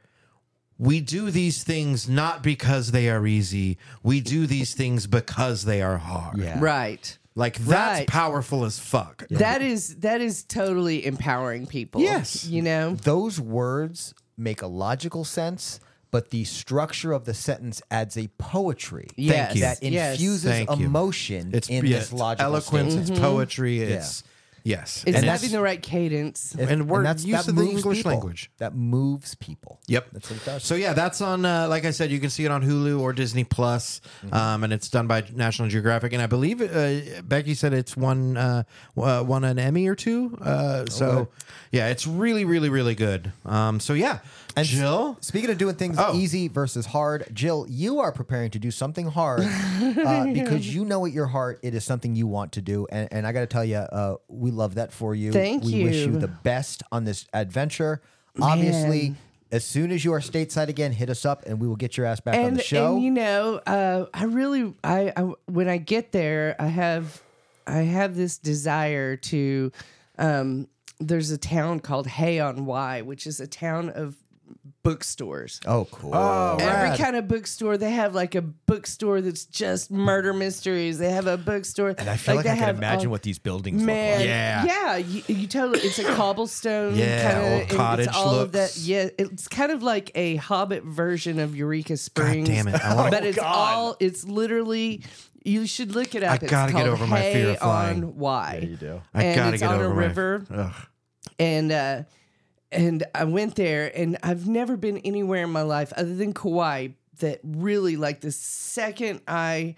[SPEAKER 1] "We do these things not because they are easy. We do these things because they are hard."
[SPEAKER 2] Yeah.
[SPEAKER 3] Right.
[SPEAKER 1] Like that's
[SPEAKER 3] Right.
[SPEAKER 1] powerful as fuck.
[SPEAKER 3] That is that is totally empowering people.
[SPEAKER 1] Yes.
[SPEAKER 3] You know?
[SPEAKER 2] Those words make a logical sense, but the structure of the sentence adds a poetry
[SPEAKER 3] Yes.
[SPEAKER 1] you.
[SPEAKER 2] that
[SPEAKER 3] yes.
[SPEAKER 2] infuses
[SPEAKER 1] Thank you.
[SPEAKER 2] emotion
[SPEAKER 1] It's
[SPEAKER 2] in
[SPEAKER 1] yeah,
[SPEAKER 2] this
[SPEAKER 1] it's
[SPEAKER 2] logical
[SPEAKER 1] eloquence.
[SPEAKER 2] statement.
[SPEAKER 1] It's poetry. It's yes.
[SPEAKER 3] It's
[SPEAKER 1] And
[SPEAKER 3] having the right cadence.
[SPEAKER 2] It-
[SPEAKER 1] And we're
[SPEAKER 2] that's-
[SPEAKER 1] use
[SPEAKER 2] that
[SPEAKER 1] of the
[SPEAKER 2] moves
[SPEAKER 1] English
[SPEAKER 2] people.
[SPEAKER 1] language.
[SPEAKER 2] That moves people.
[SPEAKER 1] Yep.
[SPEAKER 2] That's what it does.
[SPEAKER 1] So yeah, that's on. Uh, like I said, you can see it on Hulu or Disney Plus,
[SPEAKER 5] Mm-hmm.
[SPEAKER 1] um, and it's done by National Geographic. And I believe uh, Becky said it's won uh, uh, won an Emmy or two.
[SPEAKER 5] Oh,
[SPEAKER 1] Uh, so yeah, it's really, really, really good. Um, so yeah,
[SPEAKER 2] And
[SPEAKER 1] Jill.
[SPEAKER 2] Speaking of doing things
[SPEAKER 1] Oh.
[SPEAKER 2] easy versus hard, Jill, you are preparing to do something hard uh, because you know at your heart it is something you want to do, and, and I got to tell you, uh, we love that for you.
[SPEAKER 3] Thank
[SPEAKER 2] we wish you
[SPEAKER 3] you.
[SPEAKER 2] the best on this adventure. Obviously,
[SPEAKER 3] Man.
[SPEAKER 2] as soon as you are stateside again, hit us up and we will get your ass back on
[SPEAKER 3] and
[SPEAKER 2] the show.
[SPEAKER 3] and you know, uh, I really I, I when I get there, I have I have this desire to. Um, there's a town called Hay on Wye, which is a town of bookstores.
[SPEAKER 2] oh, cool.
[SPEAKER 3] Every kind of bookstore. They have like a bookstore that's just murder mysteries. They have a bookstore.
[SPEAKER 5] And I feel like,
[SPEAKER 3] they
[SPEAKER 5] I can
[SPEAKER 3] have
[SPEAKER 5] imagine
[SPEAKER 3] all-
[SPEAKER 5] what these buildings look
[SPEAKER 3] Man,
[SPEAKER 5] like.
[SPEAKER 1] Yeah.
[SPEAKER 3] yeah, you, you totally. It's a cobblestone,
[SPEAKER 1] Yeah,
[SPEAKER 3] kinda,
[SPEAKER 1] old
[SPEAKER 3] and
[SPEAKER 1] cottage
[SPEAKER 3] it's all of that.
[SPEAKER 1] looks.
[SPEAKER 3] Yeah, it's kind of like a Hobbit version of Eureka Springs.
[SPEAKER 1] damn it, I wanna- Oh,
[SPEAKER 3] but it's
[SPEAKER 5] God.
[SPEAKER 3] all. It's literally. You should look it up. It's
[SPEAKER 1] gotta get
[SPEAKER 3] called
[SPEAKER 1] over my fear
[SPEAKER 3] Hay
[SPEAKER 1] of flying.
[SPEAKER 3] On why
[SPEAKER 5] you do.
[SPEAKER 1] I
[SPEAKER 3] and
[SPEAKER 1] gotta
[SPEAKER 3] it's
[SPEAKER 1] get
[SPEAKER 3] on
[SPEAKER 1] over
[SPEAKER 3] a
[SPEAKER 1] my-
[SPEAKER 3] river, and uh, and I went there, and I've never been anywhere in my life other than Kauai that really like the second I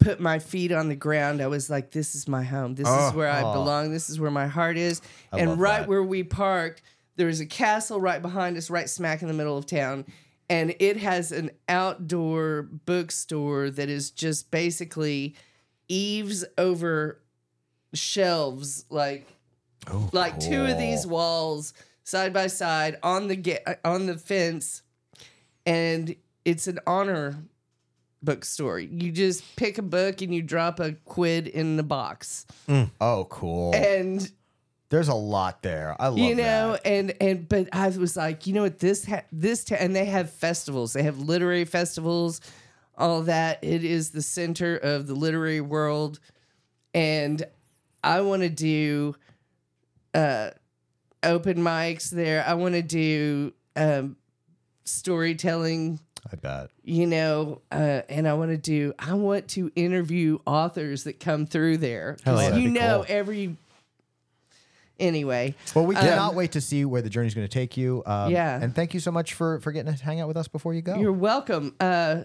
[SPEAKER 3] put my feet on the ground, I was like, this is my home. This is where I belong. This is where my heart is. and right where we parked, there is a castle right behind us, right smack in the middle of town. And it has an outdoor bookstore that is just basically eaves over shelves, like like two of these walls side by side on the ga- uh, on the fence, and it's an honor bookstore. You just pick a book and you drop a quid in the box,
[SPEAKER 2] oh, cool.
[SPEAKER 3] and
[SPEAKER 2] There's a lot there. I love
[SPEAKER 3] Eh. you know,
[SPEAKER 2] that.
[SPEAKER 3] and and but I was like, you know what, this ha- this ta- and they have festivals. They have literary festivals, all that. It is the center of the literary world, and I want to do uh open mics there. I want to do um storytelling
[SPEAKER 2] I bet.
[SPEAKER 3] you know, uh, and I want to do. I want to interview authors that come through there. 'Cause
[SPEAKER 2] Hell yeah.
[SPEAKER 3] you
[SPEAKER 2] That'd be
[SPEAKER 3] know
[SPEAKER 2] cool.
[SPEAKER 3] every. Anyway,
[SPEAKER 2] Well, we cannot wait to see where the journey's going to take you. Um,
[SPEAKER 3] Um, Yeah.
[SPEAKER 2] And thank you so much for for getting to hang out with us before you go.
[SPEAKER 1] Oh.
[SPEAKER 3] you're welcome. Uh,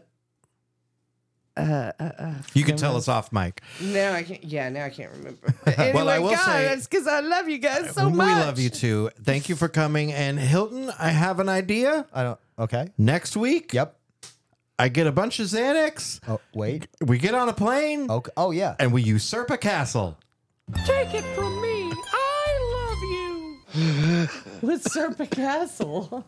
[SPEAKER 1] You can tell us off mic.
[SPEAKER 3] now I can't. Yeah, now I can't remember. But anyway,
[SPEAKER 1] Well, I will
[SPEAKER 3] God,
[SPEAKER 1] say-
[SPEAKER 3] that's because I love you guys so
[SPEAKER 1] we
[SPEAKER 3] much.
[SPEAKER 1] love you too. Thank you for coming. And Hilton, I have an idea.
[SPEAKER 2] I don't. Okay.
[SPEAKER 1] Next week,
[SPEAKER 2] Yep.
[SPEAKER 1] I get a bunch of Xanax.
[SPEAKER 2] Oh wait.
[SPEAKER 1] We get on a plane
[SPEAKER 2] Okay. Oh yeah.
[SPEAKER 1] and we usurp a castle.
[SPEAKER 6] Take it from me. I love you.
[SPEAKER 3] with Serpa Castle.